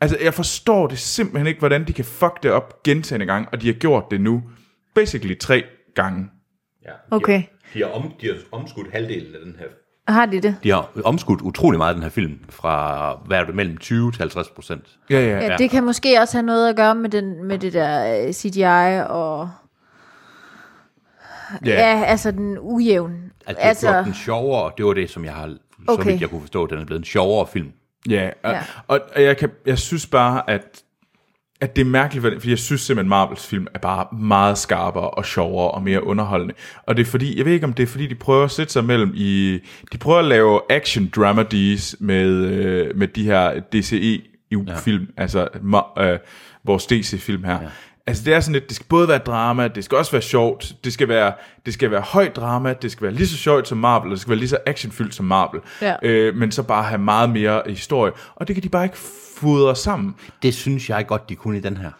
Speaker 1: Altså, jeg forstår det simpelthen ikke, hvordan de kan fuck det op gentagende gange, og de har gjort det nu, basically tre gange.
Speaker 3: Ja.
Speaker 2: Okay.
Speaker 3: De har, om, de har omskudt halvdelen af den her
Speaker 2: Har de det?
Speaker 3: De har omskudt utrolig meget af den her film, fra hvad er det, mellem 20 til 50 procent.
Speaker 1: Ja, ja,
Speaker 2: Ja, det kan måske også have noget at gøre med, den, med det der øh, CGI og... Ja, ja altså den ujævn.
Speaker 3: Altså, det altså... den sjovere, det var det, som jeg har, så
Speaker 2: Okay.
Speaker 3: vidt jeg kunne forstå, den er blevet en sjovere film.
Speaker 1: ja. Og,
Speaker 2: Ja.
Speaker 1: og, og jeg, kan, jeg synes bare, at, at det er mærkeligt, hvordan- fordi jeg synes simpelthen, Marvels film er bare meget skarpere og sjovere og mere underholdende. Og det er fordi, jeg ved ikke, om det er fordi, de prøver at sætte sig mellem i... De prøver at lave action dramedies med, øh, med de her DCE-film, ja. altså ma- øh, vores DC-film her. Ja. Altså det er sådan lidt, det skal både være drama, det skal også være sjovt, det skal være, det skal være højt drama, det skal være lige så sjovt som Marvel, og det skal være lige så actionfyldt som Marvel,
Speaker 2: Ja.
Speaker 1: øh, men så bare have meget mere historie. Og det kan de bare ikke fodre sammen.
Speaker 3: Det synes jeg godt, de kunne i den her.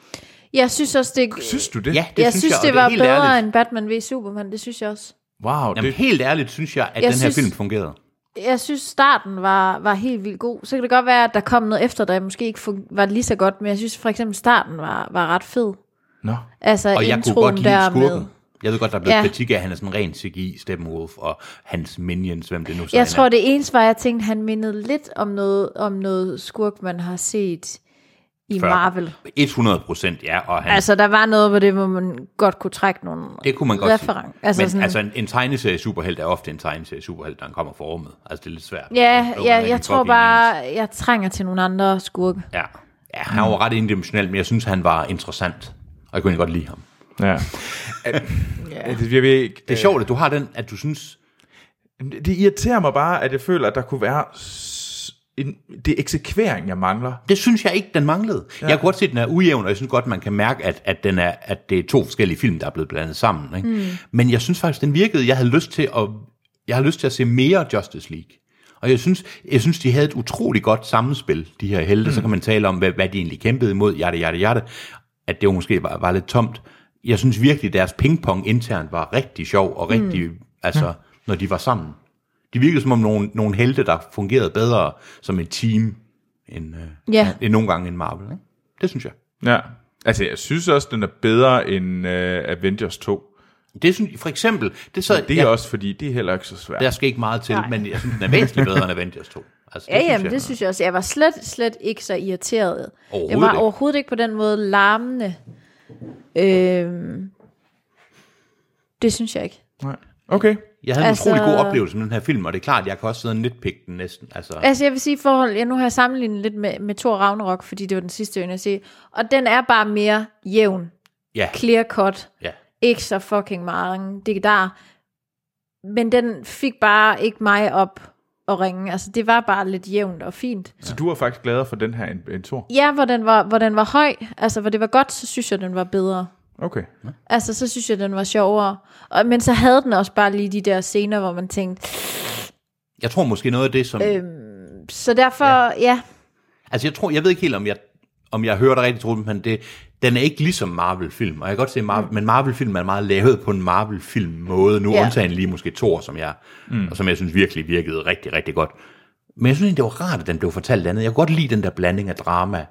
Speaker 2: Jeg synes også, det,
Speaker 1: Synes du det?
Speaker 3: Ja,
Speaker 2: det
Speaker 3: det
Speaker 2: jeg
Speaker 3: synes
Speaker 2: synes,
Speaker 3: jeg, og
Speaker 2: det
Speaker 3: det er
Speaker 2: var
Speaker 3: helt
Speaker 2: bedre
Speaker 3: ærligt.
Speaker 2: ærligt. end Batman v Superman, det synes jeg også.
Speaker 1: Wow,
Speaker 3: Jamen, det...
Speaker 1: det,
Speaker 3: helt ærligt synes jeg, at
Speaker 2: Jeg
Speaker 3: den her
Speaker 2: synes-
Speaker 3: film fungerede.
Speaker 2: Jeg synes, starten var, var helt vildt god. Så kan det godt være, at der kom noget efter, der måske ikke fun- var lige så godt, men jeg synes for eksempel, starten var, var ret fed.
Speaker 1: nå.
Speaker 2: Altså
Speaker 3: Og jeg kunne
Speaker 2: introen
Speaker 3: godt lide
Speaker 2: der med.
Speaker 3: skurken. Jeg ved godt, der er blevet
Speaker 2: Ja.
Speaker 3: ja. kritik af, at han er sådan ren CGI, Steppenwolf og hans minions, hvem det nu så
Speaker 2: Jeg
Speaker 3: end
Speaker 2: tror,
Speaker 3: er.
Speaker 2: det eneste var, jeg tænkte, han mindede lidt om noget, om noget skurk, man har set i
Speaker 3: Før.
Speaker 2: Marvel.
Speaker 3: 100 procent, ja. Og han,
Speaker 2: Altså, der var noget på det, hvor man godt kunne trække nogle
Speaker 3: det kunne man godt
Speaker 2: referen-
Speaker 3: sige.
Speaker 2: Altså,
Speaker 3: Men
Speaker 2: sådan,
Speaker 3: altså, en, en tegneserie superhelt er ofte en tegneserie superhelt, når han kommer fra rummet. Altså, det er lidt svært.
Speaker 2: ja,
Speaker 3: Jo, han
Speaker 2: ja,
Speaker 3: kan
Speaker 2: jeg
Speaker 3: godt
Speaker 2: tror
Speaker 3: blive
Speaker 2: bare, jeg trænger til nogle andre skurke.
Speaker 3: Ja. ja, han var ret indimensionel, men jeg synes, han var interessant. Og jeg kunne egentlig godt lide ham.
Speaker 1: Ja. At- at- Jeg ved ikke,
Speaker 2: Øh.
Speaker 3: Det er sjovt, at du har den, at du synes...
Speaker 1: Det det irriterer mig bare, at jeg føler, at der kunne være s- en, det er eksekvering, jeg mangler.
Speaker 3: Det synes jeg ikke, den manglede. Ja. Jeg kunne godt se, at den er ujævn, og jeg synes godt, man kan mærke, at, at, den er, at det er to forskellige film, der er blevet blandet sammen. Ikke? Mm. Men jeg synes faktisk, den virkede. Jeg havde lyst til at, jeg havde lyst til at se mere Justice League. Og jeg synes, jeg synes, de havde et utroligt godt sammenspil, de her helte. Mm. Så kan man tale om, hvad, hvad de egentlig kæmpede imod, jatte, jatte, jatte. At det jo måske var, var lidt tomt. Jeg synes virkelig, deres pingpong internt var rigtig sjov, og rigtig, mm. altså, ja. når de var sammen. De virkede som om nogle, nogle helte, der fungerede bedre som et team, end, øh,
Speaker 2: Ja.
Speaker 3: end nogle gange end Marvel. Ikke? Det synes jeg.
Speaker 1: Ja. Altså, jeg synes også, den er bedre end uh, Avengers 2.
Speaker 3: Det synes, for eksempel, det, så,
Speaker 1: Det er
Speaker 3: ja,
Speaker 1: ja. også, fordi det er heller ikke så svært.
Speaker 3: der skal ikke meget til, Nej. men jeg synes, den er væsentligt bedre end Avengers 2. Altså,
Speaker 2: Ja, jamen, det synes jeg også. Jeg var slet, slet ikke så irriteret. Jeg
Speaker 3: Overhovedet
Speaker 2: var
Speaker 3: ikke.
Speaker 2: overhovedet ikke på den måde larmende. Øhm, det synes jeg ikke.
Speaker 1: Nej. Okay.
Speaker 3: Jeg havde altså...
Speaker 2: Altså-
Speaker 3: en utrolig god oplevelse med den her film, og det er klart, jeg kan også sidde og nitpikke den næsten. Altså,
Speaker 2: Altså, jeg vil sige i forhold... Ja, nu har jeg sammenlignet lidt med, med Thor Ragnarok, fordi det var den sidste, jeg se. Og den er bare mere jævn.
Speaker 3: ja,
Speaker 2: Clear cut.
Speaker 3: ja.
Speaker 2: Ikke så fucking mange. Det der. Men den fik bare ikke mig op at ringe. Altså, det var bare lidt jævnt og fint.
Speaker 1: Så du er faktisk gladere for den her end, end Thor?
Speaker 2: Ja, hvor den var, hvor den var høj, altså hvor det var godt, så synes jeg, den var bedre.
Speaker 1: Okay.
Speaker 2: Altså, så synes jeg, den var sjovere. Og, men så havde den også bare lige de der scener, hvor man tænkte,
Speaker 3: Jeg tror måske noget af det, som... Øh...
Speaker 2: så derfor, ja. ja.
Speaker 3: Altså, jeg tror, jeg ved ikke helt, om jeg, om jeg hører dig rigtigt, Trude, men det, den er ikke ligesom Marvel-film, og jeg kan godt se, Marvel, men Marvel-film er meget lavet på en Marvel-film-måde, nu
Speaker 2: Ja.
Speaker 3: ja. undtagen lige måske Thor, som jeg, mm. og som jeg synes virkelig virkede rigtig, rigtig godt. Men jeg synes egentlig, det var rart, at den blev fortalt andet. Jeg kunne godt lide den der blanding af drama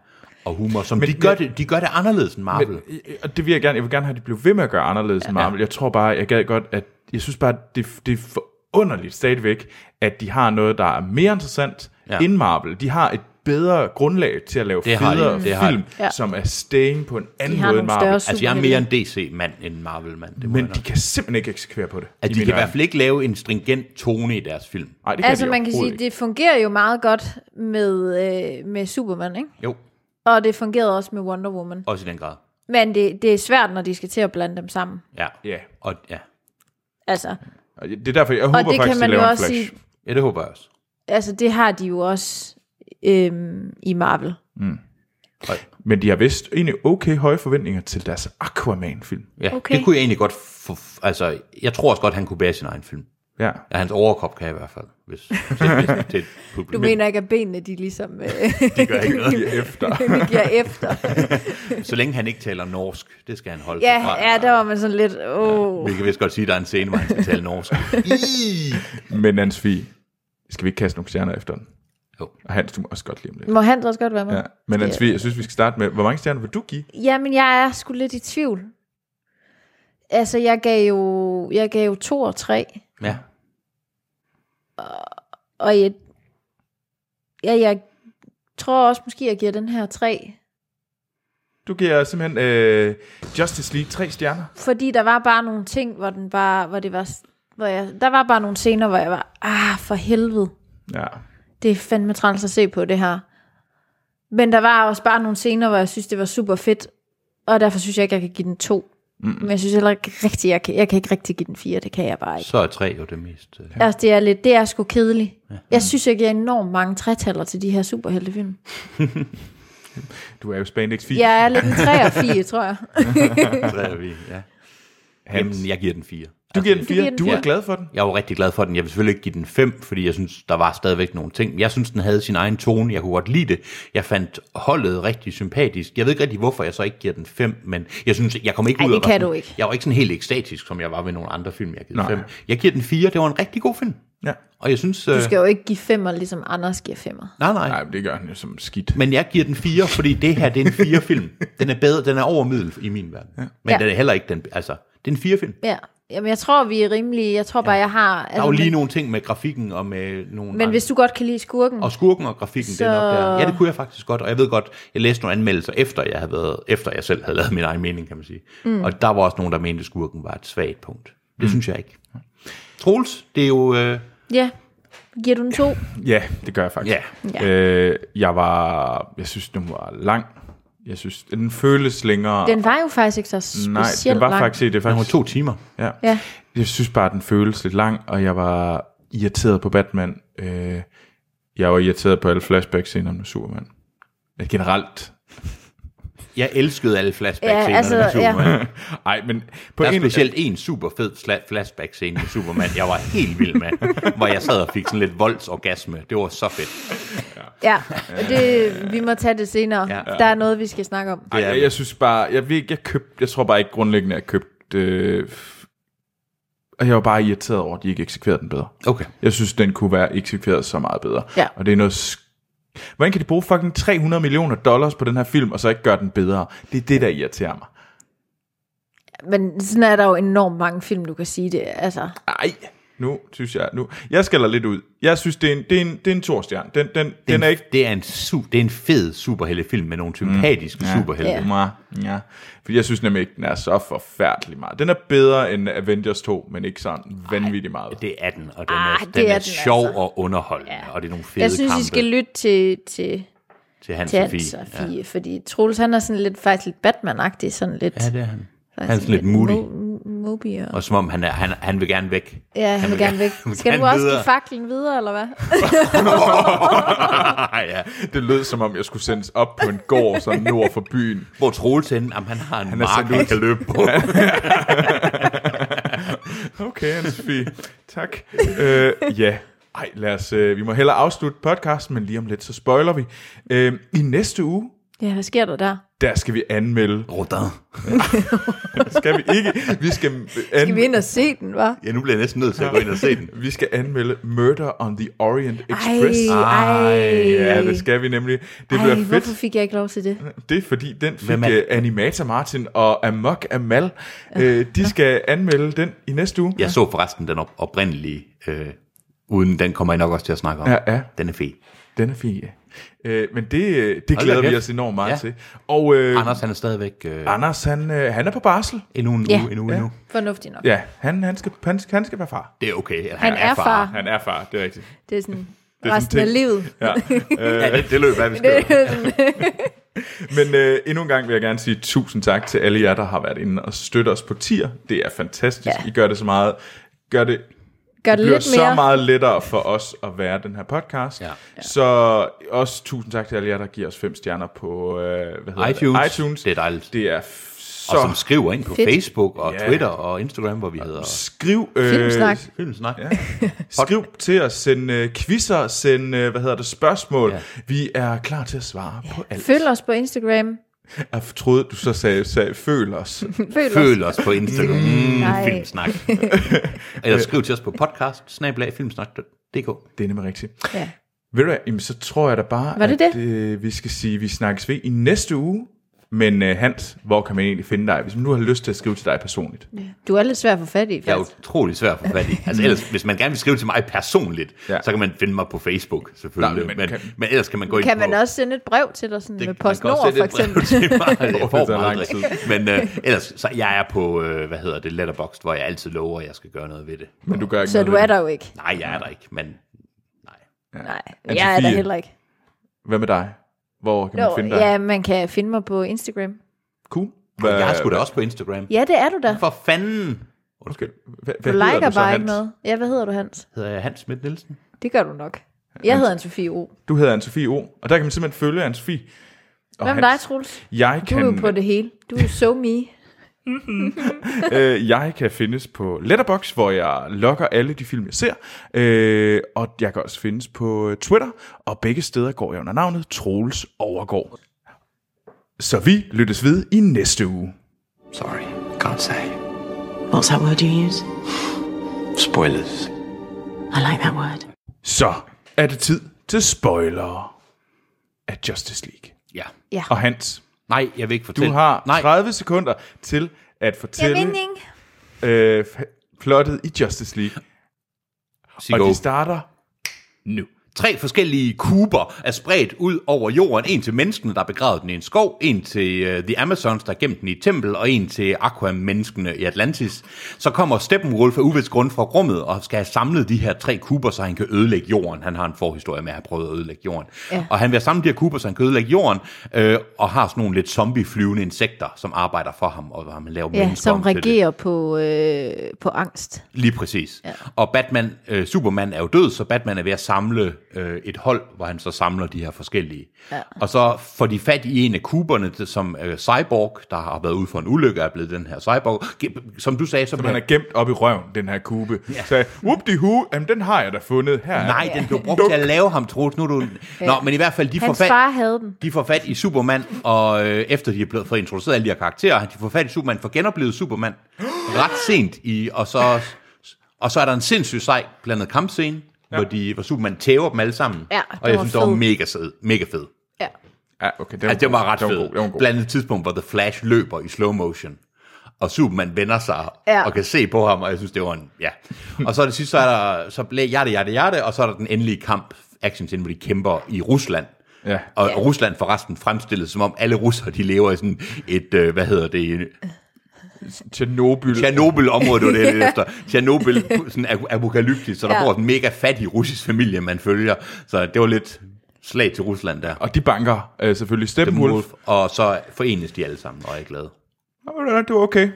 Speaker 3: og humor, som men, de, gør det, de gør det anderledes end Marvel. Men,
Speaker 1: Men, øh, og det vil jeg gerne. Jeg vil gerne have, at de blev ved med at gøre anderledes ja. end Marvel. Jeg tror bare, jeg gad godt, at jeg synes bare, det, det er forunderligt stadigvæk, at de har noget, der er mere interessant ja.
Speaker 3: Ja.
Speaker 1: end Marvel. De har et bedre grundlag til at lave
Speaker 3: Det har de.
Speaker 1: federe
Speaker 3: Det har de.
Speaker 1: film,
Speaker 2: Ja.
Speaker 1: som er staying på en anden
Speaker 2: de har
Speaker 1: måde end
Speaker 2: nogle
Speaker 1: Marvel.
Speaker 2: større
Speaker 3: altså, jeg er mere en DC-mand end en Marvel-mand. Det må
Speaker 1: Men
Speaker 3: jeg nok
Speaker 1: de kan simpelthen ikke eksekvere på det.
Speaker 3: At de kan i hvert fald ikke lave en stringent tone i deres film.
Speaker 1: Nej, det kan
Speaker 2: Altså,
Speaker 1: de
Speaker 2: man kan sige,
Speaker 1: overhovedet
Speaker 2: det fungerer jo meget godt med, øh, med Superman, ikke?
Speaker 3: Jo,
Speaker 2: Og det fungerede også med Wonder Woman.
Speaker 3: også i den grad.
Speaker 2: Men det, det er svært, når de skal til at blande dem sammen.
Speaker 3: Ja.
Speaker 1: Ja.
Speaker 3: Og, ja.
Speaker 2: Altså,
Speaker 1: ikke. Og Det er derfor, jeg håber
Speaker 2: og det
Speaker 1: faktisk,
Speaker 2: kan man
Speaker 1: de
Speaker 2: jo
Speaker 1: laver
Speaker 2: også
Speaker 1: en flash.
Speaker 2: sige,
Speaker 3: ja, det håber jeg også.
Speaker 2: altså det har de jo også øhm, i Marvel.
Speaker 1: Men de har vist egentlig okay høje forventninger til deres Aquaman-film.
Speaker 3: Ja,
Speaker 2: Okay.
Speaker 3: okay. det kunne jeg egentlig godt... For, altså, jeg tror også godt, han kunne bære sin egen film.
Speaker 1: Ja.
Speaker 3: Ja, hans overkrop kan jeg i hvert fald, hvis, til, til et publikum.
Speaker 2: Du mener ikke, at benene de ligesom... Øh,
Speaker 3: de gør ikke noget.
Speaker 1: Giver efter.
Speaker 2: de giver efter.
Speaker 3: Så længe han ikke taler norsk, det skal han holde
Speaker 2: Ja,
Speaker 3: sig fra.
Speaker 2: ja, der var man sådan lidt... Åh,
Speaker 3: Vi kan vist godt sige, at der er en scene, hvor han skal tale norsk.
Speaker 1: Men Ansvi, skal vi ikke kaste nogle stjerner efter den?
Speaker 3: Jo.
Speaker 1: Og Hans, du må også godt lide om lidt.
Speaker 2: Må Hans også godt være med?
Speaker 1: Ja. Men Ansvi, jeg synes, vi skal starte med, hvor mange stjerner vil du give?
Speaker 2: Jamen, jeg er sgu lidt i tvivl. Altså, jeg gav jo, jeg gav jo to og tre,
Speaker 3: Ja.
Speaker 2: og jeg, ja, jeg tror også måske, jeg giver den her tre,
Speaker 1: Du giver simpelthen øh, Justice League tre stjerner.
Speaker 2: fordi der var bare nogle ting, hvor den bare, hvor det var, hvor jeg, der var bare nogle scener, hvor jeg var, ah, for helvede,
Speaker 1: Ja.
Speaker 2: det er fandme træls at se på det her. Men der var også bare nogle scener, hvor jeg synes, det var super fedt, og derfor synes jeg ikke, jeg kan give den to. Mm. Men jeg synes heller ikke rigtigt, jeg kan, jeg kan ikke rigtig give den fire, det kan jeg bare ikke.
Speaker 3: Så er tre jo det mest. øh,
Speaker 2: Altså, det er, lidt, det er sgu kedeligt. Ja. Jeg synes, jeg giver enormt mange tretaller til de her superheltefilm.
Speaker 1: Du er jo Spandex 4.
Speaker 2: Jeg er lidt en 3 og 4, tror jeg.
Speaker 3: Tre er vi, ja. Jamen, jeg giver den fire.
Speaker 1: Du giver den
Speaker 2: Du giver
Speaker 1: 4.
Speaker 2: den
Speaker 1: Du
Speaker 2: fire.
Speaker 1: er glad for den.
Speaker 3: Jeg var rigtig glad for den. Jeg vil selvfølgelig ikke give den 5, fordi jeg synes, der var stadigvæk nogle ting. Jeg synes, den havde sin egen tone. Jeg kunne godt lide det. Jeg fandt holdet rigtig sympatisk. Jeg ved ikke rigtig, hvorfor jeg så ikke giver den 5, men jeg synes, jeg kom ikke
Speaker 2: Ej,
Speaker 3: ud
Speaker 2: det
Speaker 3: og var
Speaker 2: kan
Speaker 3: sådan,
Speaker 2: du ikke.
Speaker 3: Jeg var ikke sådan helt ekstatisk, som jeg var ved nogle andre film, jeg givet
Speaker 1: Nej.
Speaker 3: 5. Jeg giver den 4. Det var en rigtig god film.
Speaker 1: Ja.
Speaker 3: Og jeg synes...
Speaker 2: Du
Speaker 3: øh,
Speaker 2: skal jo ikke give femmer, ligesom Anders giver femmer.
Speaker 3: Nej, nej.
Speaker 1: Nej, men det gør han jo som skidt.
Speaker 3: Men jeg giver den 4, fordi det her, det er en 4 film. Den er bedre, den er over middel i min verden. Ja. Men
Speaker 2: Ja.
Speaker 3: den er heller ikke den, altså, det er en 4 film.
Speaker 2: Ja. Jamen, jeg tror, vi er rimelige. Jeg tror bare, jeg har... altså,
Speaker 3: Der er jo lige
Speaker 2: men,
Speaker 3: nogle ting med grafikken og med nogle
Speaker 2: men
Speaker 3: andre-
Speaker 2: hvis du godt kan lide skurken,
Speaker 3: Og skurken og grafikken, så... det er nok
Speaker 2: Så-
Speaker 3: der. Ja, det kunne jeg faktisk godt, og jeg ved godt, jeg læste nogle anmeldelser, efter jeg havde været, efter jeg selv havde lavet min egen mening, kan man sige. Mm. Og der var også nogen, der mente, at skurken var et svagt punkt. Det mm. synes jeg ikke. Troels, det er jo... Øh,
Speaker 2: ja, giver du en to?
Speaker 1: Ja, det gør jeg faktisk.
Speaker 3: Ja.
Speaker 2: Ja.
Speaker 1: Øh, jeg var, jeg synes, den var lang. Jeg synes, den føles længere.
Speaker 2: Den var jo faktisk ikke så specielt
Speaker 1: Nej, den var
Speaker 2: lang.
Speaker 1: faktisk, det er
Speaker 3: der var
Speaker 1: faktisk
Speaker 3: to timer.
Speaker 1: Ja.
Speaker 2: Ja.
Speaker 1: Jeg synes bare, at den føles lidt lang, og jeg var irriteret på Batman. Øh, jeg var irriteret på alle flashback-scener med Superman. Øh, Generelt.
Speaker 3: Jeg elskede alle flashback-scener
Speaker 2: Ja, altså,
Speaker 3: med Superman. Ja.
Speaker 1: Ej, men på
Speaker 3: Der er
Speaker 1: en...
Speaker 3: specielt en super fed sla- flashback-scene med Superman, jeg var helt vild med, hvor jeg sad og fik sådan lidt voldsorgasme. Det var så fedt.
Speaker 2: Ja, og det, vi må tage det senere.
Speaker 3: Ja.
Speaker 2: Der er noget, vi skal snakke om.
Speaker 1: Ej, jeg, jeg synes bare, jeg, ved, ikke, jeg, køb, jeg tror bare ikke grundlæggende, at jeg købte... Øh, og jeg var bare irriteret over, at de ikke eksekverede den bedre.
Speaker 3: Okay.
Speaker 1: Jeg synes, den kunne være eksekveret så meget bedre.
Speaker 2: Ja.
Speaker 1: Og det er noget... Sk- Hvordan kan de bruge fucking 300 millioner dollars på den her film, og så ikke gøre den bedre? Det er det, der irriterer mig.
Speaker 2: Men sådan er der jo enormt mange film, du kan sige det. Altså,
Speaker 1: Ej, nu synes jeg, nu, jeg skælder lidt ud. Jeg synes, det er en, det er en, det er en torstjerne. Den, den, den, den er ikke...
Speaker 3: Det er en, su- det er en fed superheltefilm med nogle sympatiske mm. superhelte.
Speaker 2: Ja.
Speaker 1: Ja. ja. Fordi jeg synes nemlig ikke, den er så forfærdelig meget. Den er bedre end Avengers 2, men ikke sådan vanvittigt meget.
Speaker 3: Det er den, og den
Speaker 2: Ah,
Speaker 3: er,
Speaker 2: det
Speaker 3: den
Speaker 2: er
Speaker 3: er,
Speaker 2: den
Speaker 3: sjov
Speaker 2: altså.
Speaker 3: og underholdende, ja. og det er nogle fede
Speaker 2: jeg synes,
Speaker 3: kampe
Speaker 2: I skal altså. lytte til, til,
Speaker 3: til Hans
Speaker 2: til
Speaker 3: og
Speaker 2: Hans
Speaker 3: Fie.
Speaker 2: og Fie, ja. fordi Troels, han er sådan lidt, faktisk lidt Batman-agtig, sådan lidt...
Speaker 3: Ja, det er han. Han
Speaker 2: faktisk
Speaker 3: er sådan lidt moody,
Speaker 2: Mo- moody og...
Speaker 3: og som om han, er, han, han vil gerne væk.
Speaker 2: Ja, han, vil gerne væk. Skal du også give faklen videre, eller hvad?
Speaker 3: Nej, ja.
Speaker 1: Det lød som om, jeg skulle sendes op på en gård, sådan nord for byen.
Speaker 3: Hvor Troels henne? Jamen, han har en han
Speaker 1: er
Speaker 3: mark,
Speaker 1: sendt
Speaker 3: han
Speaker 1: ud.
Speaker 3: kan løbe på.
Speaker 1: Okay, Anne-Sophie. Tak. Øh, ja. Ej, lad os, øh, vi må hellere afslutte podcasten, men lige om lidt, så spoiler vi. Øh, I næste uge,
Speaker 2: Ja, hvad sker der der?
Speaker 1: der skal vi anmelde.
Speaker 3: Rodin.
Speaker 1: Skal vi ikke? Vi skal, anmelde.
Speaker 2: Skal vi ind og se den, hva'?
Speaker 3: Ja, nu bliver jeg næsten nødt til at gå ind og se den.
Speaker 1: Vi skal anmelde Murder on the Orient Express.
Speaker 2: Ej, ej.
Speaker 1: Ja, det skal vi nemlig. Det bliver
Speaker 2: Ej,
Speaker 1: fedt.
Speaker 2: hvorfor fik jeg ikke lov til det?
Speaker 1: Det er fordi, den fik
Speaker 3: Hvem er
Speaker 1: er...
Speaker 3: det?
Speaker 1: Animator Martin og Amok Amal. Øh, de skal anmelde den i næste uge.
Speaker 3: Jeg så forresten den op- oprindelige, øh, uden den kommer I nok også til at snakke om.
Speaker 1: Ja, ja.
Speaker 3: Den er fed.
Speaker 1: Den er fin, ja. Øh, men det, øh, det glæder
Speaker 3: da
Speaker 1: vi
Speaker 3: kæft.
Speaker 1: os enormt meget
Speaker 3: Ja.
Speaker 1: til. Og øh, Anders,
Speaker 3: Anders, han er stadigvæk øh,
Speaker 1: Anders han, øh, han er på barsel.
Speaker 3: endnu en uge,
Speaker 2: Ja.
Speaker 3: endnu, endnu.
Speaker 2: Fornuftigt nok.
Speaker 1: Ja, han, han, skal, han, skal- han skal være far.
Speaker 3: Det er okay. Eller,
Speaker 2: Han er far.
Speaker 1: Han er far, det er rigtigt.
Speaker 2: Det er sådan
Speaker 1: er sådan
Speaker 2: resten
Speaker 1: ting.
Speaker 2: af livet.
Speaker 1: Ja.
Speaker 3: Ja, det, det løb af, vi skal.
Speaker 2: Det er sådan-
Speaker 1: Men øh, endnu en gang vil jeg gerne sige tusind tak til alle jer, der har været inde og støttet os på tier. Det er fantastisk.
Speaker 2: Ja.
Speaker 1: I gør det så meget. Gør det
Speaker 2: Gør det
Speaker 1: det bliver
Speaker 2: lidt
Speaker 1: så
Speaker 2: mere.
Speaker 1: meget lettere for os at være den her podcast.
Speaker 3: Ja.
Speaker 1: Så også tusind tak til alle jer, der giver os fem stjerner på øh, hvad hedder
Speaker 3: iTunes.
Speaker 1: Det? iTunes.
Speaker 3: Det er dejligt.
Speaker 1: Det er f-
Speaker 3: og som skriver ind på
Speaker 2: Fedt.
Speaker 3: Fedt. Facebook og
Speaker 1: Ja.
Speaker 3: yeah. Twitter og Instagram, hvor vi hedder
Speaker 1: Skriv, øh,
Speaker 2: Filmsnak.
Speaker 3: Filmsnak.
Speaker 1: Ja. Skriv til os, send øh, quizzer, send øh, hvad hedder det, spørgsmål. Ja.
Speaker 3: Ja.
Speaker 1: Vi er klar til at svare ja. på alt.
Speaker 2: Følg os på Instagram.
Speaker 1: Jeg troede, du så sagde, sagde føl os.
Speaker 2: Følg,
Speaker 3: Følg os på Instagram. Mm,
Speaker 2: Nej.
Speaker 3: filmsnak. Eller skriv til os på podcast, snablag, filmsnak.dk.
Speaker 1: Det er nemlig rigtigt.
Speaker 2: Ja.
Speaker 1: Ved du hvad, jamen, så tror jeg da bare,
Speaker 2: Var det
Speaker 1: at
Speaker 2: det?
Speaker 1: Øh, vi skal sige, at vi snakkes ved i næste uge. Men øh, Hans, hvor kan man egentlig finde dig, hvis man nu har lyst til at skrive til dig personligt?
Speaker 2: Du er lidt svær at få fat i,
Speaker 3: Jeg er
Speaker 2: faktisk.
Speaker 3: utrolig svær at få fat i. Altså ellers, hvis man gerne vil skrive til mig personligt,
Speaker 1: Ja.
Speaker 3: ja. så kan man finde mig på Facebook,
Speaker 1: Nej,
Speaker 3: selvfølgelig.
Speaker 1: men
Speaker 3: Nej, men, men,
Speaker 1: kan-
Speaker 3: men ellers kan man gå ind
Speaker 2: Kan
Speaker 3: på...
Speaker 2: man også sende et brev til dig sådan, med PostNord, for eksempel?
Speaker 3: Jeg får
Speaker 1: Det tager
Speaker 3: mig
Speaker 1: lang
Speaker 3: aldrig. Men øh, ellers, så jeg er på, øh, hvad hedder det, Letterboxd, hvor jeg altid lover, at jeg skal gøre noget ved det.
Speaker 1: Men du gør ikke
Speaker 2: Så
Speaker 1: noget
Speaker 2: du
Speaker 1: ved
Speaker 2: er
Speaker 1: det.
Speaker 2: der jo ikke.
Speaker 3: Nej, jeg er der ikke, men nej.
Speaker 2: Nej, jeg er der
Speaker 1: Anne-Sophie.
Speaker 2: heller ikke.
Speaker 1: Hvad med dig? Hvor kan man
Speaker 2: Jo,
Speaker 1: finde dig?
Speaker 2: ja, man kan finde mig på Instagram.
Speaker 1: Cool. Hvad,
Speaker 3: Jeg er sgu da også på Instagram.
Speaker 2: Ja, det er du da.
Speaker 3: For fanden
Speaker 1: Undskyld. Hvad,
Speaker 2: Du
Speaker 1: hvad hedder
Speaker 2: liker
Speaker 1: du så,
Speaker 2: bare
Speaker 1: Hans?
Speaker 2: ikke noget. Ja, hvad hedder du, Hans?
Speaker 3: hedder jeg Hans Schmidt Nielsen.
Speaker 2: Det gør du nok. Jeg hedder Anne-Sophie O.
Speaker 1: Du hedder Anne-Sophie O, og der kan man simpelthen følge Anne-Sophie. og
Speaker 2: Hvem er dig,
Speaker 1: Hans.
Speaker 2: Troels?
Speaker 1: Jeg
Speaker 2: Du er jo
Speaker 1: kan,
Speaker 2: på det hele. Du er jo so me.
Speaker 1: øh, jeg kan findes på Letterbox, hvor jeg logger alle de film, jeg ser. Øh, og jeg kan også findes på øh, Twitter, og begge steder går jeg under navnet Troels Overgaard. Så vi lyttes ved i næste uge.
Speaker 4: Sorry, can't say.
Speaker 9: What's that word you use?
Speaker 4: Spoilers.
Speaker 9: I like that word.
Speaker 1: Så er det tid til spoilere af Justice League.
Speaker 3: Ja.
Speaker 2: Ja.
Speaker 1: Og Hans,
Speaker 3: Nej, jeg vil ikke
Speaker 1: du
Speaker 3: fortælle.
Speaker 1: har
Speaker 3: Nej,
Speaker 1: 30 sekunder til at
Speaker 2: Jeg
Speaker 1: fortælle
Speaker 2: mening.
Speaker 1: øh, f- plottet i Justice League.
Speaker 3: Sigo.
Speaker 1: Og de starter
Speaker 3: nu. Tre forskellige kuber er spredt ud over jorden. En til menneskene, der er begravet den i en skov, en til uh, The Amazons, der er gemt den i et tempel, og en til Aquaman-menneskene i Atlantis. Så kommer Steppenwolf af uvidst grund fra rummet og skal have samlet de her tre kuber, så han kan ødelægge jorden. Han har en forhistorie med at have prøvet at ødelægge jorden.
Speaker 2: Ja.
Speaker 3: Ja. Og han vil have samlet de her kuber, så han kan ødelægge jorden, øh, og har sådan nogle lidt zombie-flyvende insekter, som arbejder for ham, og han laver
Speaker 2: Ja,
Speaker 3: mennesker
Speaker 2: som
Speaker 3: om til det.
Speaker 2: regerer på, øh, på angst.
Speaker 3: Lige præcis. Ja. Og Batman, øh, Superman er jo død, så Batman er ved at samle øh, et hold, hvor han så samler de her forskellige. Ja. Og så får de fat i en af kuberne, det- som øh, Cyborg, der har været ude for en ulykke, er blevet den her Cyborg. Ge- Som du sagde, så, så
Speaker 1: Man er gemt op i røven, den her kube. Ja. Så whoop de hu jamen, den har jeg da fundet her. er
Speaker 3: Nej,
Speaker 1: den.
Speaker 3: den blev brugt til at lave ham, Troels. Nu er du... Nå, men i hvert fald, de får
Speaker 2: Hans
Speaker 3: fat...
Speaker 2: far havde den.
Speaker 3: De får fat i Superman, og øh, efter de er blevet fået introduceret alle de her karakterer, de får fat i Superman, får genoplevet Superman ret sent i, og så, og så er der en sindssygt sej blandet kampscene, ja. hvor, de, hvor Superman tæver dem alle sammen.
Speaker 2: Ja,
Speaker 3: og
Speaker 2: den
Speaker 3: jeg
Speaker 2: var
Speaker 3: synes, det var
Speaker 2: fed.
Speaker 3: mega fed. Mega fed.
Speaker 2: Ja.
Speaker 1: Ja, okay, den,
Speaker 3: Altså, det var ret
Speaker 1: den
Speaker 3: fedt.
Speaker 1: god, den var god.
Speaker 3: Blandt andet tidspunkt, hvor The Flash løber i slow motion, og Superman vender sig
Speaker 2: Ja.
Speaker 3: ja. og kan se på ham, og jeg synes, det var en... Ja. Og så er det sidste, så er der så blæ, hjerte, hjerte, hjerte, og så er der den endelige kamp, action scene, hvor de kæmper i Rusland.
Speaker 1: Ja.
Speaker 3: Og ja. Rusland forresten fremstillet, som om alle russere, de lever i sådan et, øh, hvad hedder det,
Speaker 1: Tjernobyl.
Speaker 3: Tjernobyl-område, det var det, jeg efter. Tjernobyl, sådan ap- apokalyptisk, så der
Speaker 2: Ja.
Speaker 3: ja. bor en mega fattig russisk familie, man følger. Så det var lidt slag til Rusland der.
Speaker 1: Og de banker øh, selvfølgelig Steppenwolf.
Speaker 3: Wolf, og så forenes de alle sammen, og er glade.
Speaker 1: Nå, nej, det var okay.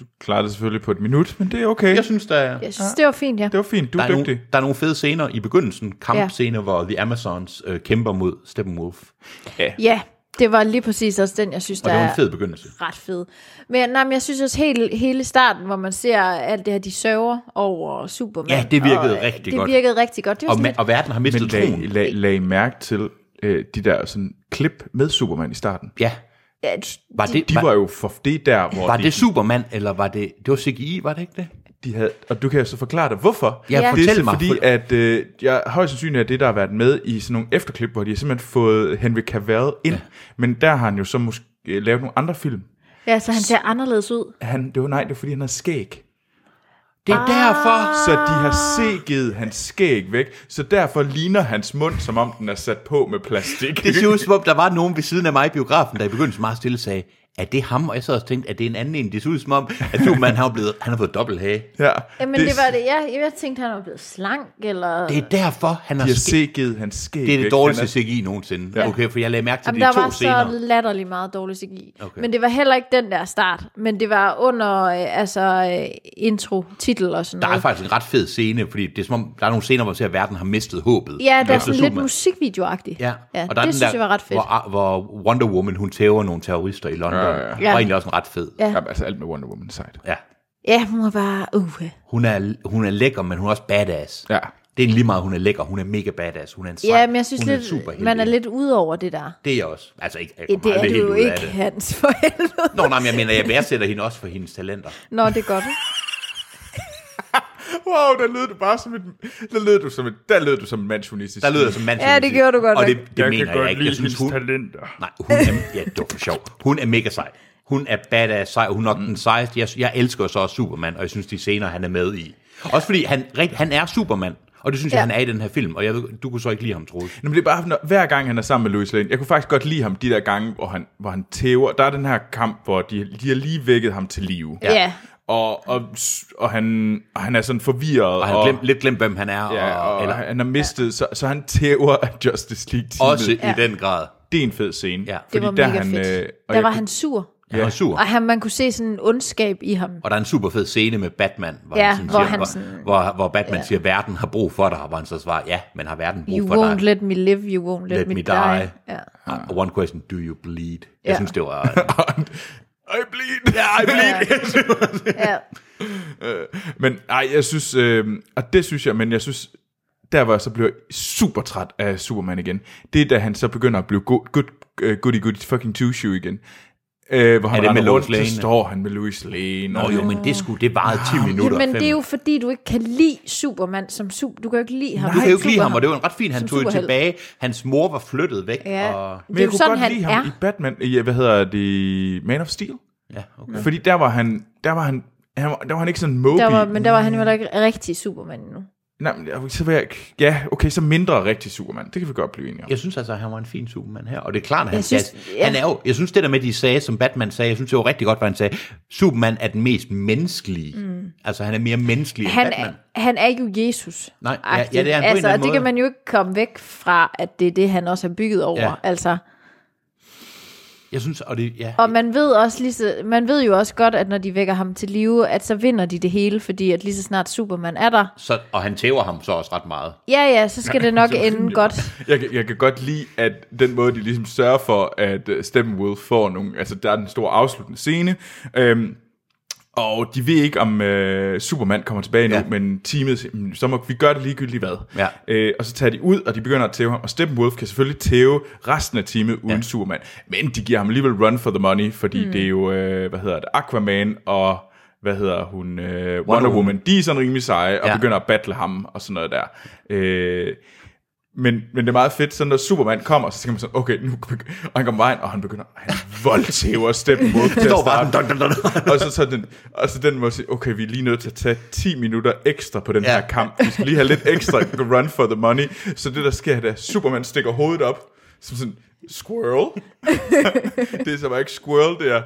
Speaker 1: Du klarede det selvfølgelig på et minut, men det er okay.
Speaker 3: Jeg synes, der er,
Speaker 2: Jeg synes, det var fint, ja.
Speaker 1: det var fint, du
Speaker 3: der,
Speaker 1: er
Speaker 3: er nogle,
Speaker 1: dygtig.
Speaker 3: der er nogle fede scener i begyndelsen, kampscener, ja. hvor The Amazons øh, kæmper mod Steppenwolf. Og
Speaker 2: Ja, det var lige præcis også den, jeg synes, der
Speaker 3: det var
Speaker 2: er
Speaker 3: en fed begyndelse.
Speaker 2: ret fed. Men, nej, men jeg synes også hele, hele starten, hvor man ser alt det her, de sørger over Superman.
Speaker 3: Ja, det virkede
Speaker 2: og, øh,
Speaker 3: rigtig
Speaker 2: det
Speaker 3: godt.
Speaker 2: Det virkede rigtig godt. Det var
Speaker 3: Og,
Speaker 2: sådan
Speaker 3: ma-
Speaker 2: lidt,
Speaker 3: og verden har
Speaker 1: Men
Speaker 3: mistet
Speaker 1: lag,
Speaker 3: troen.
Speaker 1: lag, lag mærke til øh, de der sådan, klip med Superman i starten.
Speaker 3: Ja,
Speaker 2: ja,
Speaker 3: var det,
Speaker 1: De var jo for det er der, hvor
Speaker 3: Var
Speaker 1: de,
Speaker 3: det Superman, eller var det... Det var CGI, var det ikke det?
Speaker 1: de havde... Og du kan jo så forklare dig, hvorfor.
Speaker 3: Ja,
Speaker 2: Ja.
Speaker 3: ja.
Speaker 1: Det er
Speaker 3: fortæl
Speaker 1: så
Speaker 3: mig.
Speaker 1: fordi, at øh, jeg højst sandsynligt er det, der har været med i sådan nogle efterklip, hvor de har simpelthen fået Henry Cavill ind, ja. men der har han jo så måske øh, lavet nogle andre film.
Speaker 2: ja, så han ser anderledes ud.
Speaker 1: Han, det var nej, det var fordi, han havde skæg.
Speaker 3: Det
Speaker 2: Ah.
Speaker 3: er derfor...
Speaker 1: Så de har CG'et hans skæg væk, så derfor ligner hans mund, som om den er sat på med plastik.
Speaker 3: Det ser ud som om, der var nogen ved siden af mig i biografen, der i begyndelsen meget stille sagde, er det ham? Og jeg så også tænkte, at det er en anden en. Det ser ud som om, at Superman har, jo blevet, han har fået dobbelthage.
Speaker 1: ja,
Speaker 2: Jamen, det, det var det. Ja, jeg tænkte, han var blevet slank, eller...
Speaker 3: Det er derfor, han har
Speaker 1: De har
Speaker 3: ske-
Speaker 1: CG'et hans skæg
Speaker 3: Det er
Speaker 1: væk.
Speaker 3: det dårligste CGI nogensinde.
Speaker 1: Ja.
Speaker 3: Ja. Okay, for jeg lagde mærke til
Speaker 2: Jamen,
Speaker 3: de
Speaker 2: der
Speaker 3: to
Speaker 2: var så
Speaker 3: scener.
Speaker 2: latterligt meget dårlig CGI. Okay.
Speaker 3: Okay.
Speaker 2: Men det var heller ikke den der start. Men det var under øh, altså, øh, intro, titel og sådan
Speaker 3: Der er
Speaker 2: noget.
Speaker 3: faktisk en ret fed scene, fordi det er som om, der er nogle scener, hvor man ser, at verden har mistet håbet.
Speaker 2: Ja, der er
Speaker 3: efter
Speaker 2: sådan lidt
Speaker 3: Superman.
Speaker 2: musikvideoagtigt.
Speaker 3: Ja,
Speaker 2: ja
Speaker 3: og der er
Speaker 2: det
Speaker 3: den
Speaker 2: synes
Speaker 3: der, ah,
Speaker 2: jeg var ret fedt.
Speaker 3: Hvor, hvor Wonder Woman, hun tæver nogle terrorister i London, Wonder Woman.
Speaker 1: ja,
Speaker 3: Ja. Og egentlig også en ret fed. Ja.
Speaker 1: ja. Jamen, altså alt med Wonder Woman sejt.
Speaker 3: ja.
Speaker 2: Ja, hun var bare, uh,
Speaker 3: Hun, er, hun er lækker, men hun er også badass.
Speaker 1: Ja.
Speaker 3: Det er lige meget, hun er lækker. Hun er mega badass. Hun er en sej.
Speaker 2: Ja, men jeg synes
Speaker 3: hun er
Speaker 2: lidt,
Speaker 3: superheldig.
Speaker 2: man er lidt ude over det der.
Speaker 3: Det er jeg også. Altså ikke, jeg
Speaker 2: Ja,
Speaker 3: kommer
Speaker 2: det er
Speaker 3: aldrig helt
Speaker 2: du jo
Speaker 3: ud af
Speaker 2: ikke,
Speaker 3: det.
Speaker 2: Hans, for helvede.
Speaker 3: Nå, nej, men jeg mener, jeg værdsætter hende også for hendes talenter.
Speaker 2: Nå, det er godt.
Speaker 1: Wow, der lød du bare som et... Der lød du som et... Der lød du som en mandsjournalist.
Speaker 3: Der lyder jeg som mand.
Speaker 2: Ja, det gjorde du godt
Speaker 3: Og det,
Speaker 2: nok.
Speaker 3: det mener jeg ikke. Jeg synes, hun,
Speaker 1: talenter.
Speaker 3: nej, hun er, ja, det var for sjov. Hun er mega sej. Hun er badass sej, og hun er nok den sejeste. Jeg, jeg elsker jo så også Superman, og jeg synes, de scener, han er med i. Også fordi han, rigt- han er Superman, og det synes ja. jeg,
Speaker 2: Ja.
Speaker 3: han er i den her film. Og jeg ved, du kunne så ikke lide ham, Troels.
Speaker 1: Nå, men det er bare, når, hver gang han er sammen med Louis Lane, jeg kunne faktisk godt lide ham de der gange, hvor han, hvor han tæver. Der er den her kamp, hvor de, de har lige vækket ham til live.
Speaker 2: Ja. ja.
Speaker 1: Og, og, og, han, og han er sådan forvirret.
Speaker 3: Og han glemt, lidt glemt, hvem han er.
Speaker 1: ja, og
Speaker 3: eller,
Speaker 1: eller, han har mistet, ja. så, så han tæver af Justice League-teamet.
Speaker 3: også
Speaker 1: ja.
Speaker 3: i den grad.
Speaker 1: Det er en fed scene.
Speaker 3: Ja. Det
Speaker 2: Det var
Speaker 1: der
Speaker 2: mega
Speaker 1: han,
Speaker 2: fedt.
Speaker 1: øh, og
Speaker 2: der
Speaker 1: jeg
Speaker 2: var
Speaker 1: kunne-
Speaker 2: han sur.
Speaker 3: Han er sur.
Speaker 2: Og han, man kunne se sådan en ondskab i ham.
Speaker 3: Og der er en super fed scene med Batman, hvor,
Speaker 2: Ja,
Speaker 3: han sådan
Speaker 2: hvor
Speaker 3: siger,
Speaker 2: han
Speaker 3: hvor,
Speaker 2: sådan-
Speaker 3: hvor, hvor Batman ja. siger, verden har brug for dig, og hvor han så svarer, ja, men har verden brug
Speaker 2: You
Speaker 3: for
Speaker 2: won't
Speaker 3: dig?
Speaker 2: let me live, you won't let,
Speaker 3: Let
Speaker 2: me
Speaker 3: me
Speaker 2: die.
Speaker 3: die.
Speaker 2: Ja.
Speaker 3: Uh, one question, do you bleed? Ja. Jeg
Speaker 2: Ja.
Speaker 3: synes, det var...
Speaker 1: I bleed. Ja, I bleed.
Speaker 2: ja.
Speaker 1: men nej, jeg synes, øh, og det synes jeg, men jeg synes, der hvor jeg så bliver super træt af Superman igen, det er da han så begynder at blive good, good, øh, goody goody fucking two-shoe igen. Øh, hvor han
Speaker 3: det med
Speaker 1: render
Speaker 3: Lois
Speaker 1: rundt,
Speaker 3: Lane?
Speaker 1: så står han med Louis Lane.
Speaker 3: Nå
Speaker 1: og-
Speaker 3: jo, men det skulle, det varede 10 minutter.
Speaker 2: Jamen,
Speaker 3: og fem
Speaker 2: det er jo fordi, du ikke kan lide Superman som super. Du kan jo ikke lide ham.
Speaker 3: Du kan
Speaker 2: som
Speaker 3: jo ikke lide ham,
Speaker 2: superhelt.
Speaker 3: og det var en ret fin, han
Speaker 2: Som
Speaker 3: tog jo
Speaker 2: superhelt.
Speaker 3: tilbage. Hans mor var flyttet væk.
Speaker 2: Ja.
Speaker 3: Og,
Speaker 1: Men
Speaker 2: det er
Speaker 1: jeg
Speaker 2: jo
Speaker 1: kunne
Speaker 2: sådan,
Speaker 1: godt
Speaker 2: han
Speaker 1: lide ham
Speaker 2: er.
Speaker 1: i Batman, i, hvad hedder det, Man of Steel.
Speaker 3: ja, okay.
Speaker 1: Fordi der var han, der var han, han var, der var han ikke sådan Moby.
Speaker 2: Der var, men der var han jo heller ikke rigtig Superman nu.
Speaker 1: Nej, men jeg- så var jeg, ikke- ja, okay, så mindre rigtig Superman. Det kan vi godt blive enige om.
Speaker 3: Jeg synes altså, at han var en fin Superman her, og det er klart, at han,
Speaker 2: Jeg synes-
Speaker 3: synes,
Speaker 2: ja.
Speaker 3: han er jo, jeg synes det der med, de sagde, som Batman sagde, jeg synes det var rigtig godt, hvad han sagde, Superman er den mest menneskelige. Mm. Altså, han er mere menneskelig
Speaker 2: Han
Speaker 3: end Batman.
Speaker 2: er, han er jo Jesus.
Speaker 3: Nej, ja- ja, det er han på en
Speaker 2: altså,
Speaker 3: eller anden
Speaker 2: og det kan
Speaker 3: måde.
Speaker 2: man jo ikke komme væk fra, at det er det, han også er bygget over.
Speaker 3: Ja.
Speaker 2: Ja. Altså,
Speaker 3: Jeg synes, og det, ja,
Speaker 2: og man ved, også lige så, man ved jo også godt, at når de vækker ham til live, at så vinder de det hele, fordi at lige så snart Superman er der,
Speaker 3: så, og han tæver ham så også ret meget.
Speaker 2: ja ja, så skal det nok ende godt.
Speaker 1: Jeg, kan- jeg kan godt lide, at den måde, de ligesom sørger for, at øh, Steppenwolf får nogle... Altså, der er den store afsluttende scene, øhm, og de ved ikke, om øh, Superman kommer tilbage nu,
Speaker 3: Ja.
Speaker 1: ja. men teamet, siger, "Mm, så må vi gøre det ligegyldigt hvad.
Speaker 3: Ja.
Speaker 1: Øh, og så tager de ud, og de begynder at tæve ham, og Steppenwolf kan selvfølgelig tæve resten af teamet uden
Speaker 3: Ja.
Speaker 1: ja. Superman, men de giver ham alligevel run for the money, fordi mm. det er jo, øh, hvad hedder det, Aquaman og hvad hedder hun, øh, Wonder, Wonder Woman, de er sådan rimelig seje, og
Speaker 3: Ja.
Speaker 1: ja. begynder at battle ham, og sådan noget der. Øh, men, men det er meget fedt, sådan når Superman kommer, så tænker man sådan, okay, nu begy- og han kommer vejen, og han begynder, han voldtæver steppen mod til at
Speaker 3: står bare
Speaker 1: starte.
Speaker 3: sådan, dun, dun, dun, dun.
Speaker 1: Og så, så den, og så den må sige, okay, vi er lige nødt til at tage 10 minutter ekstra på den
Speaker 3: Ja.
Speaker 1: ja. her kamp. Vi skal lige have lidt ekstra run for the money. Så det, der sker, er, at Superman stikker hovedet op, som sådan, squirrel. det er så bare ikke squirrel, det er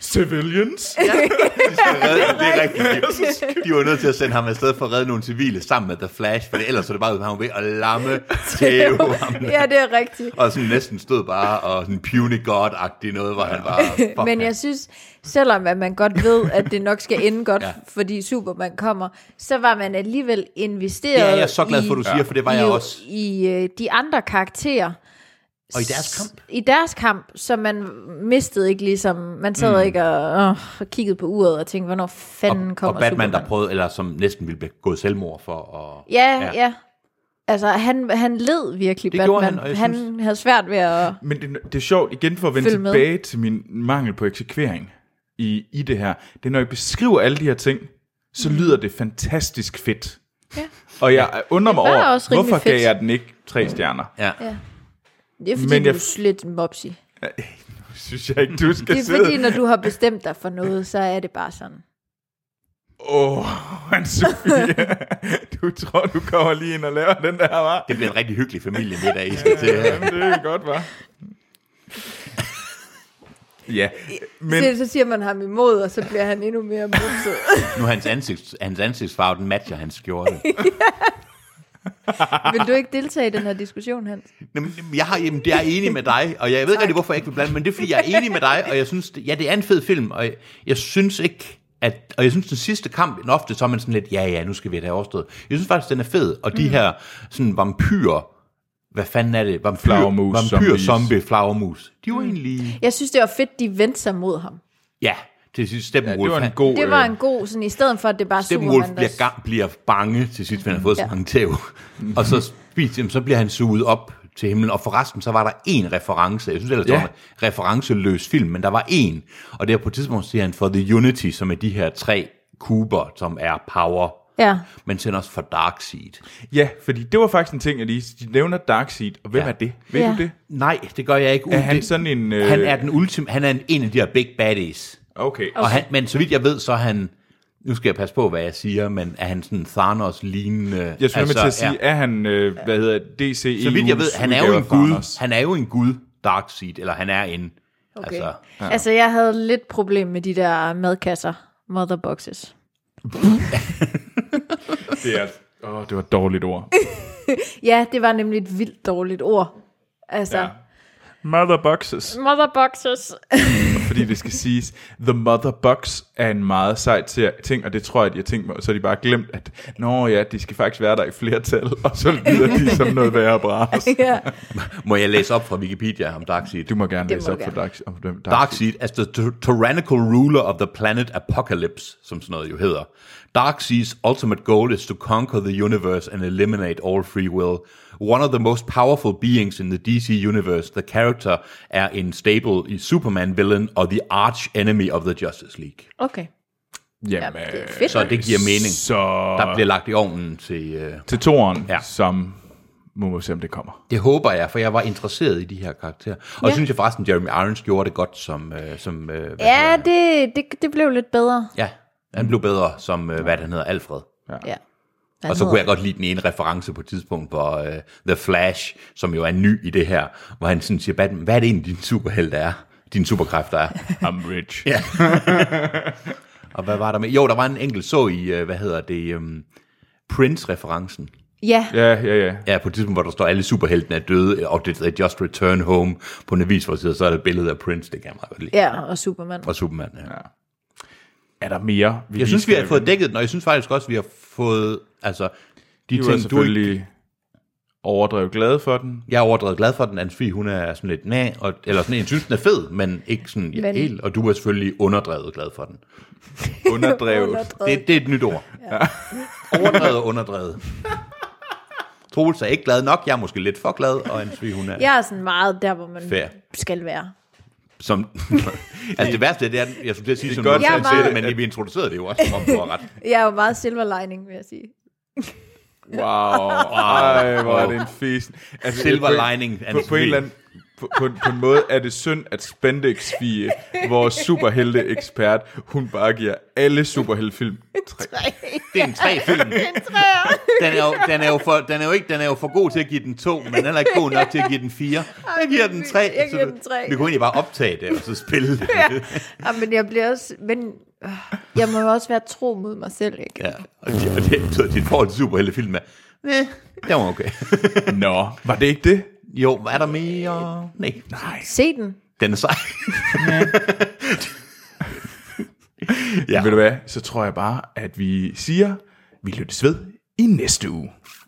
Speaker 1: civilians.
Speaker 3: det er rigtigt. De var nødt til at sende ham afsted for at redde nogle civile sammen med The Flash, for ellers så er det bare, at han var ved at lamme tæve ham.
Speaker 2: ja, det er rigtigt.
Speaker 3: Og sådan næsten stod bare og sådan puny god-agtig noget, hvor han bare... Fuck,
Speaker 2: Men jeg synes, selvom at man godt ved, at det nok skal ende godt,
Speaker 3: Ja.
Speaker 2: ja. fordi Superman kommer, så var man alligevel investeret
Speaker 3: Det er jeg så glad for,
Speaker 2: i,
Speaker 3: du siger, for det var
Speaker 2: i,
Speaker 3: jeg også.
Speaker 2: I øh, de andre karakterer.
Speaker 3: Og i deres kamp.
Speaker 2: I deres kamp, så man mistede ikke ligesom, man sad mm. ikke og, åh, og kiggede på uret og tænkte, hvornår fanden
Speaker 3: og,
Speaker 2: kommer
Speaker 3: og Batman,
Speaker 2: Superman?
Speaker 3: der prøvede, eller som næsten ville begå selvmord for at...
Speaker 2: Ja, ja.
Speaker 3: Ja.
Speaker 2: ja. Altså, han, han led virkelig
Speaker 3: Det gjorde
Speaker 2: Batman.
Speaker 3: han, og jeg
Speaker 2: han
Speaker 3: synes-
Speaker 2: havde svært ved at...
Speaker 1: Men det, det er sjovt, igen for at vende
Speaker 2: Følg med.
Speaker 1: tilbage til min mangel på eksekvering i, i det her. Det er, når jeg beskriver alle de her ting, så lyder det fantastisk fedt.
Speaker 2: Mhm. Ja.
Speaker 1: Og jeg undrer mig
Speaker 2: Det var
Speaker 1: over,
Speaker 2: også rimelig
Speaker 1: hvorfor
Speaker 2: fedt.
Speaker 1: gav jeg den ikke tre stjerner?
Speaker 3: Ja.
Speaker 2: Det er fordi,
Speaker 1: Men
Speaker 2: Men
Speaker 1: jeg-
Speaker 2: jeg... du er slet mopsi.
Speaker 1: Synes jeg ikke, du skal
Speaker 2: Det er
Speaker 1: sidde...
Speaker 2: fordi, når du har bestemt dig for noget, så er det bare sådan.
Speaker 1: Åh, oh, Anne-Sophie, du tror, du kommer lige ind og laver den der, var.
Speaker 3: Det bliver en rigtig hyggelig familie med dag, I skal til. her.
Speaker 1: Jamen, det er godt, var. Ja, men...
Speaker 2: Men... Så, så siger man ham imod, og så bliver han endnu mere mumset.
Speaker 3: Nu er hans, ansigts, hans ansigtsfarve, den matcher hans skjorte.
Speaker 2: Vil du ikke deltage i den her diskussion, Hans?
Speaker 3: Jamen, jeg, har, jamen, det er jeg enig med dig, og jeg ved ikke rigtig, hvorfor jeg ikke vil blande, men det er, fordi jeg er enig med dig, og jeg synes, det- ja, det er en fed film, og jeg, jeg synes ikke, at, og jeg synes, den sidste kamp, ofte så er man
Speaker 1: Mm.
Speaker 3: sådan lidt, ja, ja, nu skal vi have det overstået. Jeg synes faktisk, den er fed, og de her sådan vampyr hvad fanden er det? Vampyr,
Speaker 1: Flagermus,
Speaker 3: vampyr
Speaker 1: zombies. Mm.
Speaker 3: zombie, flagermus. De var egentlig...
Speaker 2: Jeg synes, det var fedt, de vendte sig mod ham.
Speaker 3: Ja, til sidst Steppenwolf.
Speaker 1: det var en
Speaker 3: han-
Speaker 1: god...
Speaker 2: Det var
Speaker 1: øh,
Speaker 2: en god, sådan, i stedet for, at det bare er
Speaker 3: Steppenwolf
Speaker 2: Superman,
Speaker 3: bliver,
Speaker 2: der...
Speaker 3: gang, bliver bange til sidst, for han har fået ja.
Speaker 2: Ja.
Speaker 3: så mange tæv. Og så, spiser, jamen, så bliver han suget op til himlen. Og forresten, så var der en reference. Jeg synes ellers, det
Speaker 1: Ja.
Speaker 3: var en referenceløs film, men der var en. Og der på et tidspunkt siger han for The Unity, som er de her tre kuber, som er power.
Speaker 2: Ja.
Speaker 3: Men sen også for Darkseid.
Speaker 1: Ja, fordi det var faktisk en ting, at de, de nævner Darkseid, og hvem
Speaker 3: Ja.
Speaker 1: ja. er det? Ved
Speaker 2: Ja.
Speaker 1: ja. du det?
Speaker 3: Nej, det gør jeg ikke.
Speaker 1: Er han
Speaker 3: det,
Speaker 1: sådan en... Øh,
Speaker 3: han er den ultim, han er en, en af de her big baddies.
Speaker 1: Okay.
Speaker 3: Og han, men så vidt jeg ved, så er han... Nu skal jeg passe på, hvad jeg siger, men er han sådan Thanos-lignende?
Speaker 1: Jeg skulle altså, til at sige, ja. er han, øh, hvad hedder det, DC
Speaker 3: Så vidt jeg ved, han er jo en gud.
Speaker 1: Han,
Speaker 3: Han er jo en gud, Darkseid, eller han er en...
Speaker 2: Okay.
Speaker 3: Altså,
Speaker 2: ja. Altså, jeg havde lidt problem med de der madkasser, motherboxes.
Speaker 1: det, er, åh, det var et dårligt ord.
Speaker 2: Ja, det var nemlig et vildt dårligt ord. Altså,
Speaker 1: Ja.
Speaker 2: ja.
Speaker 1: Mother boxes,
Speaker 2: motherboxes.
Speaker 1: fordi det skal siges. The mother box er en meget sej ti- ting, og det tror jeg, at de har tænkt mig, så har de bare glemt, at nå ja, de skal faktisk være der i flertal, og så lyder de som noget værre bras.
Speaker 2: ja.
Speaker 3: må jeg læse op fra Wikipedia om Darkseid?
Speaker 1: Du må gerne
Speaker 2: Det
Speaker 1: læse
Speaker 2: må
Speaker 1: op for
Speaker 2: gerne.
Speaker 1: Darks, om dem.
Speaker 3: Darkseid as the ty- tyrannical ruler of the planet Apocalypse, som sådan noget jo hedder. Darkseid's ultimate goal is to conquer the universe and eliminate all free will. One of the most powerful beings in the DC universe, the character er en stable i Superman villain og the arch enemy of the Justice League.
Speaker 2: Okay.
Speaker 1: Jamen,
Speaker 2: det er
Speaker 1: øh,
Speaker 2: fedt.
Speaker 3: Så det giver mening.
Speaker 1: Så
Speaker 3: Der bliver lagt i ovnen til... Øh,
Speaker 1: til toren,
Speaker 3: Ja.
Speaker 1: ja. som må vi se, om det kommer.
Speaker 3: Det håber jeg, for jeg var interesseret i de her karakterer. Og ja. synes jeg forresten, Jeremy Irons gjorde det godt som... Øh, som øh, hvad hedder
Speaker 2: Ja,
Speaker 3: han?
Speaker 2: det, det, det blev lidt bedre.
Speaker 3: ja, han blev bedre som, øh, hvad han hedder, Alfred.
Speaker 2: Ja.
Speaker 3: Og så kunne jeg godt lide den ene reference på et tidspunkt, hvor øh, The Flash, som jo er ny i det her, hvor han sådan siger, Batman, hvad er det egentlig, din superhelt er? Dine superkræfter er?
Speaker 1: I'm rich.
Speaker 3: Og hvad var der med? Jo, der var en enkelt så i, øh, hvad hedder det, øhm, Prince-referencen.
Speaker 2: Ja,
Speaker 1: Ja, ja, ja.
Speaker 3: Ja, på et tidspunkt, hvor der står, alle superheltene er døde, og det er just return home på en avis, hvor så er der et billede af Prince, det kan jeg meget godt lide.
Speaker 2: ja og Superman.
Speaker 3: Og Superman, ja.
Speaker 1: Er der mere? Vi
Speaker 3: Jeg
Speaker 1: lige
Speaker 3: synes, vi har
Speaker 1: skal-
Speaker 3: fået dækket den, og jeg synes faktisk også, vi har fået... Altså, de
Speaker 1: De var
Speaker 3: ting, du ikke...
Speaker 1: selvfølgelig overdrevet glade for den.
Speaker 3: Jeg er overdrevet glad for den, Anne Sofie, hun er sådan lidt næ, og, eller sådan, jeg synes, den er fed, men ikke sådan ja,
Speaker 2: Men-
Speaker 3: helt, og du er selvfølgelig underdrevet glad for den.
Speaker 1: Underdrevet.
Speaker 2: Underdrevet.
Speaker 3: Det, det er et nyt ord. Ja. Overdrevet og underdrevet. Troels er ikke glad nok, jeg er måske lidt for glad, og Anne Sofie, hun er
Speaker 2: Jeg er sådan meget der, hvor man
Speaker 3: Fair.
Speaker 2: skal være. som
Speaker 3: som... altså det værste, det er, jeg skulle til at sige, som
Speaker 1: godt,
Speaker 3: godt,
Speaker 2: at
Speaker 3: jeg
Speaker 2: han siger
Speaker 3: siger,
Speaker 2: det,
Speaker 3: men vi introducerede det jo også, som om du har ret.
Speaker 2: Jeg er jo meget silver lining, vil jeg sige.
Speaker 1: Wow. Ej, hvor er det en fis. Altså,
Speaker 3: Silver
Speaker 1: på-
Speaker 3: lining,
Speaker 1: På,
Speaker 3: Anne
Speaker 1: på, en
Speaker 3: Sofie.
Speaker 1: eller anden, på, på, på en måde er det synd, at Spandex Fie, vores superhelte ekspert, hun bare giver alle superheltefilm.
Speaker 3: Det er en tre film. Den er, jo, den, er jo for, den, er jo ikke, den er jo for god til at give den to, men den er ikke god nok til at give den fire. Jeg giver den tre.
Speaker 2: Jeg giver
Speaker 3: så
Speaker 2: den tre.
Speaker 3: Du, vi kunne egentlig bare optage det, og så spille det.
Speaker 2: Ja, men jeg bliver også... Men øh, jeg må jo også være tro mod mig selv, ikke?
Speaker 3: Ja. Og det, og det betyder, at dit forhold til superheltefilm er, eh, det var okay.
Speaker 1: Nå, var det ikke det?
Speaker 3: Jo, er der mere? Nej. Nej.
Speaker 2: Se den.
Speaker 3: Den er sej.
Speaker 1: Ja. Ved du hvad? Så tror jeg bare, at vi siger, vi lyttes ved i næste uge.